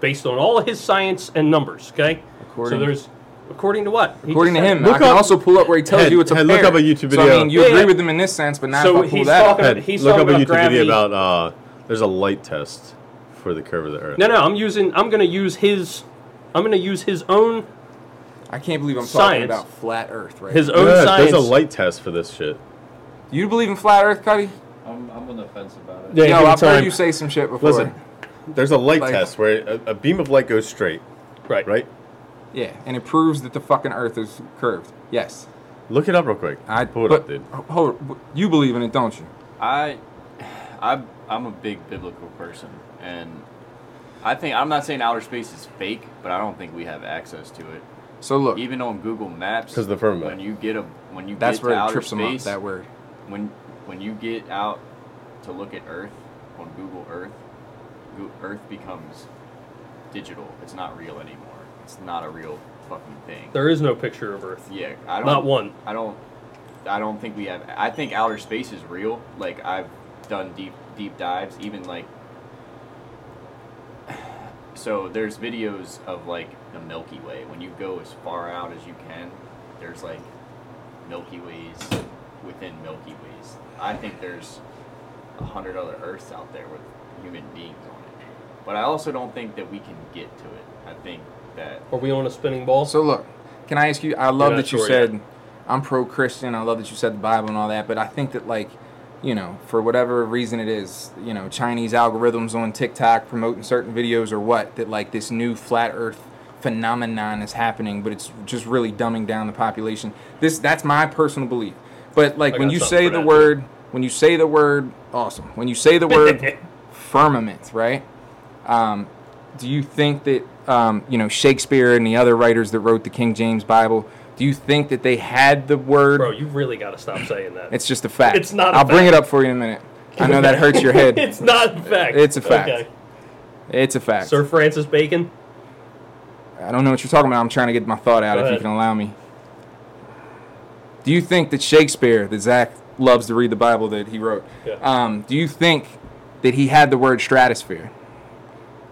S2: based on all of his science and numbers. Okay.
S1: According-
S2: so there's, according to what? He
S1: According to
S2: just said-
S1: him, I
S3: Look
S1: can
S3: up-
S1: also pull up where he tells
S3: Hey,
S1: you it's a
S3: hey, look
S1: pair.
S3: up a YouTube
S1: So,
S3: video.
S1: I mean, you
S2: Yeah,
S1: agree
S2: yeah.
S1: with him in this sense, but not if
S2: So
S1: I pull
S2: he's
S1: that. up.
S2: talking-
S3: Ted,
S2: he's
S3: look up a
S2: about
S3: YouTube
S2: gravity.
S3: video about uh, there's a light test for the curve of the Earth.
S2: No, no. I'm using. I'm gonna use his. I'm gonna use his own.
S1: I can't believe I'm talking
S2: Science.
S1: about flat Earth right
S2: His
S1: now.
S2: own
S3: Yeah,
S2: science.
S3: there's a light test for this shit.
S1: Do you believe in flat Earth, Cuddy?
S4: I'm, I'm on the fence about it.
S2: Yeah,
S1: Yo,
S2: give it
S1: I've
S2: time.
S1: heard you say some shit before.
S3: Listen, there's a light
S1: Like-
S3: test where a, a beam of light goes straight,
S2: Right.
S3: right?
S1: Yeah, and it proves that the fucking Earth is curved. Yes.
S3: Look it up real quick.
S1: I
S3: pull it
S1: but,
S3: up, dude.
S1: Hold, but you believe in it, don't you?
S4: I, I, I'm a big biblical person, and I think I'm not saying outer space is fake, but I don't think we have access to it.
S1: So look,
S4: Even on Google Maps,
S3: 'Cause of the firmament.
S4: When you get a, when you
S1: that's
S4: get
S1: where
S4: to
S1: it
S4: outer
S1: trips him up,
S4: space,
S1: that word.
S4: when when you get out to look at Earth on Google Earth, Go- Earth becomes digital. It's not real anymore. It's not a real fucking thing.
S2: There is no picture of Earth.
S4: Yeah, I don't.
S2: Not one.
S4: I don't. I don't think we have. I think outer space is real. Like I've done deep deep dives, even like. So there's videos of like the Milky Way. When you go as far out as you can, there's like Milky Ways within Milky Ways. I think there's a hundred other Earths out there with human beings on it. But I also don't think that we can get to it. I think that
S2: Are we on a spinning ball?
S1: So look, can I ask you? I love
S2: not
S1: that you
S2: sure
S1: said
S2: yet.
S1: I'm pro-Christian. I love that you said the Bible and all that, but I think that like, you know, for whatever reason it is, you know, Chinese algorithms on TikTok promoting certain videos or what that like this new flat Earth phenomenon is happening, but it's just really dumbing down the population. This that's my personal belief. But like
S2: I
S1: when
S2: got
S1: you
S2: something
S1: say
S2: for
S1: the
S2: that.
S1: word, when you say the word, awesome. When you say the word firmament, right? Um, do you think that um, you know Shakespeare and the other writers that wrote the King James Bible? Do you think that they had the word?
S2: Bro, you really got to stop saying that.
S1: it's just a fact.
S2: It's not a
S1: I'll bring it
S2: fact.
S1: up for you in a minute. I know that hurts your head.
S2: it's not a fact.
S1: It's a fact. It's a fact.
S2: Sir Francis Bacon.
S1: I don't know what you're talking about. I'm trying to get my thought out
S2: Go
S1: if you
S2: ahead.
S1: can allow me. Do you think that Shakespeare, that Zach loves to read the Bible that he wrote,
S2: Yeah.
S1: um, do you think that he had the word stratosphere?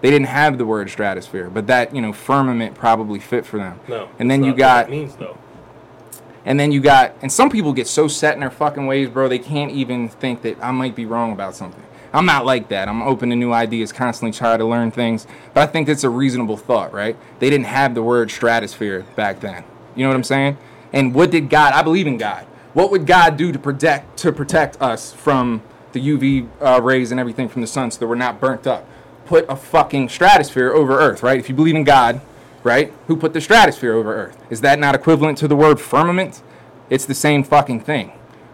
S1: They didn't have the word stratosphere, but that, you know, firmament probably fit for them.
S2: No.
S1: And then
S2: that's
S1: you
S2: not what
S1: got
S2: it means though.
S1: and then you got, and some people get so set in their fucking ways, bro, they can't even think that I might be wrong about something. I'm not like that. I'm open to new ideas, constantly try to learn things. But I think that's a reasonable thought, right? They didn't have the word stratosphere back then. You know what I'm saying? And what did God? I believe in God. What would God do to protect to protect us from the UV uh, rays and everything from the sun, so that we're not burnt up? Put a fucking stratosphere over Earth, right? If you believe in God, right? Who put the stratosphere over Earth? Is that not equivalent to the word firmament? It's the same fucking thing.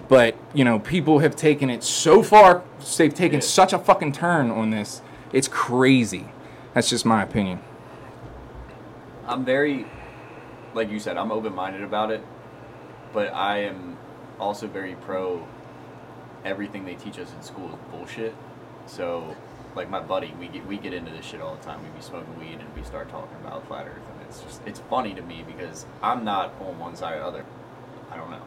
S1: But, you know, people have taken it so far, they've taken such a fucking turn on this. It's crazy. That's just my opinion.
S4: I'm very, like you said, I'm open minded about it, but I am also very pro everything they teach us in school is bullshit. So, like my buddy, we get we get into this shit all the time. We be smoking weed and we start talking about flat Earth, and it's just it's funny to me because I'm not on one side or the other. I don't know.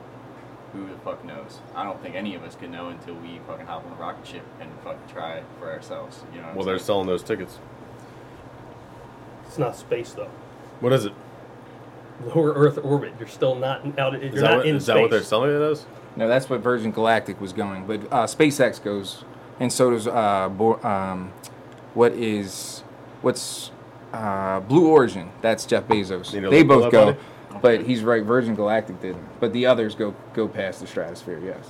S4: Who the fuck knows? I don't think any of us can know until we fucking hop on a rocket ship and fucking try it for ourselves. You know? what I'm
S3: Well, they're
S4: saying?
S3: selling those tickets.
S2: It's not space though.
S3: What is it?
S2: Lower Earth orbit. You're still not out. You're
S3: Is, that
S2: not
S3: what,
S2: in
S3: is
S2: space.
S3: that what they're selling it as?
S1: No, that's what Virgin Galactic was going, but uh, SpaceX goes, and so does uh, Bo- um, what is what's uh, Blue Origin? That's Jeff Bezos.
S3: Need to
S1: They
S3: look
S1: both
S3: up
S1: go,
S3: on it?
S1: but he's right. Virgin Galactic didn't, but the others go go past the stratosphere. Yes.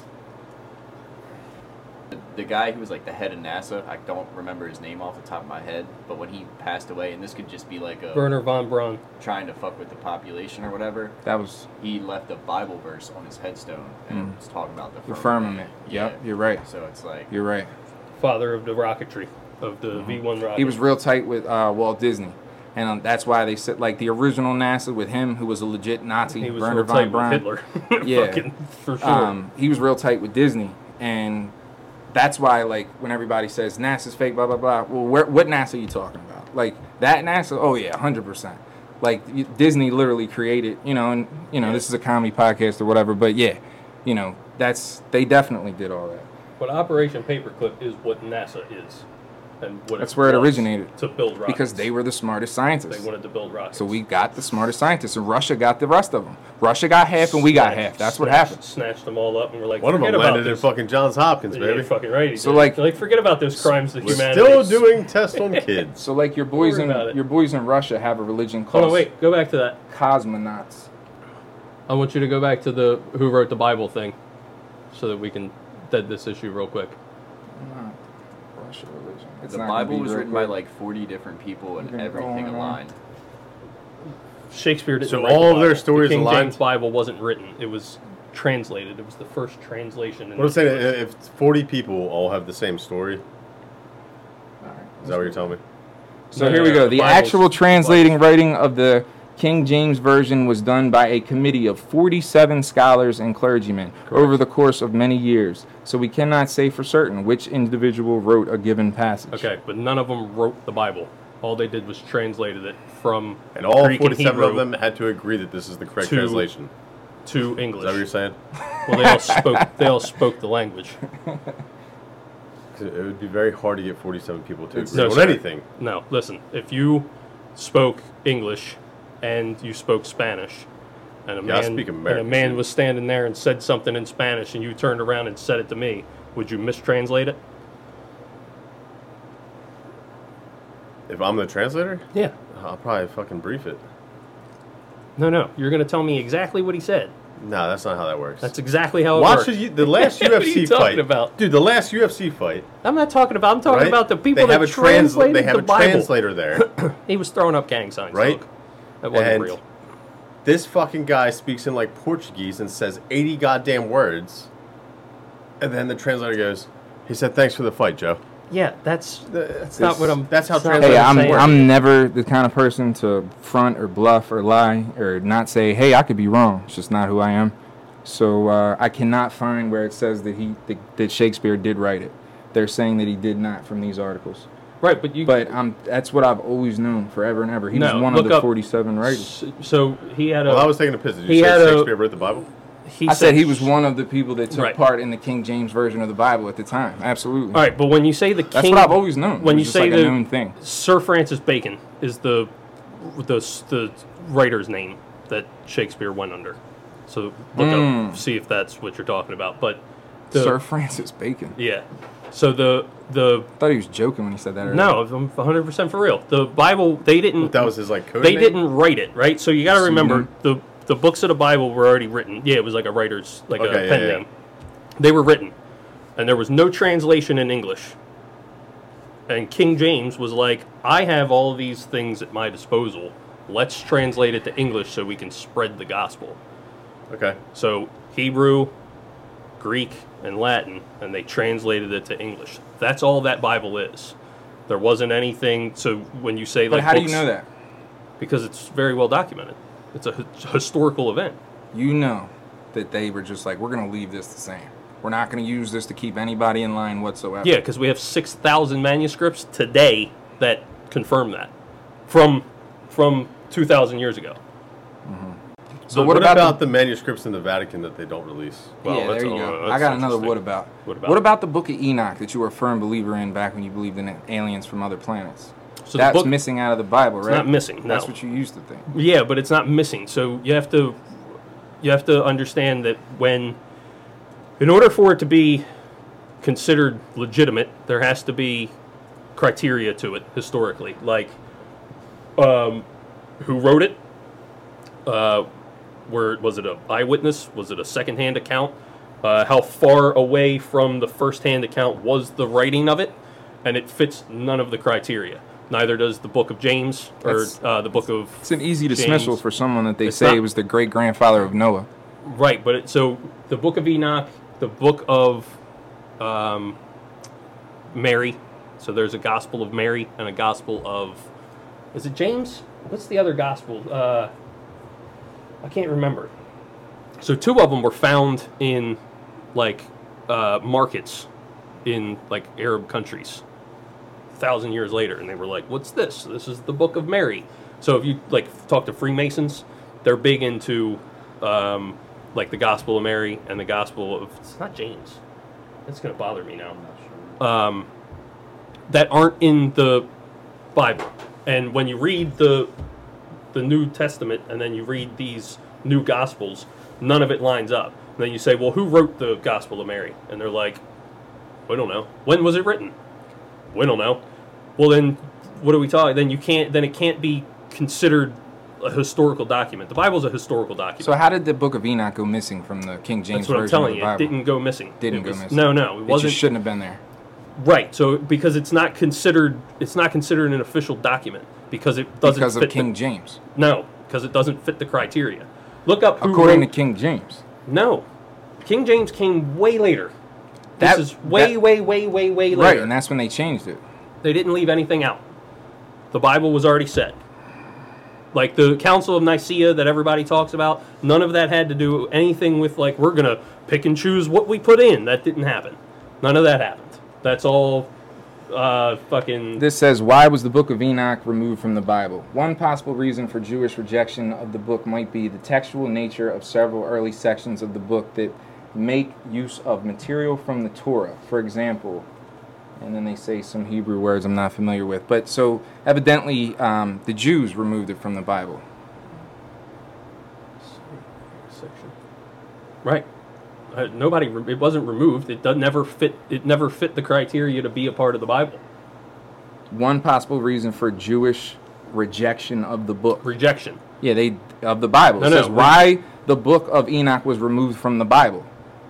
S4: the guy who was like the head of NASA, I don't remember his name off the top of my head, but when he passed away, and this could just be like a
S2: Werner von Braun.
S4: trying to fuck with the population or whatever,
S1: That was
S4: he left a Bible verse on his headstone and
S1: Mm.
S4: was talking about the
S1: the firmament.
S4: firmament.
S1: Yep,
S4: Yeah.
S1: you're right.
S4: So it's like
S1: You're right.
S2: father of the rocketry of the V1 rocket.
S1: Mm-hmm. He was real tight with uh, Walt Disney, and um, that's why they said like the original NASA with him, who was a legit Nazi,
S2: he was
S1: Werner
S2: real
S1: von
S2: tight
S1: Braun.
S2: with Hitler.
S1: Yeah.
S2: Fucking, for sure.
S1: um, he was real tight with Disney, and that's why like when everybody says NASA's fake, blah blah blah. Well, where, what NASA are you talking about? Like that NASA? Oh yeah, hundred percent. Like y- Disney literally created, you know, and you know this is a comedy podcast or whatever, but yeah, you know that's they definitely did all that.
S2: but Operation Paperclip is what NASA is, and what
S1: That's where it
S2: was
S1: originated.
S2: to build rockets
S1: Because they were the smartest
S2: they
S1: scientists.
S2: wanted to build rockets.
S1: So we got the smartest scientists, and Russia got the rest of them. Russia got half, and we got half. That's what
S2: Snatched-
S1: happened.
S2: Snatched them all up, and we're like,
S3: One of them
S2: forget about
S3: landed in
S2: this.
S3: fucking Johns Hopkins,
S2: Yeah, you're
S3: baby.
S2: fucking right. he
S1: So,
S2: did.
S1: like-
S2: like, forget about those crimes that
S3: We're
S2: humanity
S3: still doing tests on kids.
S1: So like your boys
S2: worry
S1: in
S2: about it.
S1: your boys in Russia have a religion
S2: Hold
S1: called
S2: on, wait. Go back to that.
S1: cosmonauts.
S2: I want you to go back to the who wrote the Bible thing, so that we can dead this issue real quick.
S1: Not Russia religion. It's
S4: the
S1: not gonna
S4: Bible
S1: be
S4: was
S1: real
S4: written by
S1: quick.
S4: like 40 different people and
S1: You've been
S4: everything
S1: going on.
S4: aligned.
S2: Shakespeare didn't.
S3: So
S2: write the
S3: all of their
S2: Bible.
S3: stories
S2: the King
S3: aligned?
S2: James Bible wasn't written; it was translated. It was the first translation. in
S3: What I'm
S2: the
S3: saying,
S2: English.
S3: i- if 40 people all have the same story,
S1: Alright.
S3: is that what you're telling me?
S1: So
S2: No,
S1: here
S2: no,
S1: we
S2: no,
S1: go.
S2: the
S1: The,
S2: Bible's-
S1: actual translating writing of the King James Version was done by a committee of 47 scholars and clergymen over the course of many years. So we cannot say for certain which individual wrote a given passage.
S2: Okay, but none of them wrote the Bible. All they did was translated it from
S3: And all
S2: Greek
S3: 47
S2: and
S3: of
S2: Hebrew
S3: them had to agree that this is the correct
S2: To-
S3: translation.
S2: to
S3: Is that what you're
S2: English.
S3: saying?
S2: Well, they all spoke. They all spoke the language.
S3: 'Cause It would be very hard to get 47 people to agree
S2: no,
S3: on
S2: sir.
S3: anything.
S2: No, listen. If you spoke English and you spoke Spanish, and a
S3: Yeah, I
S2: man
S3: speak
S2: and a
S3: American,
S2: man
S3: too.
S2: was standing there and said something in Spanish, and you turned around and said it to me, would you mistranslate it?
S3: If I'm the translator,
S2: Yeah.
S3: I'll probably fucking brief it.
S2: No, no. You're going to tell me exactly what he said.
S3: No, that's not how that works.
S2: That's exactly how it
S3: Watch
S2: worked.
S3: the, the last UFC
S2: What are you talking
S3: fight.
S2: about?
S3: Dude, the last UFC fight.
S2: I'm not talking about. I'm talking
S3: right?
S2: about the people
S3: they
S2: that
S3: have a trans-
S2: translated
S3: They have
S2: the
S3: a
S2: Bible.
S3: translator there.
S2: He was throwing up gang signs.
S3: Right?
S2: Luke. That wasn't
S3: And-
S2: real.
S3: this fucking guy speaks in like Portuguese and says 80 goddamn words. And then the translator goes, he said, thanks for the fight, Joe.
S2: Yeah, that's
S3: That's
S2: not what I'm-
S3: That's how
S2: it's not what
S1: Hey,
S2: what
S3: translation
S1: I'm
S2: saying.
S1: I'm never the kind of person to front or bluff or lie or not say, "Hey, I could be wrong." It's just not who I am. So uh, I cannot find where it says that he that, that Shakespeare did write it. They're saying that he did not from these articles.
S2: right, but you
S1: But I'm that's what I've always known forever and ever. He
S2: No,
S1: was one
S2: look
S1: of the
S2: up-
S1: 47 writers.
S2: s- so he had a
S3: Well, I was taking a piss. Did you
S2: He had
S3: say
S2: a-
S3: Shakespeare wrote the Bible?
S2: he
S1: I said he was one of the people that took
S2: Right.
S1: part in the King James version of the Bible at the time. Absolutely.
S2: All right, but when you say the king
S1: That's what I've always known.
S2: When
S1: It
S2: you
S1: was just
S2: say
S1: like a
S2: the
S1: known thing.
S2: Sir Francis Bacon is the the the writer's name that Shakespeare went under. So look
S3: Hmm.
S2: up see if that's what you're talking about. But the,
S1: Sir Francis Bacon.
S2: yeah. So the the
S1: I thought he was joking when he said that earlier.
S2: no, I'm 100 percent for real. The Bible they didn't
S3: That was his like code.
S2: they
S3: name?
S2: didn't write it right. So you got to remember
S1: Pseudonym.
S2: the the books of the Bible were already written. Yeah, it was like a writer's like
S3: Okay,
S2: a
S3: yeah,
S2: pen
S3: yeah.
S2: name. They were written, and there was no translation in English. And King James was like, "I have all these things at my disposal. Let's translate it to English so we can spread the gospel."
S3: Okay.
S2: So Hebrew, Greek, and Latin, and they translated it to English. That's all that Bible is. There wasn't anything. So when you say
S1: But
S2: like,
S1: how do you
S2: books-
S1: know that?
S2: because it's very well documented. It's a h- historical event.
S1: you know that they were just like, we're going to leave this the same. We're not going to use this to keep anybody in line whatsoever.
S2: Yeah, because we have six thousand manuscripts today that confirm that from from two thousand years ago.
S1: So
S3: But
S1: what, about, the,
S3: the, manuscripts in the Vatican that they don't release?
S2: Well,
S1: yeah,
S2: that's
S1: there you
S2: all-
S1: go.
S2: that's
S1: I got another
S2: interesting.
S1: what about.
S2: What about?
S1: What about the Book of Enoch that you were a firm believer in back when you believed in aliens from other planets?
S2: So the
S1: That's
S2: book-
S1: missing out of the Bible, right?
S2: not missing,
S1: That's
S2: no.
S1: what you used to think.
S2: Yeah, but it's not missing. So you have to you have to understand that when in order for it to be considered legitimate, there has to be criteria to it historically, like um, who wrote it. Uh, were was it a eyewitness? Was it a secondhand account? Uh, how far away from the firsthand account was the writing of it? And it fits none of the criteria. Neither does the Book of James or
S1: That's-
S2: uh, the Book of
S1: It's an easy
S2: James.
S1: dismissal for someone that they
S2: It's
S1: say
S2: not-
S1: was the great grandfather of Noah.
S2: Right, but it, so the Book of Enoch, the Book of um, Mary. So there's a Gospel of Mary and a Gospel of. Is it James? What's the other Gospel? Uh, I can't remember. So two of them were found in like uh, markets in like Arab countries thousand years later, and they were like, "What's this? This is the Book of Mary." So if you like talk to Freemasons, they're big into um, like the Gospel of Mary and the Gospel of it's not James. That's gonna bother me now.
S4: I'm not sure.
S2: Um, that aren't in the Bible, and when you read the the New Testament and then you read these new Gospels, none of it lines up. And then you say, "Well, who wrote the Gospel of Mary?" And they're like, "We don't know. When was it written? We don't know." Well, then, what are we talking? Then you can't. Then it can't be considered a historical document. The Bible's a historical document.
S1: So how did the Book of Enoch go missing from the King James
S2: That's what I'm
S1: version
S2: telling
S1: of
S2: you.
S1: the
S2: It
S1: Bible?
S2: didn't go missing.
S1: Didn't
S2: It
S1: go
S2: was-
S1: missing.
S2: No, no, it
S1: It just
S2: wasn't.
S1: shouldn't have been there.
S2: right. So because it's not considered, it's not considered an official document because it doesn't
S1: Because
S2: fit
S1: of
S2: the-
S1: King James.
S2: no, because it doesn't fit the criteria. Look up who
S1: According to
S2: wrote-
S1: King James.
S2: no, King James came way later. This
S1: That-
S2: is way,
S1: that-
S2: way, way, way, way later.
S1: Right, and that's when they changed it.
S2: They didn't leave anything out. The Bible was already set. Like the Council of Nicaea that everybody talks about, none of that had to do anything with like we're gonna pick and choose what we put in. That didn't happen. None of that happened. That's all uh, fucking
S1: This says, Why was the book of Enoch removed from the Bible? One possible reason for Jewish rejection of the book might be the textual nature of several early sections of the book that make use of material from the Torah. For example, and then they say some Hebrew words I'm not familiar with. But so evidently, um, the Jews removed it from the Bible.
S2: section. Right. Uh, nobody. Re- it wasn't removed. It does never fit. It never fit the criteria to be a part of the Bible.
S1: One possible reason for Jewish rejection of the book.
S2: Rejection.
S1: Yeah, they of the Bible.
S2: No,
S1: it
S2: no,
S1: says
S2: we-
S1: why the book of Enoch was removed from the Bible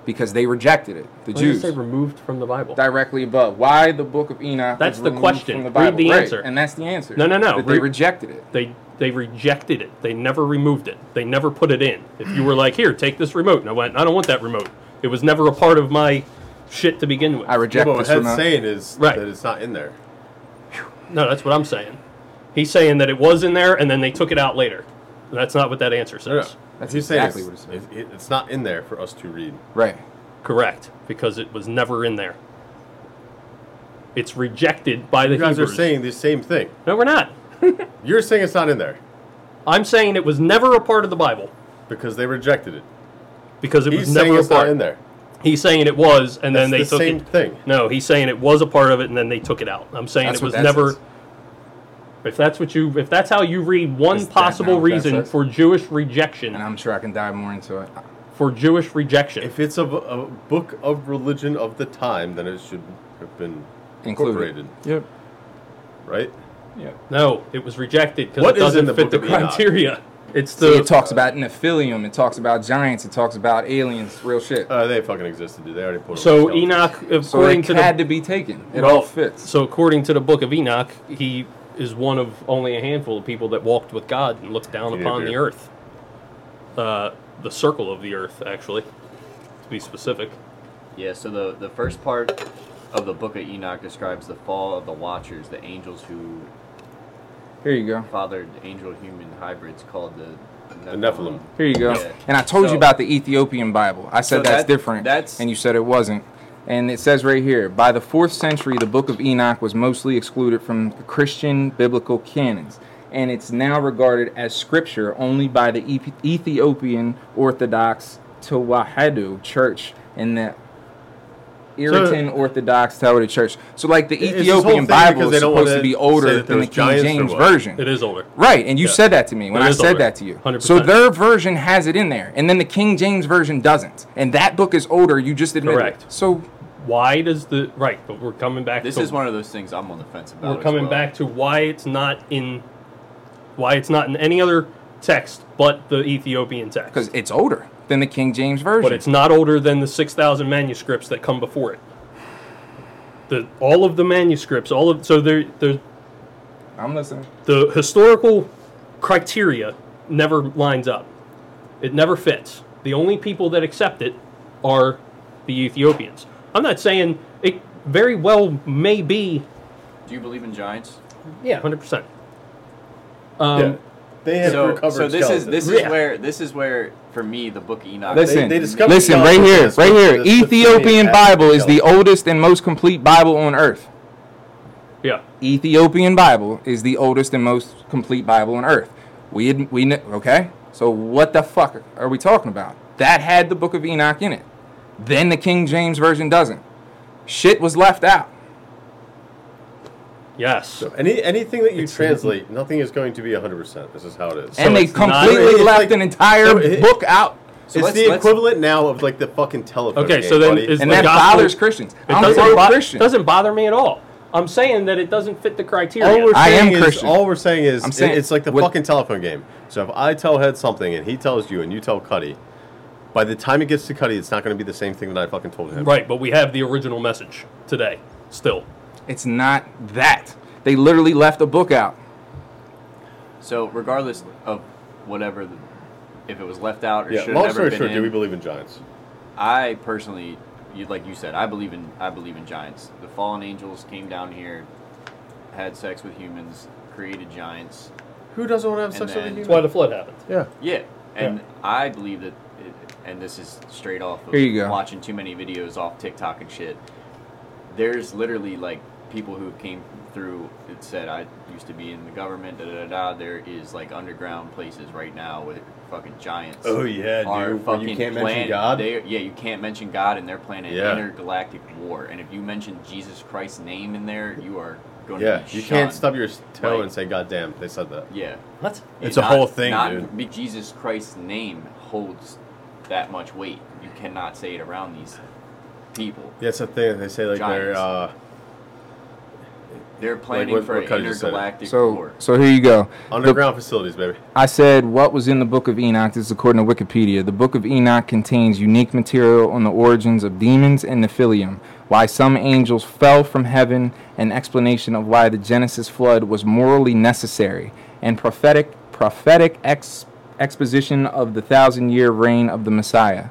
S1: because they rejected it. The
S2: Why
S1: Jews
S2: Did you say removed from the Bible.
S1: directly above. Why the book of Enoch?
S2: That's
S1: was
S2: the
S1: removed
S2: question.
S1: From the
S2: Read
S1: Bible.
S2: the
S1: Right,
S2: answer.
S1: and that's the answer.
S2: No, no, no.
S1: That they
S2: Re-
S1: rejected it.
S2: They they rejected it. They never removed it. They never put it in. If you were like, here, take this remote, and I went, I don't want that remote. It was never a part of my shit to begin with.
S1: I
S3: Yeah,
S1: reject
S3: but what
S1: this
S3: Head's
S1: from a-
S3: saying is
S2: Right.
S3: that it's not in there.
S2: no, that's what I'm saying. He's saying that it was in there and then they took it out later. That's not what that answer
S3: No, no.
S2: says.
S1: That's
S3: He's saying
S1: exactly
S3: it's-
S1: what it says.
S3: it- it- it's not in there for us to read.
S1: Right.
S2: Correct, because it was never in there. It's rejected by the
S3: You guys are
S2: Hebrews.
S3: saying the same thing.
S2: no, we're not.
S3: You're saying it's not in there
S2: I'm saying it was never a part of the Bible
S3: because they rejected it.
S2: because it
S3: He's
S2: was
S3: saying
S2: never a
S3: it's not
S2: part.
S3: in there.
S2: He's saying it was, and then they
S3: That's the
S2: took
S3: same
S2: it.
S3: thing.
S2: No, he's saying it was a part of it, and then they took it out. I'm saying
S1: That's
S2: it
S1: what
S2: was
S1: that
S2: never.
S1: says.
S2: If that's what you, if that's how you read one
S1: Is that
S2: possible
S1: not what that
S2: reason
S1: says?
S2: for Jewish rejection,
S1: And I'm sure I can dive more into it.
S2: for Jewish rejection,
S3: If it's a, b- a book of religion of the time, then it should have been
S1: Included.
S3: incorporated,
S1: Yep.
S3: right?
S1: Yep.
S2: no, it was rejected because
S3: What
S2: it
S3: is
S2: doesn't
S3: in the
S2: fit
S3: Book
S2: the
S3: of Enoch?
S2: criteria. It's
S1: See,
S2: the
S1: it talks about Nephilium. It talks about giants. It talks about aliens. Real shit.
S3: Uh, they fucking existed, dude. They already put.
S2: so Enoch, according
S1: so it
S2: to the
S1: had to be taken. It all
S2: Well,
S1: fits.
S2: So according to the Book of Enoch, he is one of only a handful of people that walked with God and looked down
S3: He
S2: upon the
S3: appeared.
S2: earth, uh, the circle of the earth, actually, to be specific.
S4: Yeah, so the, the first part of the book of Enoch describes the fall of the Watchers, the angels who
S1: Here you go.
S4: fathered angel human hybrids called the
S3: The Nephilim.
S1: Here you go.
S4: Yeah.
S1: And I told
S4: So-
S1: you about the Ethiopian Bible. I said
S4: So
S1: that's
S4: that-
S1: different.
S4: that's-
S1: and you said it wasn't. And it says right here, by the fourth century, the Book of Enoch was mostly excluded from the Christian biblical canons, and it's now regarded as scripture only by the Eth- Ethiopian Orthodox Tewahedo Church and the Irritan Orthodox Tewahedo Church. So, like the
S3: It's this whole
S1: Ethiopian
S3: thing
S1: Bible
S3: because
S1: is
S3: they don't
S1: supposed
S3: wanna
S1: to be
S3: say
S1: older
S3: that there
S1: than the
S3: was
S1: King
S3: giants or
S1: James
S3: what.
S1: version.
S2: It is older.
S1: Right, and you
S2: Yeah.
S1: said that to me when
S2: It
S1: I
S2: is
S1: said
S2: older.
S1: that to you.
S2: 100%.
S1: So their version has it in there, and then the King James version doesn't. And that book is older. You just admitted.
S2: Correct.
S1: It. So
S2: Why does the right? But we're coming back.
S4: This
S2: to,
S4: is one of those things I'm on the fence about.
S2: We're
S4: as
S2: coming
S4: well.
S2: back to why it's not in, why it's not in any other text but the Ethiopian text.
S1: because it's older than the King James version.
S2: but it's not older than the 6,000 manuscripts that come before it. The, all of the manuscripts, all of so there, there,
S1: I'm listening.
S2: the historical criteria never lines up. It never fits. The only people that accept it are the Ethiopians. I'm not saying it very well may be,
S4: Do you believe in giants?
S2: yeah, 100%.
S3: Yeah.
S2: Um,
S3: They have
S4: so,
S3: recovered.
S4: so this is this
S2: Yeah.
S4: is where this is where for me the book of Enoch.
S1: Listen,
S3: they discovered
S1: listen,
S3: skeletons
S1: right here,
S3: in
S1: right here.
S3: the- the- the
S1: Ethiopian
S3: African
S1: Bible is the
S3: skeletons.
S1: oldest and most complete Bible on earth.
S2: yeah.
S1: Ethiopian Bible is the oldest and most complete Bible on earth. We ad- we kn- okay. So what the fuck are we talking about? That had the Book of Enoch in it. Then the King James version doesn't. Shit was left out.
S2: Yes.
S3: Any anything that you translate, nothing is going to be hundred percent. This is how it is.
S1: and they
S2: it's not-
S1: completely
S3: It's
S1: left
S3: like-
S1: an entire
S3: so it-
S1: book out.
S4: So
S3: it's
S4: let's-
S3: the
S4: let's-
S3: equivalent now of like the fucking telephone.
S2: Okay,
S3: game,
S2: so then
S3: buddy.
S2: is-
S1: And
S3: and
S2: the
S1: that
S2: gospel-
S1: bothers Christians.
S2: It
S1: I'm
S2: doesn't, bo-
S1: pro-Christian.
S2: doesn't bother me at all. I'm saying that it doesn't fit the criteria.
S3: all we're
S1: I am
S3: saying is-
S1: Christian.
S3: All we're saying is
S1: I'm saying-
S3: it- it's like the
S1: what-
S3: fucking telephone game. So if I tell Head something and he tells you and you tell Cuddy, by the time it gets to Cuddy, it's not going to be the same thing that I fucking told him.
S2: Right, but we have the original message today still.
S1: It's not that. They literally left a book out.
S4: So regardless of whatever, the, if it was left out or
S3: Yeah.
S4: should have
S3: Long
S4: never
S3: story
S4: been
S3: short,
S4: in,
S3: do we believe in giants?
S4: I personally, you like you said, I believe in I believe in giants. The fallen angels came down here, had sex with humans, created giants.
S3: Who doesn't want to have
S4: And
S3: sex with a
S4: then-
S3: human?
S2: That's why the flood happened.
S3: Yeah.
S4: Yeah, and I believe that, it, and this is straight off of
S1: Here you go.
S4: watching too many videos off TikTok and shit. There's literally like people who came through that said I used to be in the government. Da da da. da. There is like underground places right now with fucking giants.
S3: Oh yeah,
S4: are
S3: dude. When
S4: fucking
S3: you can't mention
S4: planning-
S3: God.
S4: They, yeah, you can't mention God, and they're planning
S3: Yeah.
S4: intergalactic war. And if you mention Jesus Christ's name in there, you are going to
S3: yeah,
S4: be
S3: you can't
S4: shunned.
S3: stub your s- toe
S4: Like-
S3: and say, "God damn, they said that."
S4: Yeah.
S2: What?
S3: It's
S4: Yeah,
S3: a
S4: not-
S3: whole thing,
S4: not-
S3: dude.
S4: be- Jesus Christ's name holds that much weight. You cannot say it around these people.
S3: Yeah, it's a thing. They say like they're.
S4: Giants.
S3: Uh,
S4: They're planning
S3: what-
S4: for
S3: what
S4: an
S3: Cody just said.
S4: intergalactic
S1: So
S4: war.
S1: so here you go. The-
S3: Underground facilities, baby.
S1: I said, what was in the Book of Enoch? This is according to Wikipedia. The Book of Enoch contains unique material on the origins of demons and Nephilim, why some angels fell from heaven, an explanation of why the Genesis flood was morally necessary, and prophetic prophetic ex, exposition of the thousand year reign of the Messiah.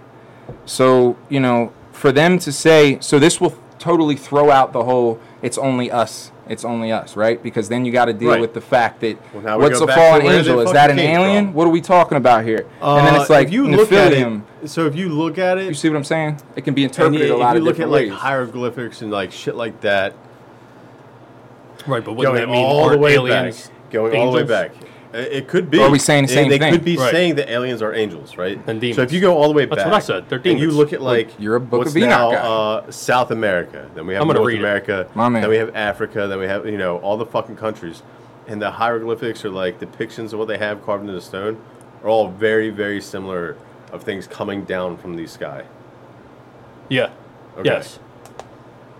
S1: So you know, for them to say, so this will totally throw out the whole it's only us. It's only us, right? Because then you got to deal
S3: Right.
S1: with the fact that
S3: Well, now we
S1: what's
S3: go
S1: a
S3: back
S1: fallen
S3: to where they
S1: angel? Is that an
S3: fucking came
S1: alien?
S3: from.
S1: What are we talking about here? and then
S3: Uh,
S1: it's like
S3: if you
S1: Nephilium.
S3: look at it. So if you look at it,
S1: You see what I'm saying? It can be
S3: and
S1: interpreted a
S3: you-
S1: lot
S3: if you
S1: of
S3: look at
S1: different
S3: like
S1: ways.
S3: hieroglyphics and like shit like that,
S2: Right, but what
S3: going
S2: does that mean?
S3: all the
S2: Aren't
S3: way
S2: aliens
S3: back, going all the way
S2: angels?
S3: back. I- It could be.
S1: Or are we saying the
S3: They-
S1: same
S3: they
S1: thing?
S3: could be
S2: Right.
S3: saying that aliens are angels, right?
S2: And
S3: So if
S2: demons.
S3: you go all the way back,
S2: That's what I said. They're
S3: And you
S2: demons.
S3: look at like
S1: you're a Book
S3: what's
S1: of Enoch
S3: now,
S1: guy.
S3: uh, South America. Then we have
S2: I'm gonna
S3: North
S2: read it.
S3: America.
S1: My man.
S3: Then we have Africa. Then we have you know all the fucking countries, and the hieroglyphics are like depictions of what they have carved into the stone are all very very similar of things coming down from the sky.
S2: Yeah.
S3: Okay.
S2: Yes.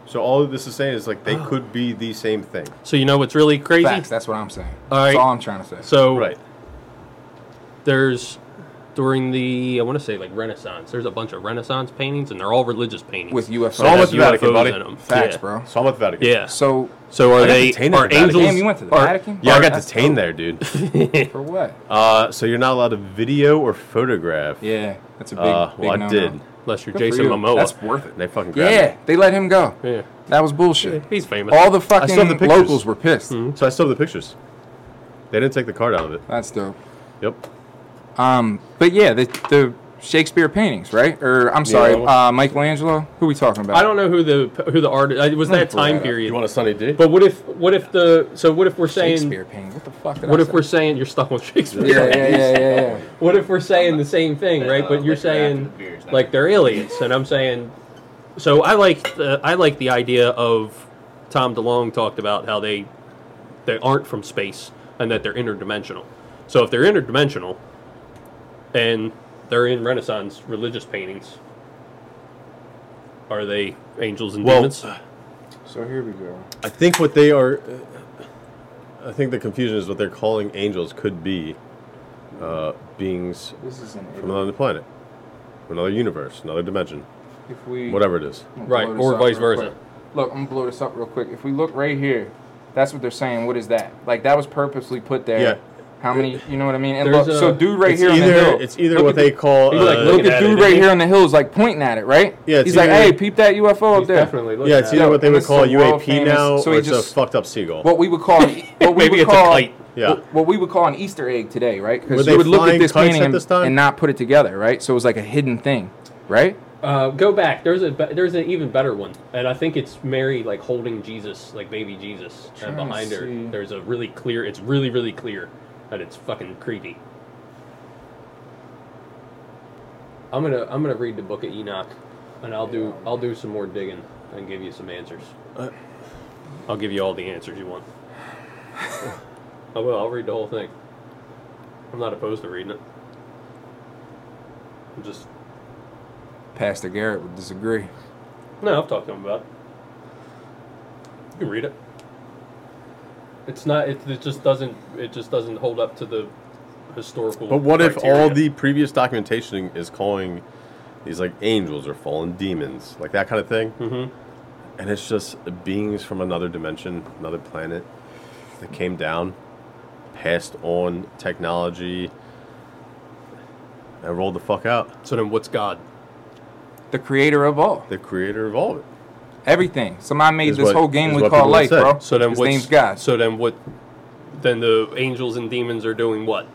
S3: So all of this is saying is like they could be the same thing.
S2: So you know what's really crazy?
S1: Facts. That's what I'm saying.
S2: All
S1: That's
S2: right.
S1: all I'm trying to say.
S2: So
S3: Right.
S2: there's during the I want to say like Renaissance. There's a bunch of Renaissance paintings, and they're all religious paintings
S1: with UFOs,
S3: So all
S2: There's
S3: with the Vatican,
S2: UFOs
S3: buddy.
S2: in 'em.
S1: facts,
S2: yeah.
S1: bro.
S3: So I'm with the Vatican.
S2: Yeah. So,
S1: So
S2: are
S3: I got
S2: they
S3: detained at
S2: are
S3: the Vatican.
S2: angels?
S1: Damn, you went to the
S2: are-
S1: Vatican?
S3: Yeah, I got
S1: That's
S3: detained there, dude.
S1: for what?
S3: Uh, so you're not allowed to video or photograph.
S1: Yeah, that's a big.
S3: Uh,
S1: big
S3: well, I
S1: no-no.
S3: did.
S1: Good
S2: Unless you're
S1: for
S2: Jason
S1: you.
S2: Momoa.
S1: That's worth it.
S3: And they fucking grabbed
S1: Yeah, they let him go.
S2: yeah.
S1: That was bullshit.
S2: He's famous.
S1: All the
S3: I saw the
S1: fucking
S3: pictures.
S1: locals were pissed.
S2: Hmm.
S3: me. So I still have the pictures. They didn't take the card out of it.
S1: That's dope.
S3: Yep.
S1: Um, but yeah, the the Shakespeare paintings, right? Or I'm sorry,
S3: Yeah.
S1: uh, Michelangelo. Who we talking about?
S2: I don't know who the who the artist it was
S1: me
S2: that
S1: pull that
S2: time
S1: up.
S2: period.
S3: You want a Sunny D?
S2: but what if what if the so what if we're saying
S1: Shakespeare painting. What the fuck? Did
S2: what
S1: I
S2: if
S1: say?
S2: we're saying you're stuck on Shakespeare?
S1: Yeah, yeah, yeah, yeah, yeah.
S2: What if we're saying the same thing,
S4: Uh,
S2: right? But you're
S4: like they're after
S2: saying
S4: the beers, not
S2: like they're aliens, and I'm saying. So I like the I like the idea of Tom DeLong talked about how they they aren't from space and that they're interdimensional. So if they're interdimensional and they're in Renaissance religious paintings, are they angels and
S3: Well,
S2: demons?
S1: So here we go.
S3: I think what they are. I think the confusion is what they're calling angels could be uh, beings
S1: This is
S3: from another planet, from another universe, another dimension,
S1: If we
S3: whatever it is.
S1: I'm gonna
S2: Right,
S1: blow
S2: or
S1: this up
S2: vice
S1: real
S2: versa.
S1: quick. Look, I'm gonna blow this up real quick. If we look right here, that's what they're saying. What is that? Like that was purposely put there.
S3: Yeah.
S1: How many? You know what I mean? And
S2: There's
S1: look, so
S2: a-
S1: dude right
S3: it's
S1: here on the
S3: either
S1: hill.
S3: it's either
S2: Look
S3: what
S2: at
S3: they
S2: the-
S3: call.
S2: he's like,
S3: uh,
S1: look
S2: looking
S1: at
S2: at it,
S1: dude
S2: isn't
S1: right
S2: he?
S1: here on the hill is like pointing at it, right?
S3: Yeah, it's
S1: He's like,
S3: either-
S1: hey, peep that UFO up
S2: He's
S1: there.
S2: definitely looking
S3: yeah, it's
S2: at
S3: either
S1: it.
S3: what they would
S1: It's a
S3: call UAP
S1: world-famous-
S3: now,
S1: so
S3: or
S1: he
S3: it's a
S1: just-
S3: fucked up seagull.
S1: What we would call what we
S2: Maybe
S1: would
S2: it's a
S1: call
S2: kite.
S3: Yeah.
S1: what- what we would call an Easter egg today, right?
S3: Were
S1: Because
S3: they
S1: you would look at
S3: flying
S1: this
S3: kites
S1: painting
S3: at
S1: and,
S3: this time?
S1: and not put it together, right? So it was like a hidden thing, right?
S2: Uh, go back. There's a be- there's an even better one, and I think it's Mary like holding Jesus, like baby Jesus,
S1: Trying
S2: and
S1: to
S2: behind
S1: see.
S2: her there's a really clear. It's really really clear, and it's fucking creepy. I'm gonna I'm gonna read the Book of Enoch, and I'll do I'll do some more digging and give you some answers.
S3: Uh,
S2: I'll give you all the answers you want. I will. I'll read the whole thing. I'm not opposed to reading it. I'm just
S1: Pastor Garrett would disagree.
S2: No, I've talked to him about it. You can read it. It's not. It, it just doesn't. It just doesn't hold up to the historical.
S3: But what if
S2: criteria.
S3: all the previous documentation is calling these like angels or fallen demons, like that kind of thing?
S2: Mhm.
S3: And it's just beings from another dimension, another planet that came down, passed on technology, and rolled the fuck out.
S2: So then, what's God?
S1: The creator of all,
S3: The creator of all of it.
S1: everything. Somebody made
S3: Is
S1: this
S3: what-
S1: whole game
S3: is
S1: we
S3: what
S1: call
S3: people would
S1: life,
S3: say.
S1: bro.
S2: So then,
S1: His
S2: what's
S1: name's God.
S2: So then, what? Then the angels and demons are doing what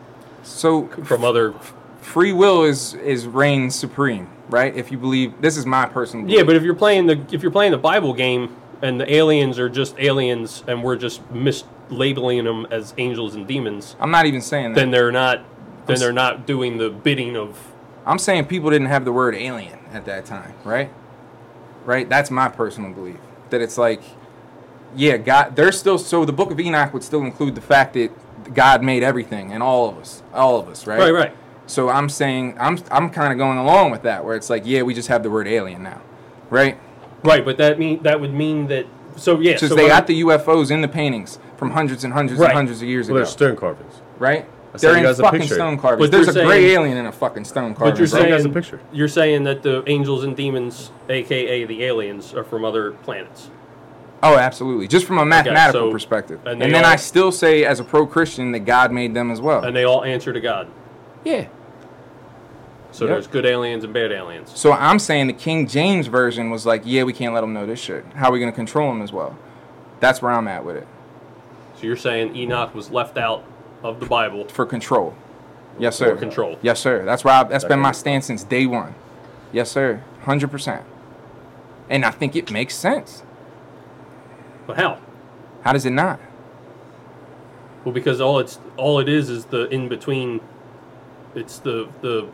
S1: so
S2: from other?
S1: free will is is reigns supreme, right? If you believe this is my personal
S2: Yeah,
S1: belief.
S2: but if you're playing the if you're playing the Bible game and the aliens are just aliens and we're just mislabeling them as angels and demons,
S1: I'm not even saying that.
S2: then they're not. Then
S1: s-
S2: they're not doing the bidding of
S1: I'm saying people didn't have the word alien at that time, right? Right? That's my personal belief. That it's like, yeah, God, there's still, so the book of Enoch would still include the fact that God made everything and all of us, all of us, right?
S2: Right, right.
S1: So I'm saying, I'm, I'm kind of going along with that, where it's like, yeah, we just have the word alien now, right?
S2: Right, but that mean that would mean that. So yeah,
S1: Because
S2: so
S1: they
S2: what
S1: got
S2: I'm-
S1: the UFOs in the paintings from hundreds and hundreds
S2: Right.
S1: and hundreds of years
S3: Well, there's
S1: ago,
S3: stone carvings.
S1: right?
S3: I sent
S1: They're
S3: you
S1: in
S3: guys a
S1: fucking
S3: picture.
S1: stone carvings.
S2: But you're
S1: There's a gray
S2: saying-
S1: alien in a fucking stone carving.
S2: But you're
S1: bro.
S2: saying
S3: guys a picture.
S2: you're saying that the angels and demons, aka the aliens, are from other planets.
S1: Oh, absolutely. Just from a mathematical
S2: so-
S1: perspective.
S2: and
S1: And,
S2: they
S1: then
S2: all-
S1: I still say, as a pro Christian, that God made them as well.
S2: and they all answer to God.
S1: yeah.
S2: So
S1: Yep.
S2: there's good aliens and bad aliens.
S1: So I'm saying the King James version was like, yeah, we can't let them know this shit. How are we going to control them as well? That's where I'm at with it
S2: So you're saying Enoch was left out of the Bible?
S1: for control. Yes,
S2: For
S1: sir.
S2: control.
S1: Yes, sir. That's why I, that's been my
S3: Okay.
S1: stance since day one. Yes, sir. Hundred percent. And I think it makes sense.
S2: But how?
S1: How does it not?
S2: Well, because all it's all it is is the in between. It's the the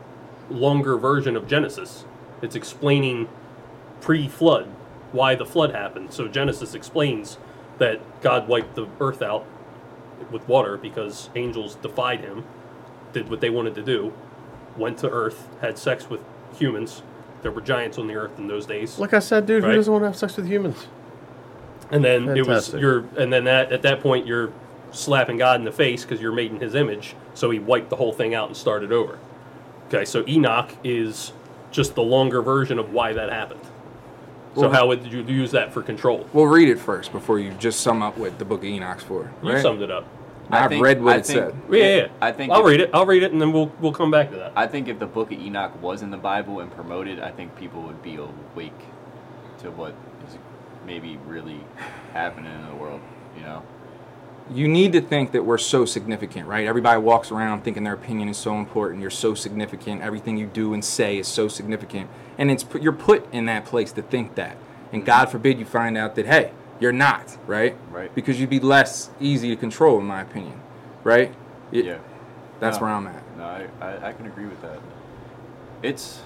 S2: longer version of Genesis. It's explaining pre-flood why the flood happened. So Genesis explains that God wiped the earth out with water because angels defied him, did what they wanted to do, went to earth, had sex with humans. There were giants on the earth in those days.
S3: Like I said, dude,
S2: Right.
S3: who doesn't want to have sex with humans?
S2: And then it
S3: Fantastic.
S2: was you're, and then that at that point you're slapping God in the face because you're made in His image, so He wiped the whole thing out and started over. Okay, so Enoch is just the longer version of why that happened. So
S1: Well-
S2: how would you use that for control?
S1: We'll read it first before you just sum up what the Book of Enoch's for.
S2: You
S1: right?
S2: summed it up.
S4: I
S1: I've
S4: think-
S1: read what
S4: I
S1: it
S4: think-
S1: said.
S2: Yeah, yeah. yeah.
S4: I think
S2: I'll
S4: if-
S2: read it. I'll read it, and then we'll we'll come back to that.
S4: I think if the Book of Enoch was in the Bible and promoted, I think people would be awake to what is maybe really happening in the world. You know,
S1: you need to think that we're so significant, right? Everybody walks around thinking their opinion is so important. You're so significant. Everything you do and say is so significant, and it's put, you're put in that place to think that. And God
S2: Mm-hmm.
S1: forbid you find out that hey, you're not, right?
S4: Right.
S1: Because you'd be less easy to control, in my opinion, right? It-
S4: yeah.
S1: That's
S4: No.
S1: where I'm at.
S4: No, I, I, I can agree with that. It's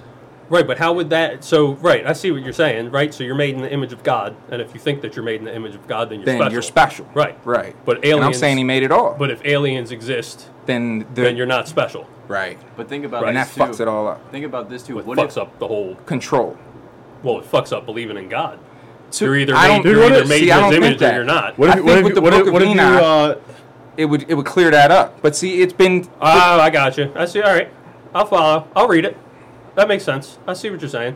S2: Right, but how would that? So right, I see what you're saying. Right, so you're made in the image of God, and if you think that you're made in the image of God, then you're
S1: Then
S2: special.
S1: you're special,
S2: Right.
S1: Right.
S2: But
S1: And I'm
S2: aliens-
S1: saying he made it all.
S2: But if aliens exist,
S1: then the,
S2: then you're not special.
S1: right,
S4: but think about
S2: Right.
S1: and that
S4: this too.
S1: fucks it all up.
S4: Think about this too.
S2: It
S4: What
S2: fucks
S4: if,
S2: up the whole
S1: Control.
S2: Well, it fucks up believing in God.
S1: So
S2: you're either
S1: I
S2: made,
S1: don't-
S2: you're
S3: Dude, what
S2: either
S3: if-
S2: made
S1: see, I
S2: in
S1: don't
S2: His
S1: think
S2: image or
S1: that.
S2: you're not.
S1: I
S3: What if,
S1: think
S3: what if,
S1: with the
S3: what if,
S1: Book of
S3: what if you,
S1: Enoch-
S3: uh,
S1: It would it would clear that up. But see, it's been
S2: Ah, I got you. I see. All right, I'll follow. I'll read it. That makes sense. I see what you're saying.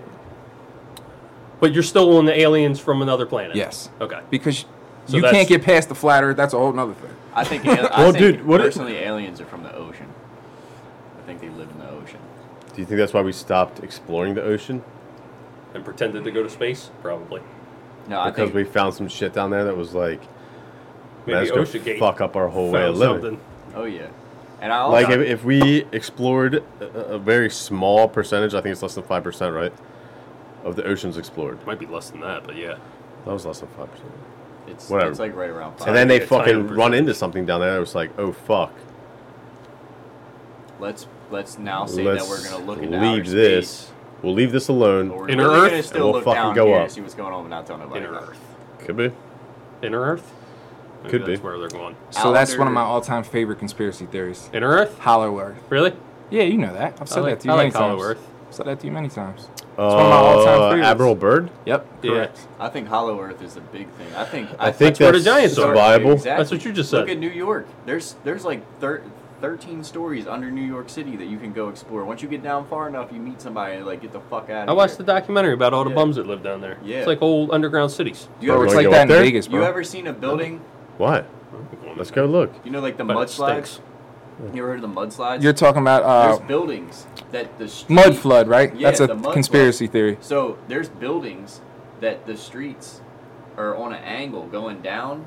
S2: But you're still on the aliens from another planet.
S1: Yes.
S2: Okay.
S1: because
S2: So
S1: you
S2: that's-
S1: can't get past the flat Earth. That's a whole nother thing.
S4: I think. al- I
S3: Well,
S4: think
S3: Oh, dude, what if-
S4: personally, aliens are from the ocean. I think they live in the ocean.
S3: do you think that's why we stopped exploring the ocean?
S2: And pretended to go to space, probably.
S4: No, I
S3: Because
S4: think
S3: we found some shit down there that was like,
S2: Maybe
S3: that's gonna
S2: OSHA gate.
S3: fuck up our whole way of
S2: found
S3: living.
S2: something.
S4: Oh yeah, and I also
S3: Like if, if we explored a, a very small percentage, I think it's less than five percent, right? Of the oceans explored,
S2: Might be less than that, but yeah.
S3: that was less than five percent.
S4: it's,
S3: whatever.
S4: it's like right around. Five.
S3: And then they
S2: like a tiny
S3: fucking run
S2: percentage.
S3: into something down there. It was like, oh fuck,
S4: let's let's now say
S3: let's
S4: that we're gonna look into outer
S3: leave this.
S4: space,
S3: We'll leave this
S4: but we're
S3: alone.
S2: Inner
S4: really
S2: Earth,
S4: gonna
S2: and
S4: still
S3: we'll
S4: look
S3: fucking
S4: down
S3: go
S4: here
S3: up.
S4: to see what's going on, but not tell nobody.
S2: Inner
S4: about it.
S2: Earth.
S3: Could be.
S2: Inner Earth. Maybe
S3: Could
S2: that's
S3: be.
S2: where they're going.
S1: So that's one of
S4: Allender-
S1: my all-time favorite conspiracy theories.
S2: Inner Earth.
S1: Hollow Earth.
S2: Really?
S1: Yeah, you know that. I've said
S2: I like-
S1: that to you
S2: I
S1: many
S2: like hollow
S1: times.
S2: Earth.
S1: I've said that to you many times. one of my all-time
S3: Uh,
S1: favorites.
S3: Admiral Byrd.
S1: Yep.
S2: Yeah.
S1: Correct.
S4: I think Hollow Earth is the big thing. I think
S3: I think
S2: That's where the
S3: that's
S2: giants are.
S3: survival.
S4: Exactly.
S2: That's what you just
S4: Look
S2: said.
S4: at New York. There's there's like thir- 13 stories under New York City that you can go explore. Once you get down far enough, you meet somebody and like get the fuck out.
S2: I watched the documentary about all the
S4: Yeah.
S2: bums that live down there.
S4: Yeah.
S2: It's like old underground cities.
S4: You
S1: Bro,
S4: ever,
S1: it's
S3: wanna
S1: like
S3: go
S1: that
S3: up
S1: in
S3: there?
S1: Vegas, bro.
S4: you ever seen a building?
S3: What? Let's go look.
S4: You know, like the
S2: But it
S4: mudslides.
S2: stinks.
S4: You ever heard of the mudslides?
S1: You're talking about
S4: there's
S1: uh,
S4: buildings that the street,
S1: mud flood, right?
S4: Yeah,
S1: That's a
S4: the mud
S1: conspiracy theory.
S4: So there's buildings that the streets are on an angle going down,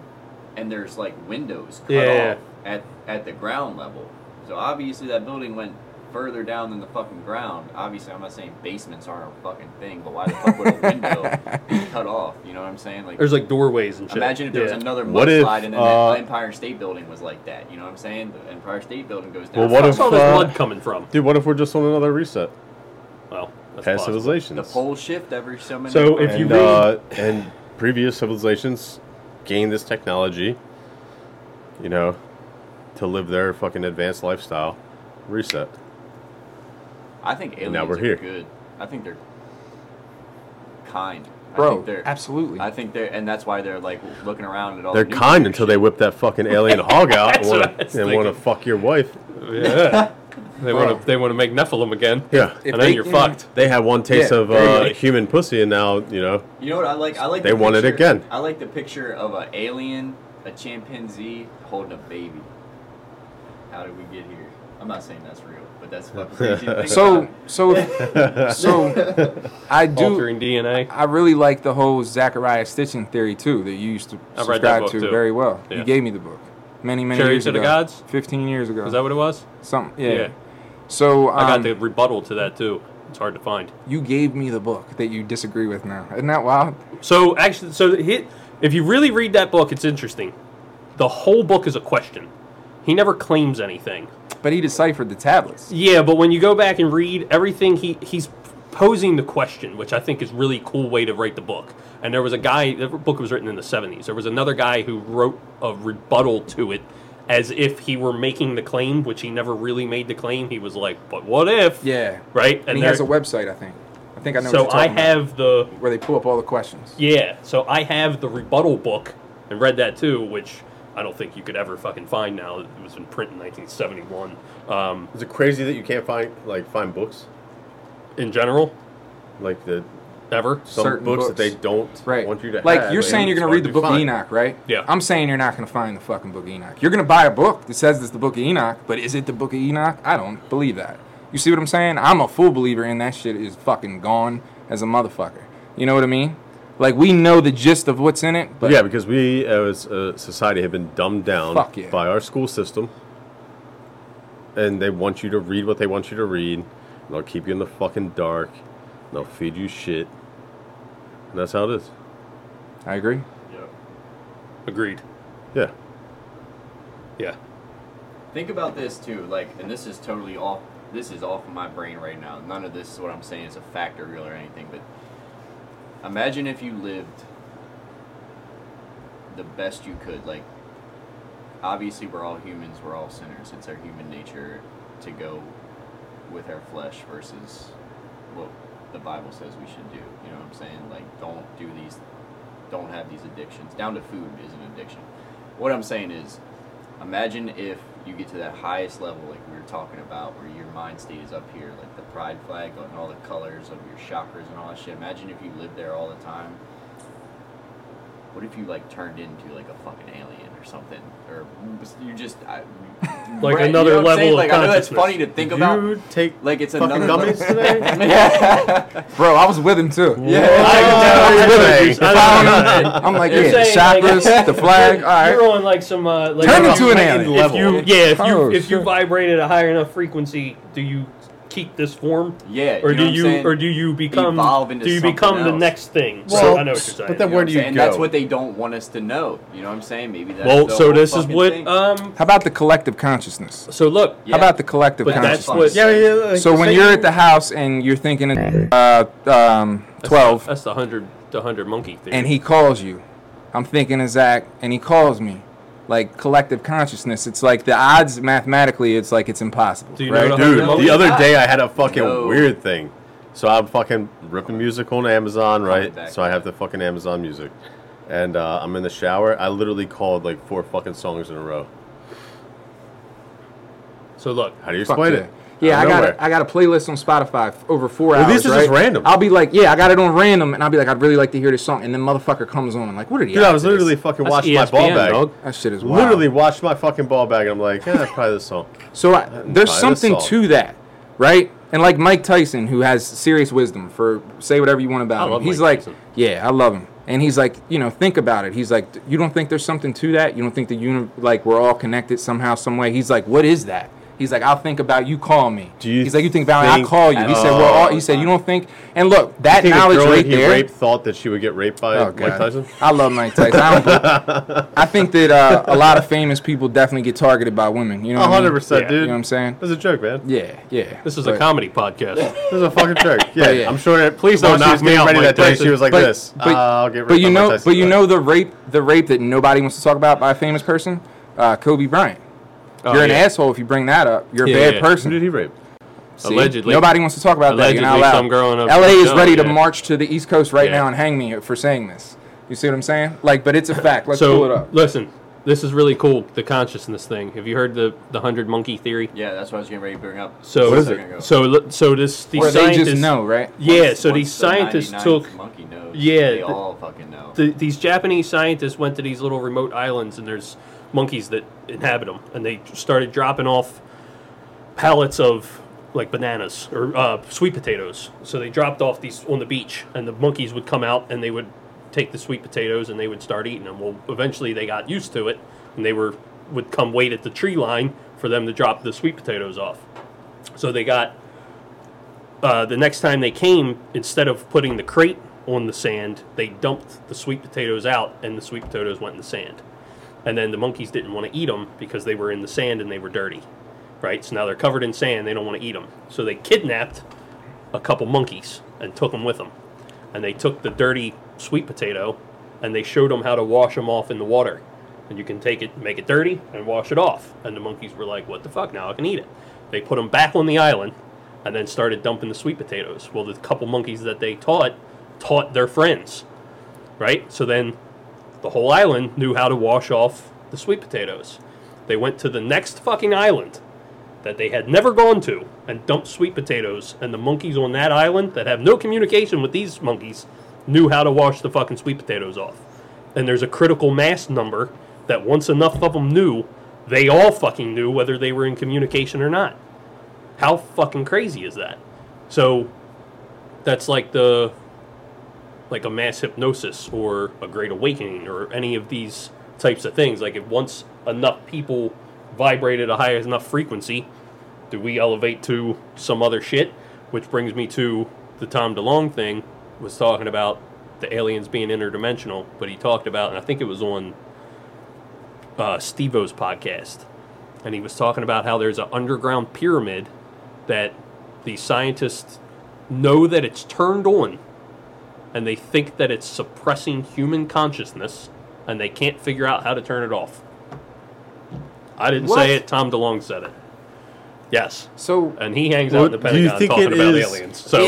S4: and there's like windows cut
S2: Yeah.
S4: off at at the ground level. So obviously that building went further down than the fucking ground. Obviously, I'm not saying basements aren't a fucking thing, but why the fuck would a window be cut off? You know what I'm saying? Like,
S2: There's like doorways and shit.
S4: imagine if there was
S2: Yeah.
S4: another
S3: What if,
S4: mudslide and then
S3: uh,
S4: that Empire State Building was like that. You know what I'm saying? The Empire State Building goes down.
S3: Well, what
S2: Where's
S3: if
S2: all this
S3: uh,
S2: blood coming from?
S3: dude? What if we're just on another reset?
S2: Well, that's
S3: Past
S2: possible.
S3: civilizations.
S4: the poles shift every so many?
S2: So if
S3: and,
S2: you
S3: uh, and previous civilizations gained this technology, you know, to live their fucking advanced lifestyle. Reset.
S4: I think aliens
S3: now we're
S4: are
S3: here.
S4: good. I think they're kind. I
S1: Bro,
S4: think they're,
S1: absolutely.
S4: I think they're, and that's why they're like looking around
S1: Oh,
S4: at all.
S3: They're
S4: the new
S3: kind
S4: shit.
S3: until they whip that fucking alien hog out and
S2: That's what I
S3: want
S2: was
S3: to and want to
S2: thinking.
S3: fuck your wife.
S2: Yeah. they want
S1: Bro.
S2: to. They want to make Nephilim again.
S1: If
S3: Yeah.
S2: and then
S1: they
S2: you're
S1: can-
S2: fucked.
S3: They had one taste
S1: Yeah,
S3: of
S1: there
S3: uh,
S1: you go.
S3: human pussy, and now you know.
S4: You know what I like? I like.
S3: They
S4: the
S3: want it
S4: picture-
S3: again.
S4: I like the picture of a alien, a chimpanzee holding a baby. How did we get here? I'm not saying that's real, but that's fucking crazy. to think
S1: So,
S4: about.
S1: so, so, I do.
S2: altering DNA.
S1: I really like the whole Zachariah Stitching theory too that you used to
S2: I read that
S1: subscribe
S2: book,
S1: to
S2: too.
S1: very well.
S2: Yeah.
S1: You gave me the book many many years
S2: Chariots of
S1: ago.
S2: the Gods?
S1: Fifteen years ago.
S2: Is that what it was?
S1: something? Yeah.
S2: Yeah.
S1: So um,
S2: I got the rebuttal to that too. It's hard to find.
S1: you gave me the book that you disagree with now. Isn't that wild?
S2: So actually, so he, if you really read that book, it's interesting. The whole book is a question. He never claims anything.
S1: But he deciphered the tablets.
S2: Yeah, but when you go back and read everything, he he's posing the question, which I think is really cool way to write the book. And there was a guy. The book was written in the seventies. There was another guy who wrote a rebuttal to it, as if he were making the claim, which he never really made the claim. He was like, "But what if?"
S1: Yeah.
S2: Right.
S1: And, he
S2: there-
S1: has a website, I think. I think I know. what
S2: so
S1: you're
S2: I
S1: talking about,
S2: have the
S1: where they pull up all the questions.
S2: yeah, so I have the rebuttal book and read that too, which I don't think you could ever fucking find now. It was in print in 1971. Um,
S3: Is it crazy that you can't find like find books
S2: in general,
S3: like the
S2: ever.
S3: some
S1: Certain
S3: books,
S1: books.
S3: that they don't
S1: Right.
S3: want you to
S1: like
S3: have,
S1: you're saying you're
S3: it's
S1: gonna read the
S3: hard
S1: book
S3: to
S1: of
S3: find.
S1: Enoch, right?
S2: Yeah.
S1: I'm saying you're not gonna find the fucking book of Enoch. You're gonna buy a book that says it's the book of Enoch, but is it the book of Enoch? I don't believe that. You see what I'm saying? I'm a full believer in that shit is fucking gone as a motherfucker. You know what I mean? Like we know the gist of what's in it, but
S3: yeah, because we as a society have been dumbed down
S1: Fuck yeah.
S3: by our school system, and they want you to read what they want you to read. And they'll keep you in the fucking dark. And they'll feed you shit, and that's how it is.
S1: I agree.
S2: Agreed.
S3: Yeah,
S2: Yeah.
S4: Think about this too, like, and this is totally off. This is off of my brain right now. None of this is what I'm saying is a fact or real or anything. But imagine if you lived the best you could. Like, obviously, we're all humans. We're all sinners. It's our human nature to go with our flesh versus what the Bible says we should do. You know what I'm saying? Like, don't do these. Don't have these addictions. Down to food is an addiction. What I'm saying is, imagine if you get to that highest level like we were talking about where your mind state is up here like the pride flag and all the colors of your chakras and all that shit imagine if you lived there all the time what if you like turned into like a fucking alien or something or you just I,
S2: Like
S4: Right,
S2: another
S4: you know what I'm
S2: level
S4: saying?
S2: of
S4: like i know that's
S2: consciousness.
S4: funny to think
S3: Did
S4: about
S3: You take
S4: like it's
S3: fucking
S4: another
S3: gummies today.
S1: Bro, I was with him too.
S2: I can tell
S3: Hey.
S2: you- I don't know.
S1: I'm like,
S2: You're
S1: yeah, the
S2: saying, like,
S1: chakras, the flag, all right.
S2: You're on like some uh, like
S1: Turn
S2: if
S1: into
S2: you-
S1: an alien.
S2: If you yeah, if you
S1: Oh,
S2: if you
S1: shit.
S2: vibrate at a high enough frequency, do you keep this form?
S4: yeah
S2: Or
S4: you know what
S2: do
S4: I'm
S2: you
S4: saying?
S2: or do you become
S4: Evolve into
S2: do you
S4: something
S2: become the
S4: else.
S2: next thing?
S3: Well,
S2: I know what you're saying.
S3: but then
S4: know
S3: where
S4: what
S3: do you
S4: I'm saying? And that's
S3: go?
S4: what they don't want us to know. You know what I'm saying? Maybe that's
S2: well,
S4: the
S2: so
S4: whole
S2: this is
S4: fucking
S2: what
S4: thing.
S2: um.
S1: How about the collective consciousness?
S2: So look,
S4: Yeah.
S1: How about the collective
S2: But that's
S1: consciousness?
S2: what-
S3: yeah, yeah. like
S1: so when
S3: say
S1: you're
S3: you-
S1: at the house and you're thinking of, uh, um, 12
S2: That's the hundred, the hundred monkey theory.
S1: and he calls you. I'm thinking of Zach, and he calls me. Like collective consciousness, it's like the odds mathematically, it's like it's impossible.
S2: Do you know
S1: right?
S2: what I'm-
S3: Dude,
S2: No,
S3: the
S2: it's
S3: other
S4: not.
S3: day I had a fucking
S4: No.
S3: weird thing. So I'm fucking ripping music on Amazon,
S4: back.
S3: right? So I have the fucking Amazon music. And uh, I'm in the shower. I literally called like four fucking songs in a row.
S2: so look,
S3: How do you
S1: Fuck
S3: explain
S1: yeah.
S3: it?
S1: Yeah, I
S3: Out of
S1: got
S3: nowhere.
S1: a, I got a playlist on Spotify f- over four
S3: Well,
S1: hours.
S3: this is
S1: right?
S3: just random.
S1: I'll be like, yeah, I got it on random, and I'll be like, I'd really like to hear this song, and then motherfucker comes on, like, what are the
S3: Dude, I
S1: odds
S3: was
S1: of this?
S3: literally fucking
S2: That's
S3: watching my
S1: E
S3: ball
S2: ESPN,
S3: bag.
S2: dog.
S1: that shit is wild.
S3: Literally watched my fucking ball bag. And I'm like, yeah, probably this song.
S1: So I, there's
S3: Nah, that's
S1: something
S3: solid.
S1: to that, right? And like Mike Tyson, who has serious wisdom for say whatever you want about
S2: I
S1: him.
S2: love
S1: he's like,
S2: Mike Tyson.
S1: yeah, I love him, and he's like, you know, think about it. He's like, you don't think there's something to that? You don't think the uni- like we're all connected somehow, some way? He's like, what is that? He's like, I'll think about you. Call me.
S3: Do you
S1: he's like, you think about it? I
S3: think-
S1: call you. He said,
S3: Oh.
S1: well, all, he said, you don't think. And look, that
S3: think the
S1: knowledge
S3: girl
S1: right
S3: that he
S1: there.
S3: raped thought that she would get raped by
S1: Oh,
S3: Mike
S1: God.
S3: Tyson?
S1: I love Mike Tyson. I, don't, I think that uh, a lot of famous people definitely get targeted by women. You know, what I mean?
S3: 100%,
S2: Yeah.
S3: dude.
S1: You know what I'm saying?
S3: That's a joke, man.
S1: Yeah, yeah.
S2: this is a
S1: But-
S2: comedy podcast.
S3: This is a fucking joke. Yeah,
S1: Oh, yeah.
S3: I'm sure. It,
S2: Please don't
S3: when she
S2: knock
S3: was
S2: me
S3: getting
S2: out,
S3: Ready
S2: Mike
S3: that day,
S2: Tyson.
S3: she was like
S1: But-
S3: this.
S1: but-
S3: "Uh, I'll get
S1: But
S3: raped
S1: you
S3: by Mike
S1: know,
S3: Tyson
S1: but you
S3: tonight."
S1: know the rape, the rape that nobody wants to talk about by a famous person, uh, Kobe Bryant.
S2: Oh,
S1: you're an
S2: yeah.
S1: asshole if you bring that up. You're a
S2: Yeah,
S1: bad
S2: yeah.
S3: Who
S1: person.
S3: did he rape?
S1: See?
S2: Allegedly.
S1: nobody wants to talk about that. You're
S2: Allegedly,
S1: not allowed.
S2: some girl in a-
S1: LA is
S2: No,
S1: ready to
S2: yeah.
S1: march to the East Coast right
S2: Yeah.
S1: now and hang me for saying this. You see what I'm saying? Like, but it's a fact. Let's
S2: so
S1: pull it up.
S2: listen, this is really cool. The consciousness thing. Have you heard the the hundred monkey theory?
S4: Yeah, that's what I was getting ready to bring up.
S2: So
S3: What is it?
S4: Ago.
S2: So li- so this these
S1: Where they
S2: scientists
S1: just know, right?
S2: Yeah.
S4: Once-
S2: So
S4: once
S2: these
S4: the
S2: scientists
S4: 99th
S2: took
S4: Monkey knows.
S2: Yeah,
S4: They
S2: the-
S4: all fucking know.
S2: the, these Japanese scientists went to these little remote islands, and there's monkeys that inhabit them, and they started dropping off pallets of like bananas or uh, sweet potatoes. So they dropped off these on the beach, and the monkeys would come out and they would take the sweet potatoes and they would start eating them. Well, eventually they got used to it, and they were would come wait at the tree line for them to drop the sweet potatoes off. So they got uh, the next time they came, instead of putting the crate on the sand, they dumped the sweet potatoes out, and the sweet potatoes went in the sand. And then the monkeys didn't want to eat them because they were in the sand and they were dirty, right? So now they're covered in sand. They don't want to eat them. So they kidnapped a couple monkeys and took them with them. And they took the dirty sweet potato and they showed them how to wash them off in the water. And you can take it, make it dirty, and wash it off. And the monkeys were like, "What the fuck? Now I can eat it." They put them back on the island and then started dumping the sweet potatoes. Well, the couple monkeys that they taught taught their friends, right? So then the whole island knew how to wash off the sweet potatoes. They went to the next fucking island that they had never gone to and dumped sweet potatoes, and the monkeys on that island that have no communication with these monkeys knew how to wash the fucking sweet potatoes off. And there's a critical mass number that once enough of them knew, they all fucking knew whether they were in communication or not. How fucking crazy is that? So that's like the like a mass hypnosis or a great awakening or any of these types of things. Like if once enough people vibrate at a high enough frequency, do we elevate to some other shit? Which brings me to the Tom DeLong thing was talking about the aliens being interdimensional, but he talked about and I think it was on uh, Steve-O's podcast, and he was talking about how there's an underground pyramid that the scientists know that it's turned on, and they think that it's suppressing human consciousness, and they can't figure out how to turn it off. I didn't
S1: What?
S2: say it. Tom DeLong said it. Yes,
S1: So
S2: and he hangs out in the
S3: do you
S2: Pentagon
S3: think
S2: talking
S3: it
S2: about
S3: is?
S2: aliens. So,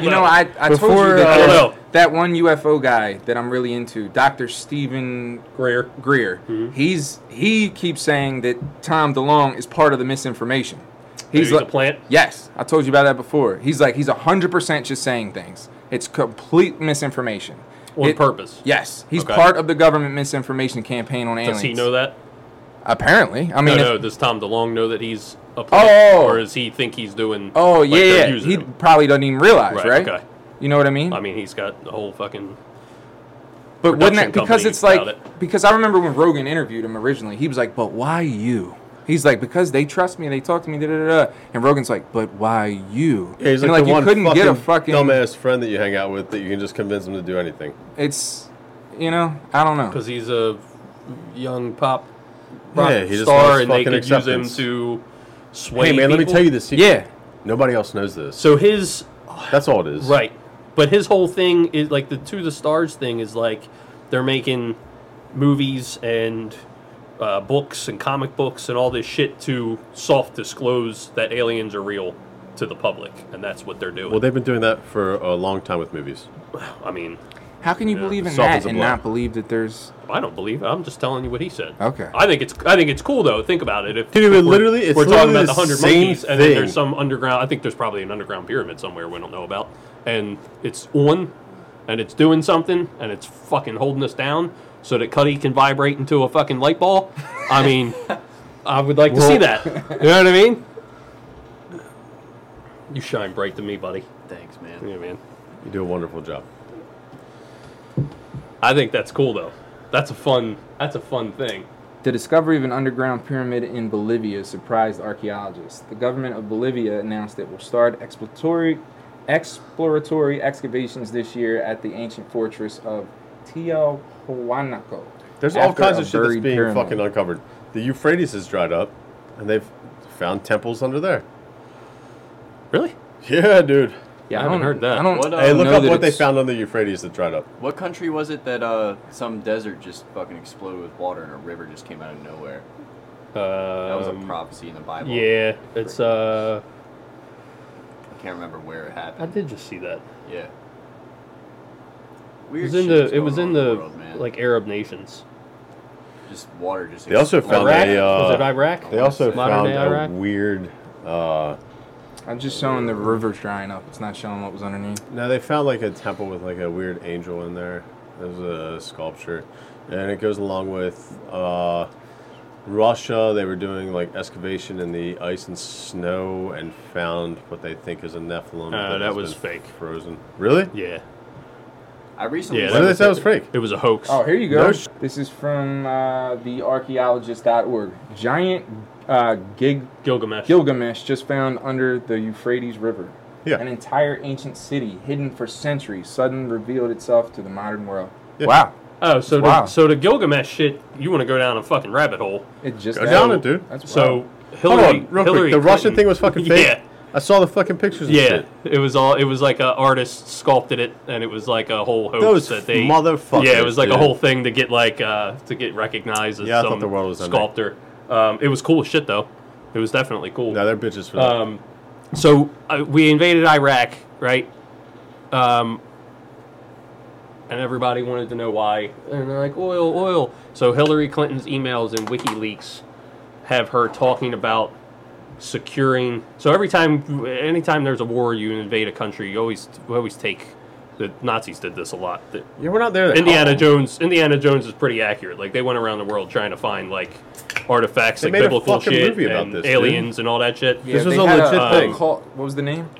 S1: you know, I, I told
S3: Before,
S1: you that,
S2: uh, I don't know.
S1: that one UFO guy that I'm really into, Doctor Stephen
S2: Greer.
S1: Greer.
S2: Mm-hmm.
S1: He's he keeps saying that Tom DeLong is part of the misinformation.
S2: He's
S1: like,
S2: a plant.
S1: Yes, I told you about that before. He's like he's hundred percent just saying things. It's complete misinformation.
S2: On
S1: It-
S2: purpose.
S1: Yes, he's
S2: Okay.
S1: part of the government misinformation campaign on aliens.
S2: Does he know that?
S1: Apparently, I
S2: No,
S1: mean, if-
S2: no. Does Tom DeLong know that he's a plant,
S1: Oh!
S2: or does he think he's doing?
S1: oh
S2: like, they're
S1: yeah, yeah.
S2: using
S1: he
S2: him?
S1: probably doesn't even realize,
S2: Right,
S1: right?
S2: okay.
S1: You know what I mean?
S2: I mean, he's got the whole fucking.
S1: But wouldn't
S2: production
S1: that because
S2: company
S1: it's like
S2: about it.
S1: because I remember when Rogan interviewed him originally, he was like, "But why you?" He's like, "Because they trust me, they talk to me." Da, da, da. da." And Rogan's like, "But why you?"
S3: Yeah, he's
S1: And,
S3: like, the
S1: you
S3: one
S1: couldn't
S3: fucking
S1: get a fucking
S3: dumbass friend that you hang out with that you can just convince him to do anything.
S1: It's you know, I don't know.
S2: because he's a young pop rock
S3: Yeah, he just
S2: star,
S3: wants
S2: and they
S3: fucking
S2: could use
S3: acceptance.
S2: him to sway.
S3: Hey man, let me
S2: people.
S3: tell you this secret.
S1: Yeah,
S3: Nobody else knows this.
S2: So his
S3: That's all it is.
S2: right, but his whole thing is like the to the stars thing is like they're making movies and uh, books and comic books and all this shit to soft disclose that aliens are real to the public, and that's what they're doing.
S3: Well, they've been doing that for a long time with movies.
S2: I mean,
S1: how can you
S2: Yeah,
S1: believe in that
S3: softens the
S1: and
S3: blow.
S1: not believe that there's?
S2: I don't believe it. I'm just telling you what he said.
S1: Okay.
S2: I think it's I think it's cool though. Think about it. If,
S3: Dude,
S2: if
S3: it literally- it's
S2: we're talking
S3: literally
S2: about the
S3: the
S2: hundred
S3: same
S2: monkeys, and then
S3: thing.
S2: there's some underground. I think there's probably an underground pyramid somewhere we don't know about, and it's on, and it's doing something, and it's fucking holding us down so that Cuddy can vibrate into a fucking light ball. I mean, I would like to see that. You know what I mean? You shine bright to me, buddy.
S4: Thanks, man.
S2: Yeah, man.
S3: You do a wonderful job.
S2: I think that's cool though. That's a fun. That's a fun thing.
S1: The discovery of an underground pyramid in Bolivia surprised archaeologists. The government of Bolivia announced it will start exploratory, exploratory excavations this year at the ancient fortress of Tiahuanaco.
S3: There's all
S1: after
S3: kinds
S1: a
S3: of shit that's
S1: buried
S3: being
S1: pyramid.
S3: fucking uncovered. The Euphrates has dried up, and they've found temples under there.
S2: Really?
S3: Yeah, dude.
S1: Yeah,
S2: I haven't
S1: don't-
S2: heard Um, that.
S1: I don't.
S4: What, uh,
S3: Hey, look
S1: know
S3: up
S1: that
S3: what they
S1: it's-
S3: found on the Euphrates that dried up.
S4: What country was it that uh, some desert just fucking exploded with water and a river just came out of nowhere? That was a
S2: Um,
S4: prophecy in the Bible.
S2: Yeah, it's uh.
S4: I can't remember where it
S2: I
S4: happened.
S2: did just see that.
S4: Yeah.
S2: It
S4: Weird
S2: was in
S4: shit
S2: the.
S4: that's
S2: It
S4: going
S2: was
S4: on
S2: in the
S4: world, man.
S2: like Arab nations.
S4: just water just.
S3: They also
S4: exploded.
S3: found
S2: Iraq?
S3: a. Uh,
S2: was it Iraq?
S3: They also
S2: Modern day Iraq?
S3: found a weird. Uh,
S1: I'm just showing the rivers drying up. It's not showing what was underneath.
S3: no, they found like a temple with like a weird angel in there. There's a sculpture, and it goes along with uh, Russia, they were doing like excavation in the ice and snow and found what they think is a Nephilim.
S2: Uh, that
S3: has
S2: was
S3: been
S2: fake.
S3: Frozen. Really?
S2: Yeah.
S4: I recently
S2: Yeah,
S3: Why
S4: read-
S3: did they say it was fake?
S2: It was a hoax.
S1: Oh, here you go.
S3: No sh-
S1: this is from uh, the archaeologist.org. Giant uh, gig
S2: Gilgamesh.
S1: Gilgamesh just found under the Euphrates River.
S3: Yeah.
S1: An entire ancient city hidden for centuries suddenly revealed itself to the modern world.
S3: Yeah.
S1: Wow.
S2: oh, so
S1: Wow.
S2: the, so the Gilgamesh shit, you want to go down a fucking rabbit hole.
S1: It just
S3: Go down it, dude.
S1: That's
S2: So
S1: wild.
S2: Hillary,
S3: Hold on, real
S2: Hillary
S3: quick. The Russian
S2: Clinton-
S3: thing was fucking fake.
S2: Yeah.
S3: I saw the fucking pictures. And
S2: Yeah,
S3: shit.
S2: it was all. It was like a artist sculpted it, and it was like a whole hoax
S3: Those
S2: that they
S3: motherfuckers,
S2: Yeah, it was like
S3: dude.
S2: a whole thing to get like uh, to get recognized as
S3: Yeah, I thought
S2: some
S3: the world was ending.
S2: sculptor. Um, it was cool as shit though. It was definitely cool.
S3: No, they're bitches for that.
S2: Um, so uh, we invaded Iraq, right? Um, and everybody wanted to know why. And they're like, oil, oil. So Hillary Clinton's emails and WikiLeaks have her talking about securing. So every time, anytime there's a war, you invade a country, you always, we always take. The Nazis did this a lot. The-
S3: yeah, we're not there. Uh, that-
S2: Indiana Jones. Indiana Jones is pretty accurate. Like they went around the world trying to find like artifacts,
S3: They
S2: like
S3: made a
S2: biblical
S3: fucking
S2: shit,
S3: movie about
S2: and
S3: this, dude.
S2: aliens, and all that shit.
S1: Yeah,
S3: this was
S1: they
S3: a
S1: had
S3: legit
S1: uh,
S3: thing.
S1: cult- what was the name?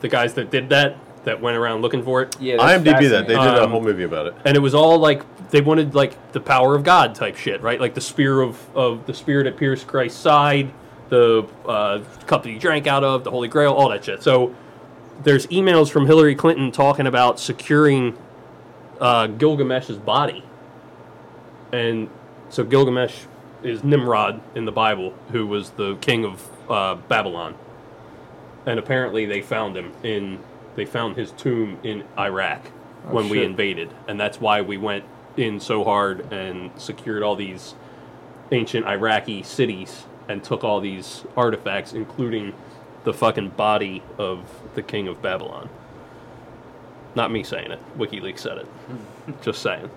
S2: The guys that did that, that went around looking for it,
S1: Yeah, that's
S3: IMDb that they
S1: fascinating.
S3: did a
S2: Um,
S3: whole movie about it.
S2: and it was all like they wanted like the power of God type shit, right? Like the spear of of the spear that pierced Christ's side, the uh, cup that he drank out of, the Holy Grail, all that shit. So there's emails from Hillary Clinton talking about securing uh, Gilgamesh's body, and so Gilgamesh is Nimrod in the Bible, who was the king of uh, Babylon, and apparently they found him in they found his tomb in Iraq
S1: Oh,
S2: when we
S1: shit.
S2: invaded, and that's why we went in so hard and secured all these ancient Iraqi cities and took all these artifacts, including the fucking body of the king of Babylon. Not me saying it. WikiLeaks said it. Just saying.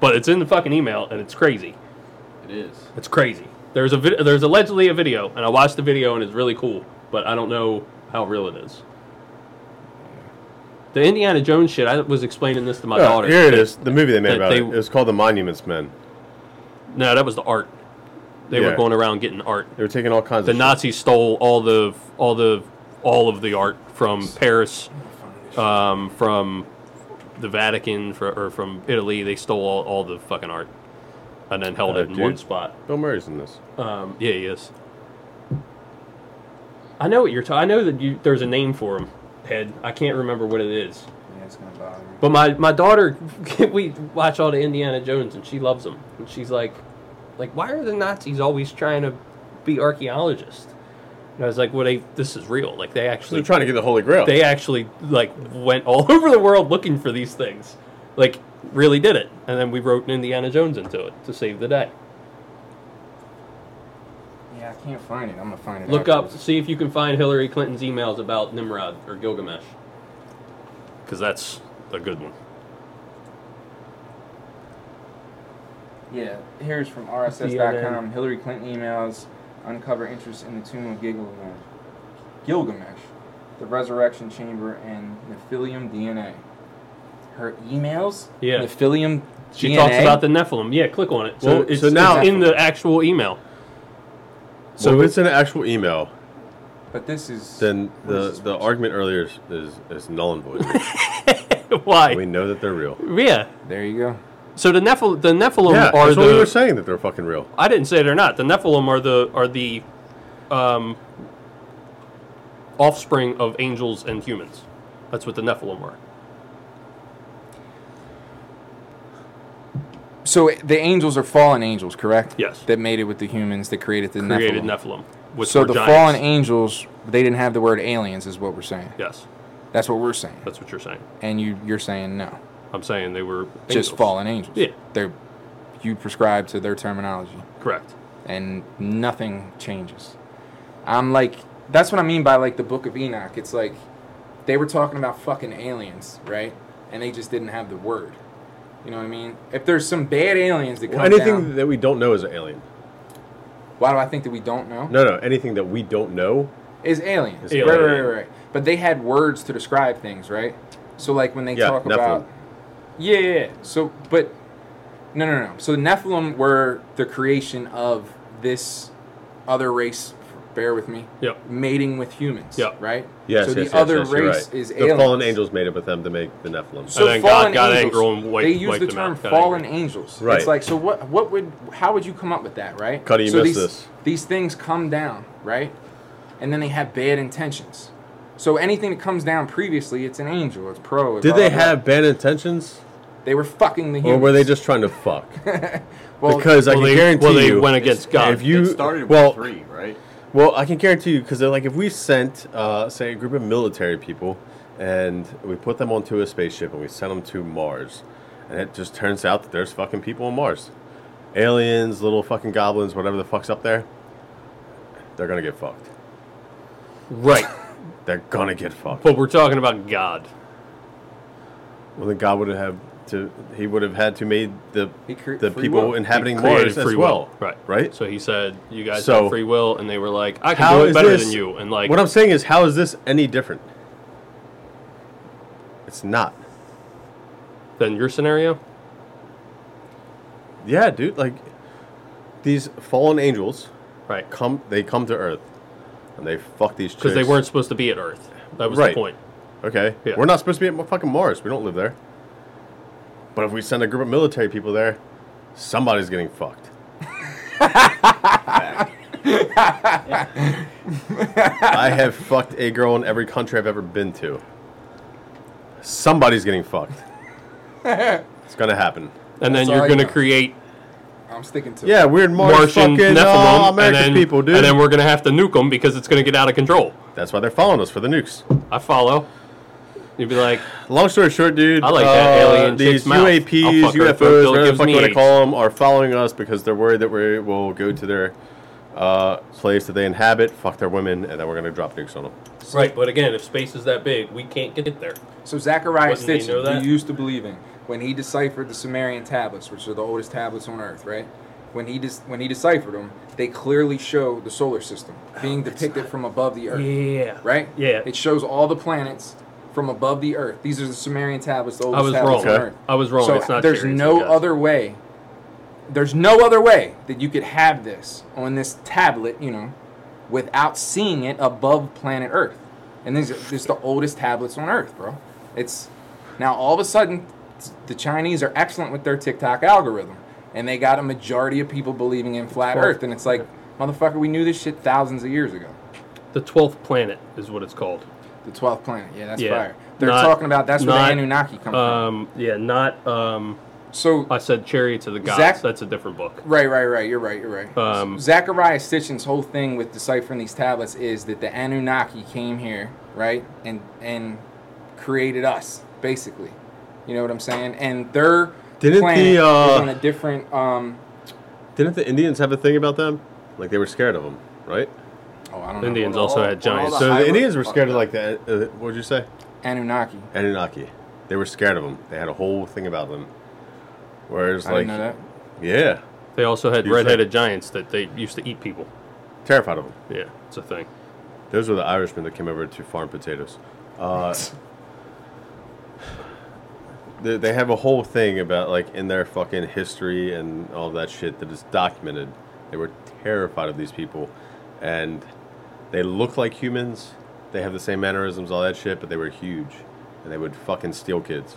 S2: But it's in the fucking email, and it's crazy.
S4: It is.
S2: It's crazy. There's a vid- there's allegedly a video, and I watched the video, and it's really cool, but I don't know how real it is. The Indiana Jones shit. I was explaining this to my
S3: Yeah,
S2: daughter.
S3: Oh, Here it is. The movie they made
S2: that
S3: about
S2: they-
S3: it. It was called The Monuments Men.
S2: No, that was the art. They
S3: Yeah.
S2: were going around getting art.
S3: They were taking all kinds
S2: The
S3: of
S2: Nazis stole all the all the all of the art from Paris, um, from the Vatican, fro- or from Italy. They stole all, all the fucking art, and then held
S3: Uh,
S2: it in
S3: dude.
S2: one spot.
S3: shit. Bill Murray's in this.
S2: Um, yeah, he is. I know what you're talking. I know that you, there's a name for him, head. I can't remember what it is.
S1: Yeah, it's gonna bother me.
S2: But my my daughter, we watch all the Indiana Jones, and she loves them. And she's like, like why are the Nazis always trying to be archaeologists? And I was like, well, they this is real. Like they
S3: They're
S2: actually
S3: trying to get the Holy Grail.
S2: they actually like went all over the world looking for these things. Like really did it. And then we wrote Indiana Jones into it to save the day.
S1: Yeah, I can't find it. I'm gonna find it.
S2: Look up,
S1: afterwards.
S2: see if you can find Hillary Clinton's emails about Nimrod or Gilgamesh. Because that's a good one.
S1: Yeah, here's from RSS.com. Hillary Clinton emails uncover interest in the tomb of Gilgamesh, Gilgamesh, the resurrection chamber, and Nephilium DNA. Her emails.
S2: Yeah.
S1: Nephilium.
S2: She
S1: DNA?
S2: talks about the Nephilim. Yeah, click on it. So,
S3: Well,
S2: it's,
S3: so now-
S2: it's in the actual email.
S3: so if it's an actual email.
S1: But this is.
S3: Then
S1: what
S3: the,
S1: is this
S3: the
S1: bitch?
S3: argument earlier is, is, is null and void.
S2: Why?
S3: we know that they're real.
S2: yeah.
S1: There you go.
S2: So the Nephil the Nephilim
S3: Yeah,
S2: are
S3: that's
S2: the
S3: what we were saying that they're fucking real.
S2: I didn't say they're not. The Nephilim are the are the um, offspring of angels and humans. That's what the Nephilim are.
S1: So the angels are fallen angels, correct?
S2: Yes.
S1: That made it with the humans that created the
S2: Created
S1: Nephilim.
S2: Nephilim. which
S1: So
S2: were
S1: the
S2: giants.
S1: fallen angels, they didn't have the word aliens, is what we're saying.
S2: Yes,
S1: That's what we're saying.
S2: that's what you're saying.
S1: And you, you're saying no,
S2: I'm saying they were
S1: just
S2: angels.
S1: fallen angels.
S2: Yeah.
S1: They're, you prescribe to their terminology,
S2: Correct.
S1: and nothing changes. I'm like, that's what I mean by like the Book of Enoch. It's like they were talking about fucking aliens, right? And they just didn't have the word. You know what I mean? If there's some bad aliens that come
S3: Well, anything
S1: down,
S3: that we don't know is an alien.
S1: why do I think that we don't know?
S3: No, no, anything that we don't know.
S1: is alien.
S3: Is
S1: Right, right,
S2: alien.
S1: right, right. But they had words to describe things, right? So like when they
S3: Yeah,
S1: talk
S3: Nephilim.
S1: about yeah, yeah, yeah. So but no, no, no. So Nephilim were the creation of this other race, bear with me,
S2: Yep.
S1: mating with humans.
S2: Yeah.
S1: Right?
S3: Yes,
S1: so
S3: yes,
S1: the
S3: yes,
S1: other
S3: yes, you're
S1: race
S3: right.
S1: is
S3: the
S1: aliens.
S3: fallen angels made it with them to make the Nephilim.
S1: So
S2: And then God
S1: fallen
S2: got
S1: angels,
S2: angry and wiped-
S1: they use
S2: wiped
S1: the
S2: them
S1: term
S2: out, got
S1: fallen
S2: angry.
S1: angels.
S3: Right.
S1: It's like so what what would how would you come up with that, right?
S3: Cuddy, you
S1: so
S3: missed
S1: these,
S3: this.
S1: These things come down, right? And then they have bad intentions. So anything that comes down previously, it's an angel, it's pro. it's
S3: Did
S1: blah,
S3: they
S1: blah, blah.
S3: have bad intentions,
S1: They were fucking the
S3: or
S1: humans.
S3: were they just trying to fuck?
S1: well,
S3: because I
S2: well,
S3: can
S2: they-
S3: guarantee
S2: well, they
S3: you,
S2: went against God.
S3: If you
S4: it started
S3: well,
S4: with three, right?
S3: Well, I can guarantee you because they're like if we sent, uh, say, a group of military people and we put them onto a spaceship and we sent them to Mars, and it just turns out that there's fucking people on Mars, aliens, little fucking goblins, whatever the fuck's up there, they're gonna get fucked.
S2: Right.
S3: They're gonna get fucked.
S2: But we're talking about God.
S3: Well, then God would have to. He would have had to made the
S1: He cre-
S3: the
S1: free
S3: people
S1: will.
S3: inhabiting
S2: Created
S3: Mars as
S2: free
S3: well.
S2: will. Right.
S3: Right.
S2: So he said, you guys
S3: So-
S2: have free will. And they were like, I can
S3: How
S2: do it
S3: is
S2: better
S3: this-
S2: than you. And like,
S3: what I'm saying is, how is this any different? It's not.
S2: then your scenario?
S3: Yeah, dude. Like these fallen angels
S2: Right.
S3: come. They come to Earth, and they fuck these.
S2: Because they
S3: chicks.
S2: weren't supposed to be at Earth. That was
S3: Right.
S2: the point.
S3: Okay.
S2: Yeah.
S3: We're not supposed to be at fucking Mars. We don't live there. But if we send a group of military people there, somebody's getting fucked. I have fucked a girl in every country I've ever been to. Somebody's getting fucked. it's gonna happen.
S2: And
S1: That's
S2: then
S1: all
S2: you're
S1: I
S2: going to
S1: know.
S2: create
S1: I'm sticking to it.
S3: Yeah, weird Mars
S2: Martian
S3: fucking
S2: Nephilim.
S3: uh,
S2: and
S3: American
S2: then-
S3: people, dude.
S2: And then we're going to have to nuke them because it's going to get out of control.
S3: That's why they're following us for the nukes.
S2: I follow. You'd be like,
S3: Long story short, dude. uh,
S2: I like that alien
S3: These
S2: chick's mouth. I'll
S3: UAPs,
S2: fuck her
S3: UFOs,
S2: till it
S3: whatever the
S2: gives
S3: fuck you
S2: me
S3: want to
S2: AIDS.
S3: call them, are following us because they're worried that we will go to their uh, place that they inhabit, fuck their women, and then we're gonna drop nukes on them.
S2: right. But again, if space is that big, we can't get there.
S1: So Zachariah
S2: Wasn't he know
S1: Stitchin,
S2: that?
S1: who used to believe in, when he deciphered the Sumerian tablets, which are the oldest tablets on Earth, right? When he dis- when he deciphered them, they clearly show the solar system being
S2: Oh,
S1: depicted from above the Earth,
S2: Yeah.
S1: right?
S2: Yeah.
S1: It shows all the planets from above the Earth. These are the Sumerian tablets, the oldest
S2: I was
S1: tablets
S2: wrong.
S1: on
S3: Okay.
S1: Earth.
S2: I was wrong.
S1: So
S2: it's not
S1: there's
S2: Jerry's,
S1: no
S2: I guess.
S1: other way. There's no other way that you could have this on this tablet, you know, without seeing it above planet Earth. And this, this is the oldest tablets on Earth, bro. It's now all of a sudden the Chinese are excellent with their TikTok algorithm, and they got a majority of people believing in flat
S2: Well,
S1: Earth. And it's like, motherfucker, we knew this shit thousands of years ago.
S2: The 12th planet is what it's called.
S1: The twelfth planet, yeah, that's
S2: Yeah.
S1: fire. They're
S2: Not-
S1: talking about that's where
S2: not,
S1: the Anunnaki come
S2: Um, yeah, not. Um,
S1: from. So
S2: I said Chariots of the Gods.
S1: Zach-
S2: That's a different book.
S1: Right, right, right. You're right. You're right.
S2: Um,
S1: Zachariah Sitchin's whole thing with deciphering these tablets is that the Anunnaki came here, right, and and created us, basically. You know what I'm saying? And their
S3: Didn't
S1: planet
S3: the,
S1: was
S3: uh,
S1: on a different. Um,
S3: Didn't the Indians have a thing about them? Like they were scared of them, right?
S1: oh, I don't know.
S2: Indians
S4: Well,
S2: also
S4: all-
S2: had
S4: well, all
S2: giants.
S3: So
S4: I
S3: the
S4: would-
S3: Indians were scared of like the uh, what would you say?
S1: Anunnaki.
S3: Anunnaki. They were scared of them. They had a whole thing about them. Whereas
S1: I
S3: like
S1: didn't know that.
S3: yeah,
S2: They also had
S3: You said-
S2: red-headed giants that they used to eat people.
S3: terrified of them.
S2: Yeah, it's a thing.
S3: Those were the Irishmen that came over to farm potatoes. Uh, they, they have a whole thing about like in their fucking history and all that shit that is documented. They were terrified of these people, and they look like humans. They have the same mannerisms, all that shit, but they were huge, and they would fucking steal kids.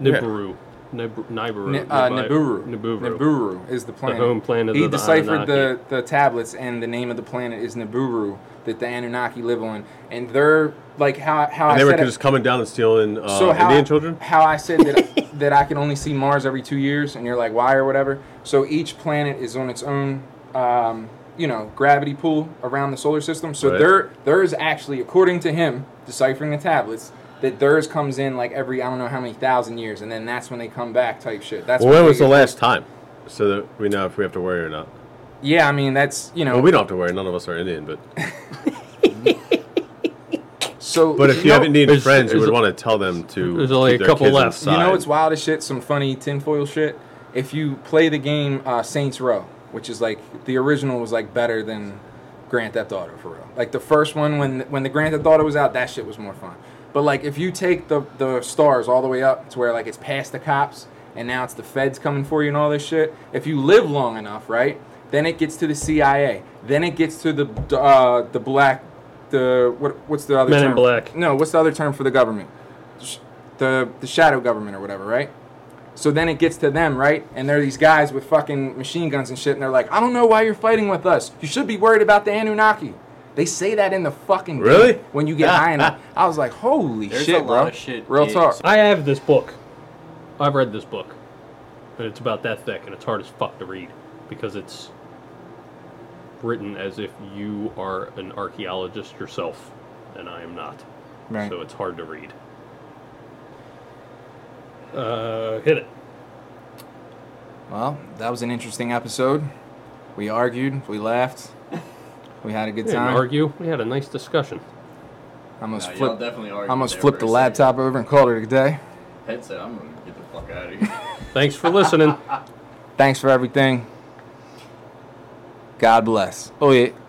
S2: Nibiru. Nib- Nibiru.
S1: Ni- uh,
S2: Nibi-
S1: Nibiru.
S2: Nibiru.
S1: Nibiru is the planet.
S2: home planet
S1: he
S2: of the
S1: deciphered the, the tablets, and the name of the planet is Nibiru that the Anunnaki live on. And they're like how how I
S3: And they were
S1: said it-
S3: just coming down and stealing uh,
S1: so how
S3: Indian
S1: I,
S3: children.
S1: How I said that that I can only see Mars every two years, and you're like, why or whatever. So each planet is on its own, um, you know, gravity pool around the solar system. So
S3: Right.
S1: there, there is actually, according to him, deciphering the tablets. That theirs comes in like every I don't know how many thousand years, and then that's when they come back type shit. That's
S3: Well, when
S1: they
S3: was the
S1: get-
S3: last time? So that we know if we have to worry or not.
S1: Yeah, I mean that's you know.
S3: Well, we don't have to worry. None of us are Indian, but
S1: so,
S3: But if you have
S1: know-
S3: Indian
S2: there's-
S3: friends, you
S2: there's
S3: would
S2: a-
S3: want to tell them to.
S2: there's only
S3: keep
S2: a
S3: their
S2: couple
S3: kids
S2: left.
S1: You know
S3: inside.
S1: what's wild as shit? Some funny tinfoil shit. If you play the game uh, Saints Row, which is like the original was like better than Grand Theft Auto for real. Like the first one when when the Grand Theft Auto was out, that shit was more fun. But like if you take the the stars all the way up to where like it's past the cops and now it's the feds coming for you and all this shit. If you live long enough, right? Then it gets to the CIA. Then it gets to the uh, the black, the what, what's the other
S2: Men in
S1: term?
S2: black.
S1: No, what's the other term for the government? Sh- The the shadow government or whatever, right? So then it gets to them, right? And they're these guys with fucking machine guns and shit, and they're like, I don't know why you're fighting with us. You should be worried about the Anunnaki. They say that in the fucking game
S3: Really?
S1: when you get high enough. I was like, holy
S4: There's
S1: shit,
S4: a lot
S1: bro.
S4: of shit
S1: Real
S4: in-
S1: talk.
S2: I have this book. I've read this book, and it's about that thick, and it's hard as fuck to read because it's written as if you are an archaeologist yourself, and I am not.
S1: Right.
S2: So it's hard to read. Uh, hit it.
S1: Well, that was an interesting episode. We argued, we laughed, we had a good
S2: We didn't
S1: time.
S2: argue. We had a nice discussion.
S1: I almost
S4: Nah, y'all
S1: flipped,
S4: definitely
S1: I
S4: argued
S1: almost
S4: there
S1: flipped
S4: for
S1: the
S4: a second.
S1: laptop over and called it a day.
S4: Head said, I'm gonna get the fuck out of here.
S2: Thanks for listening.
S1: Thanks for everything. God bless. Oh yeah.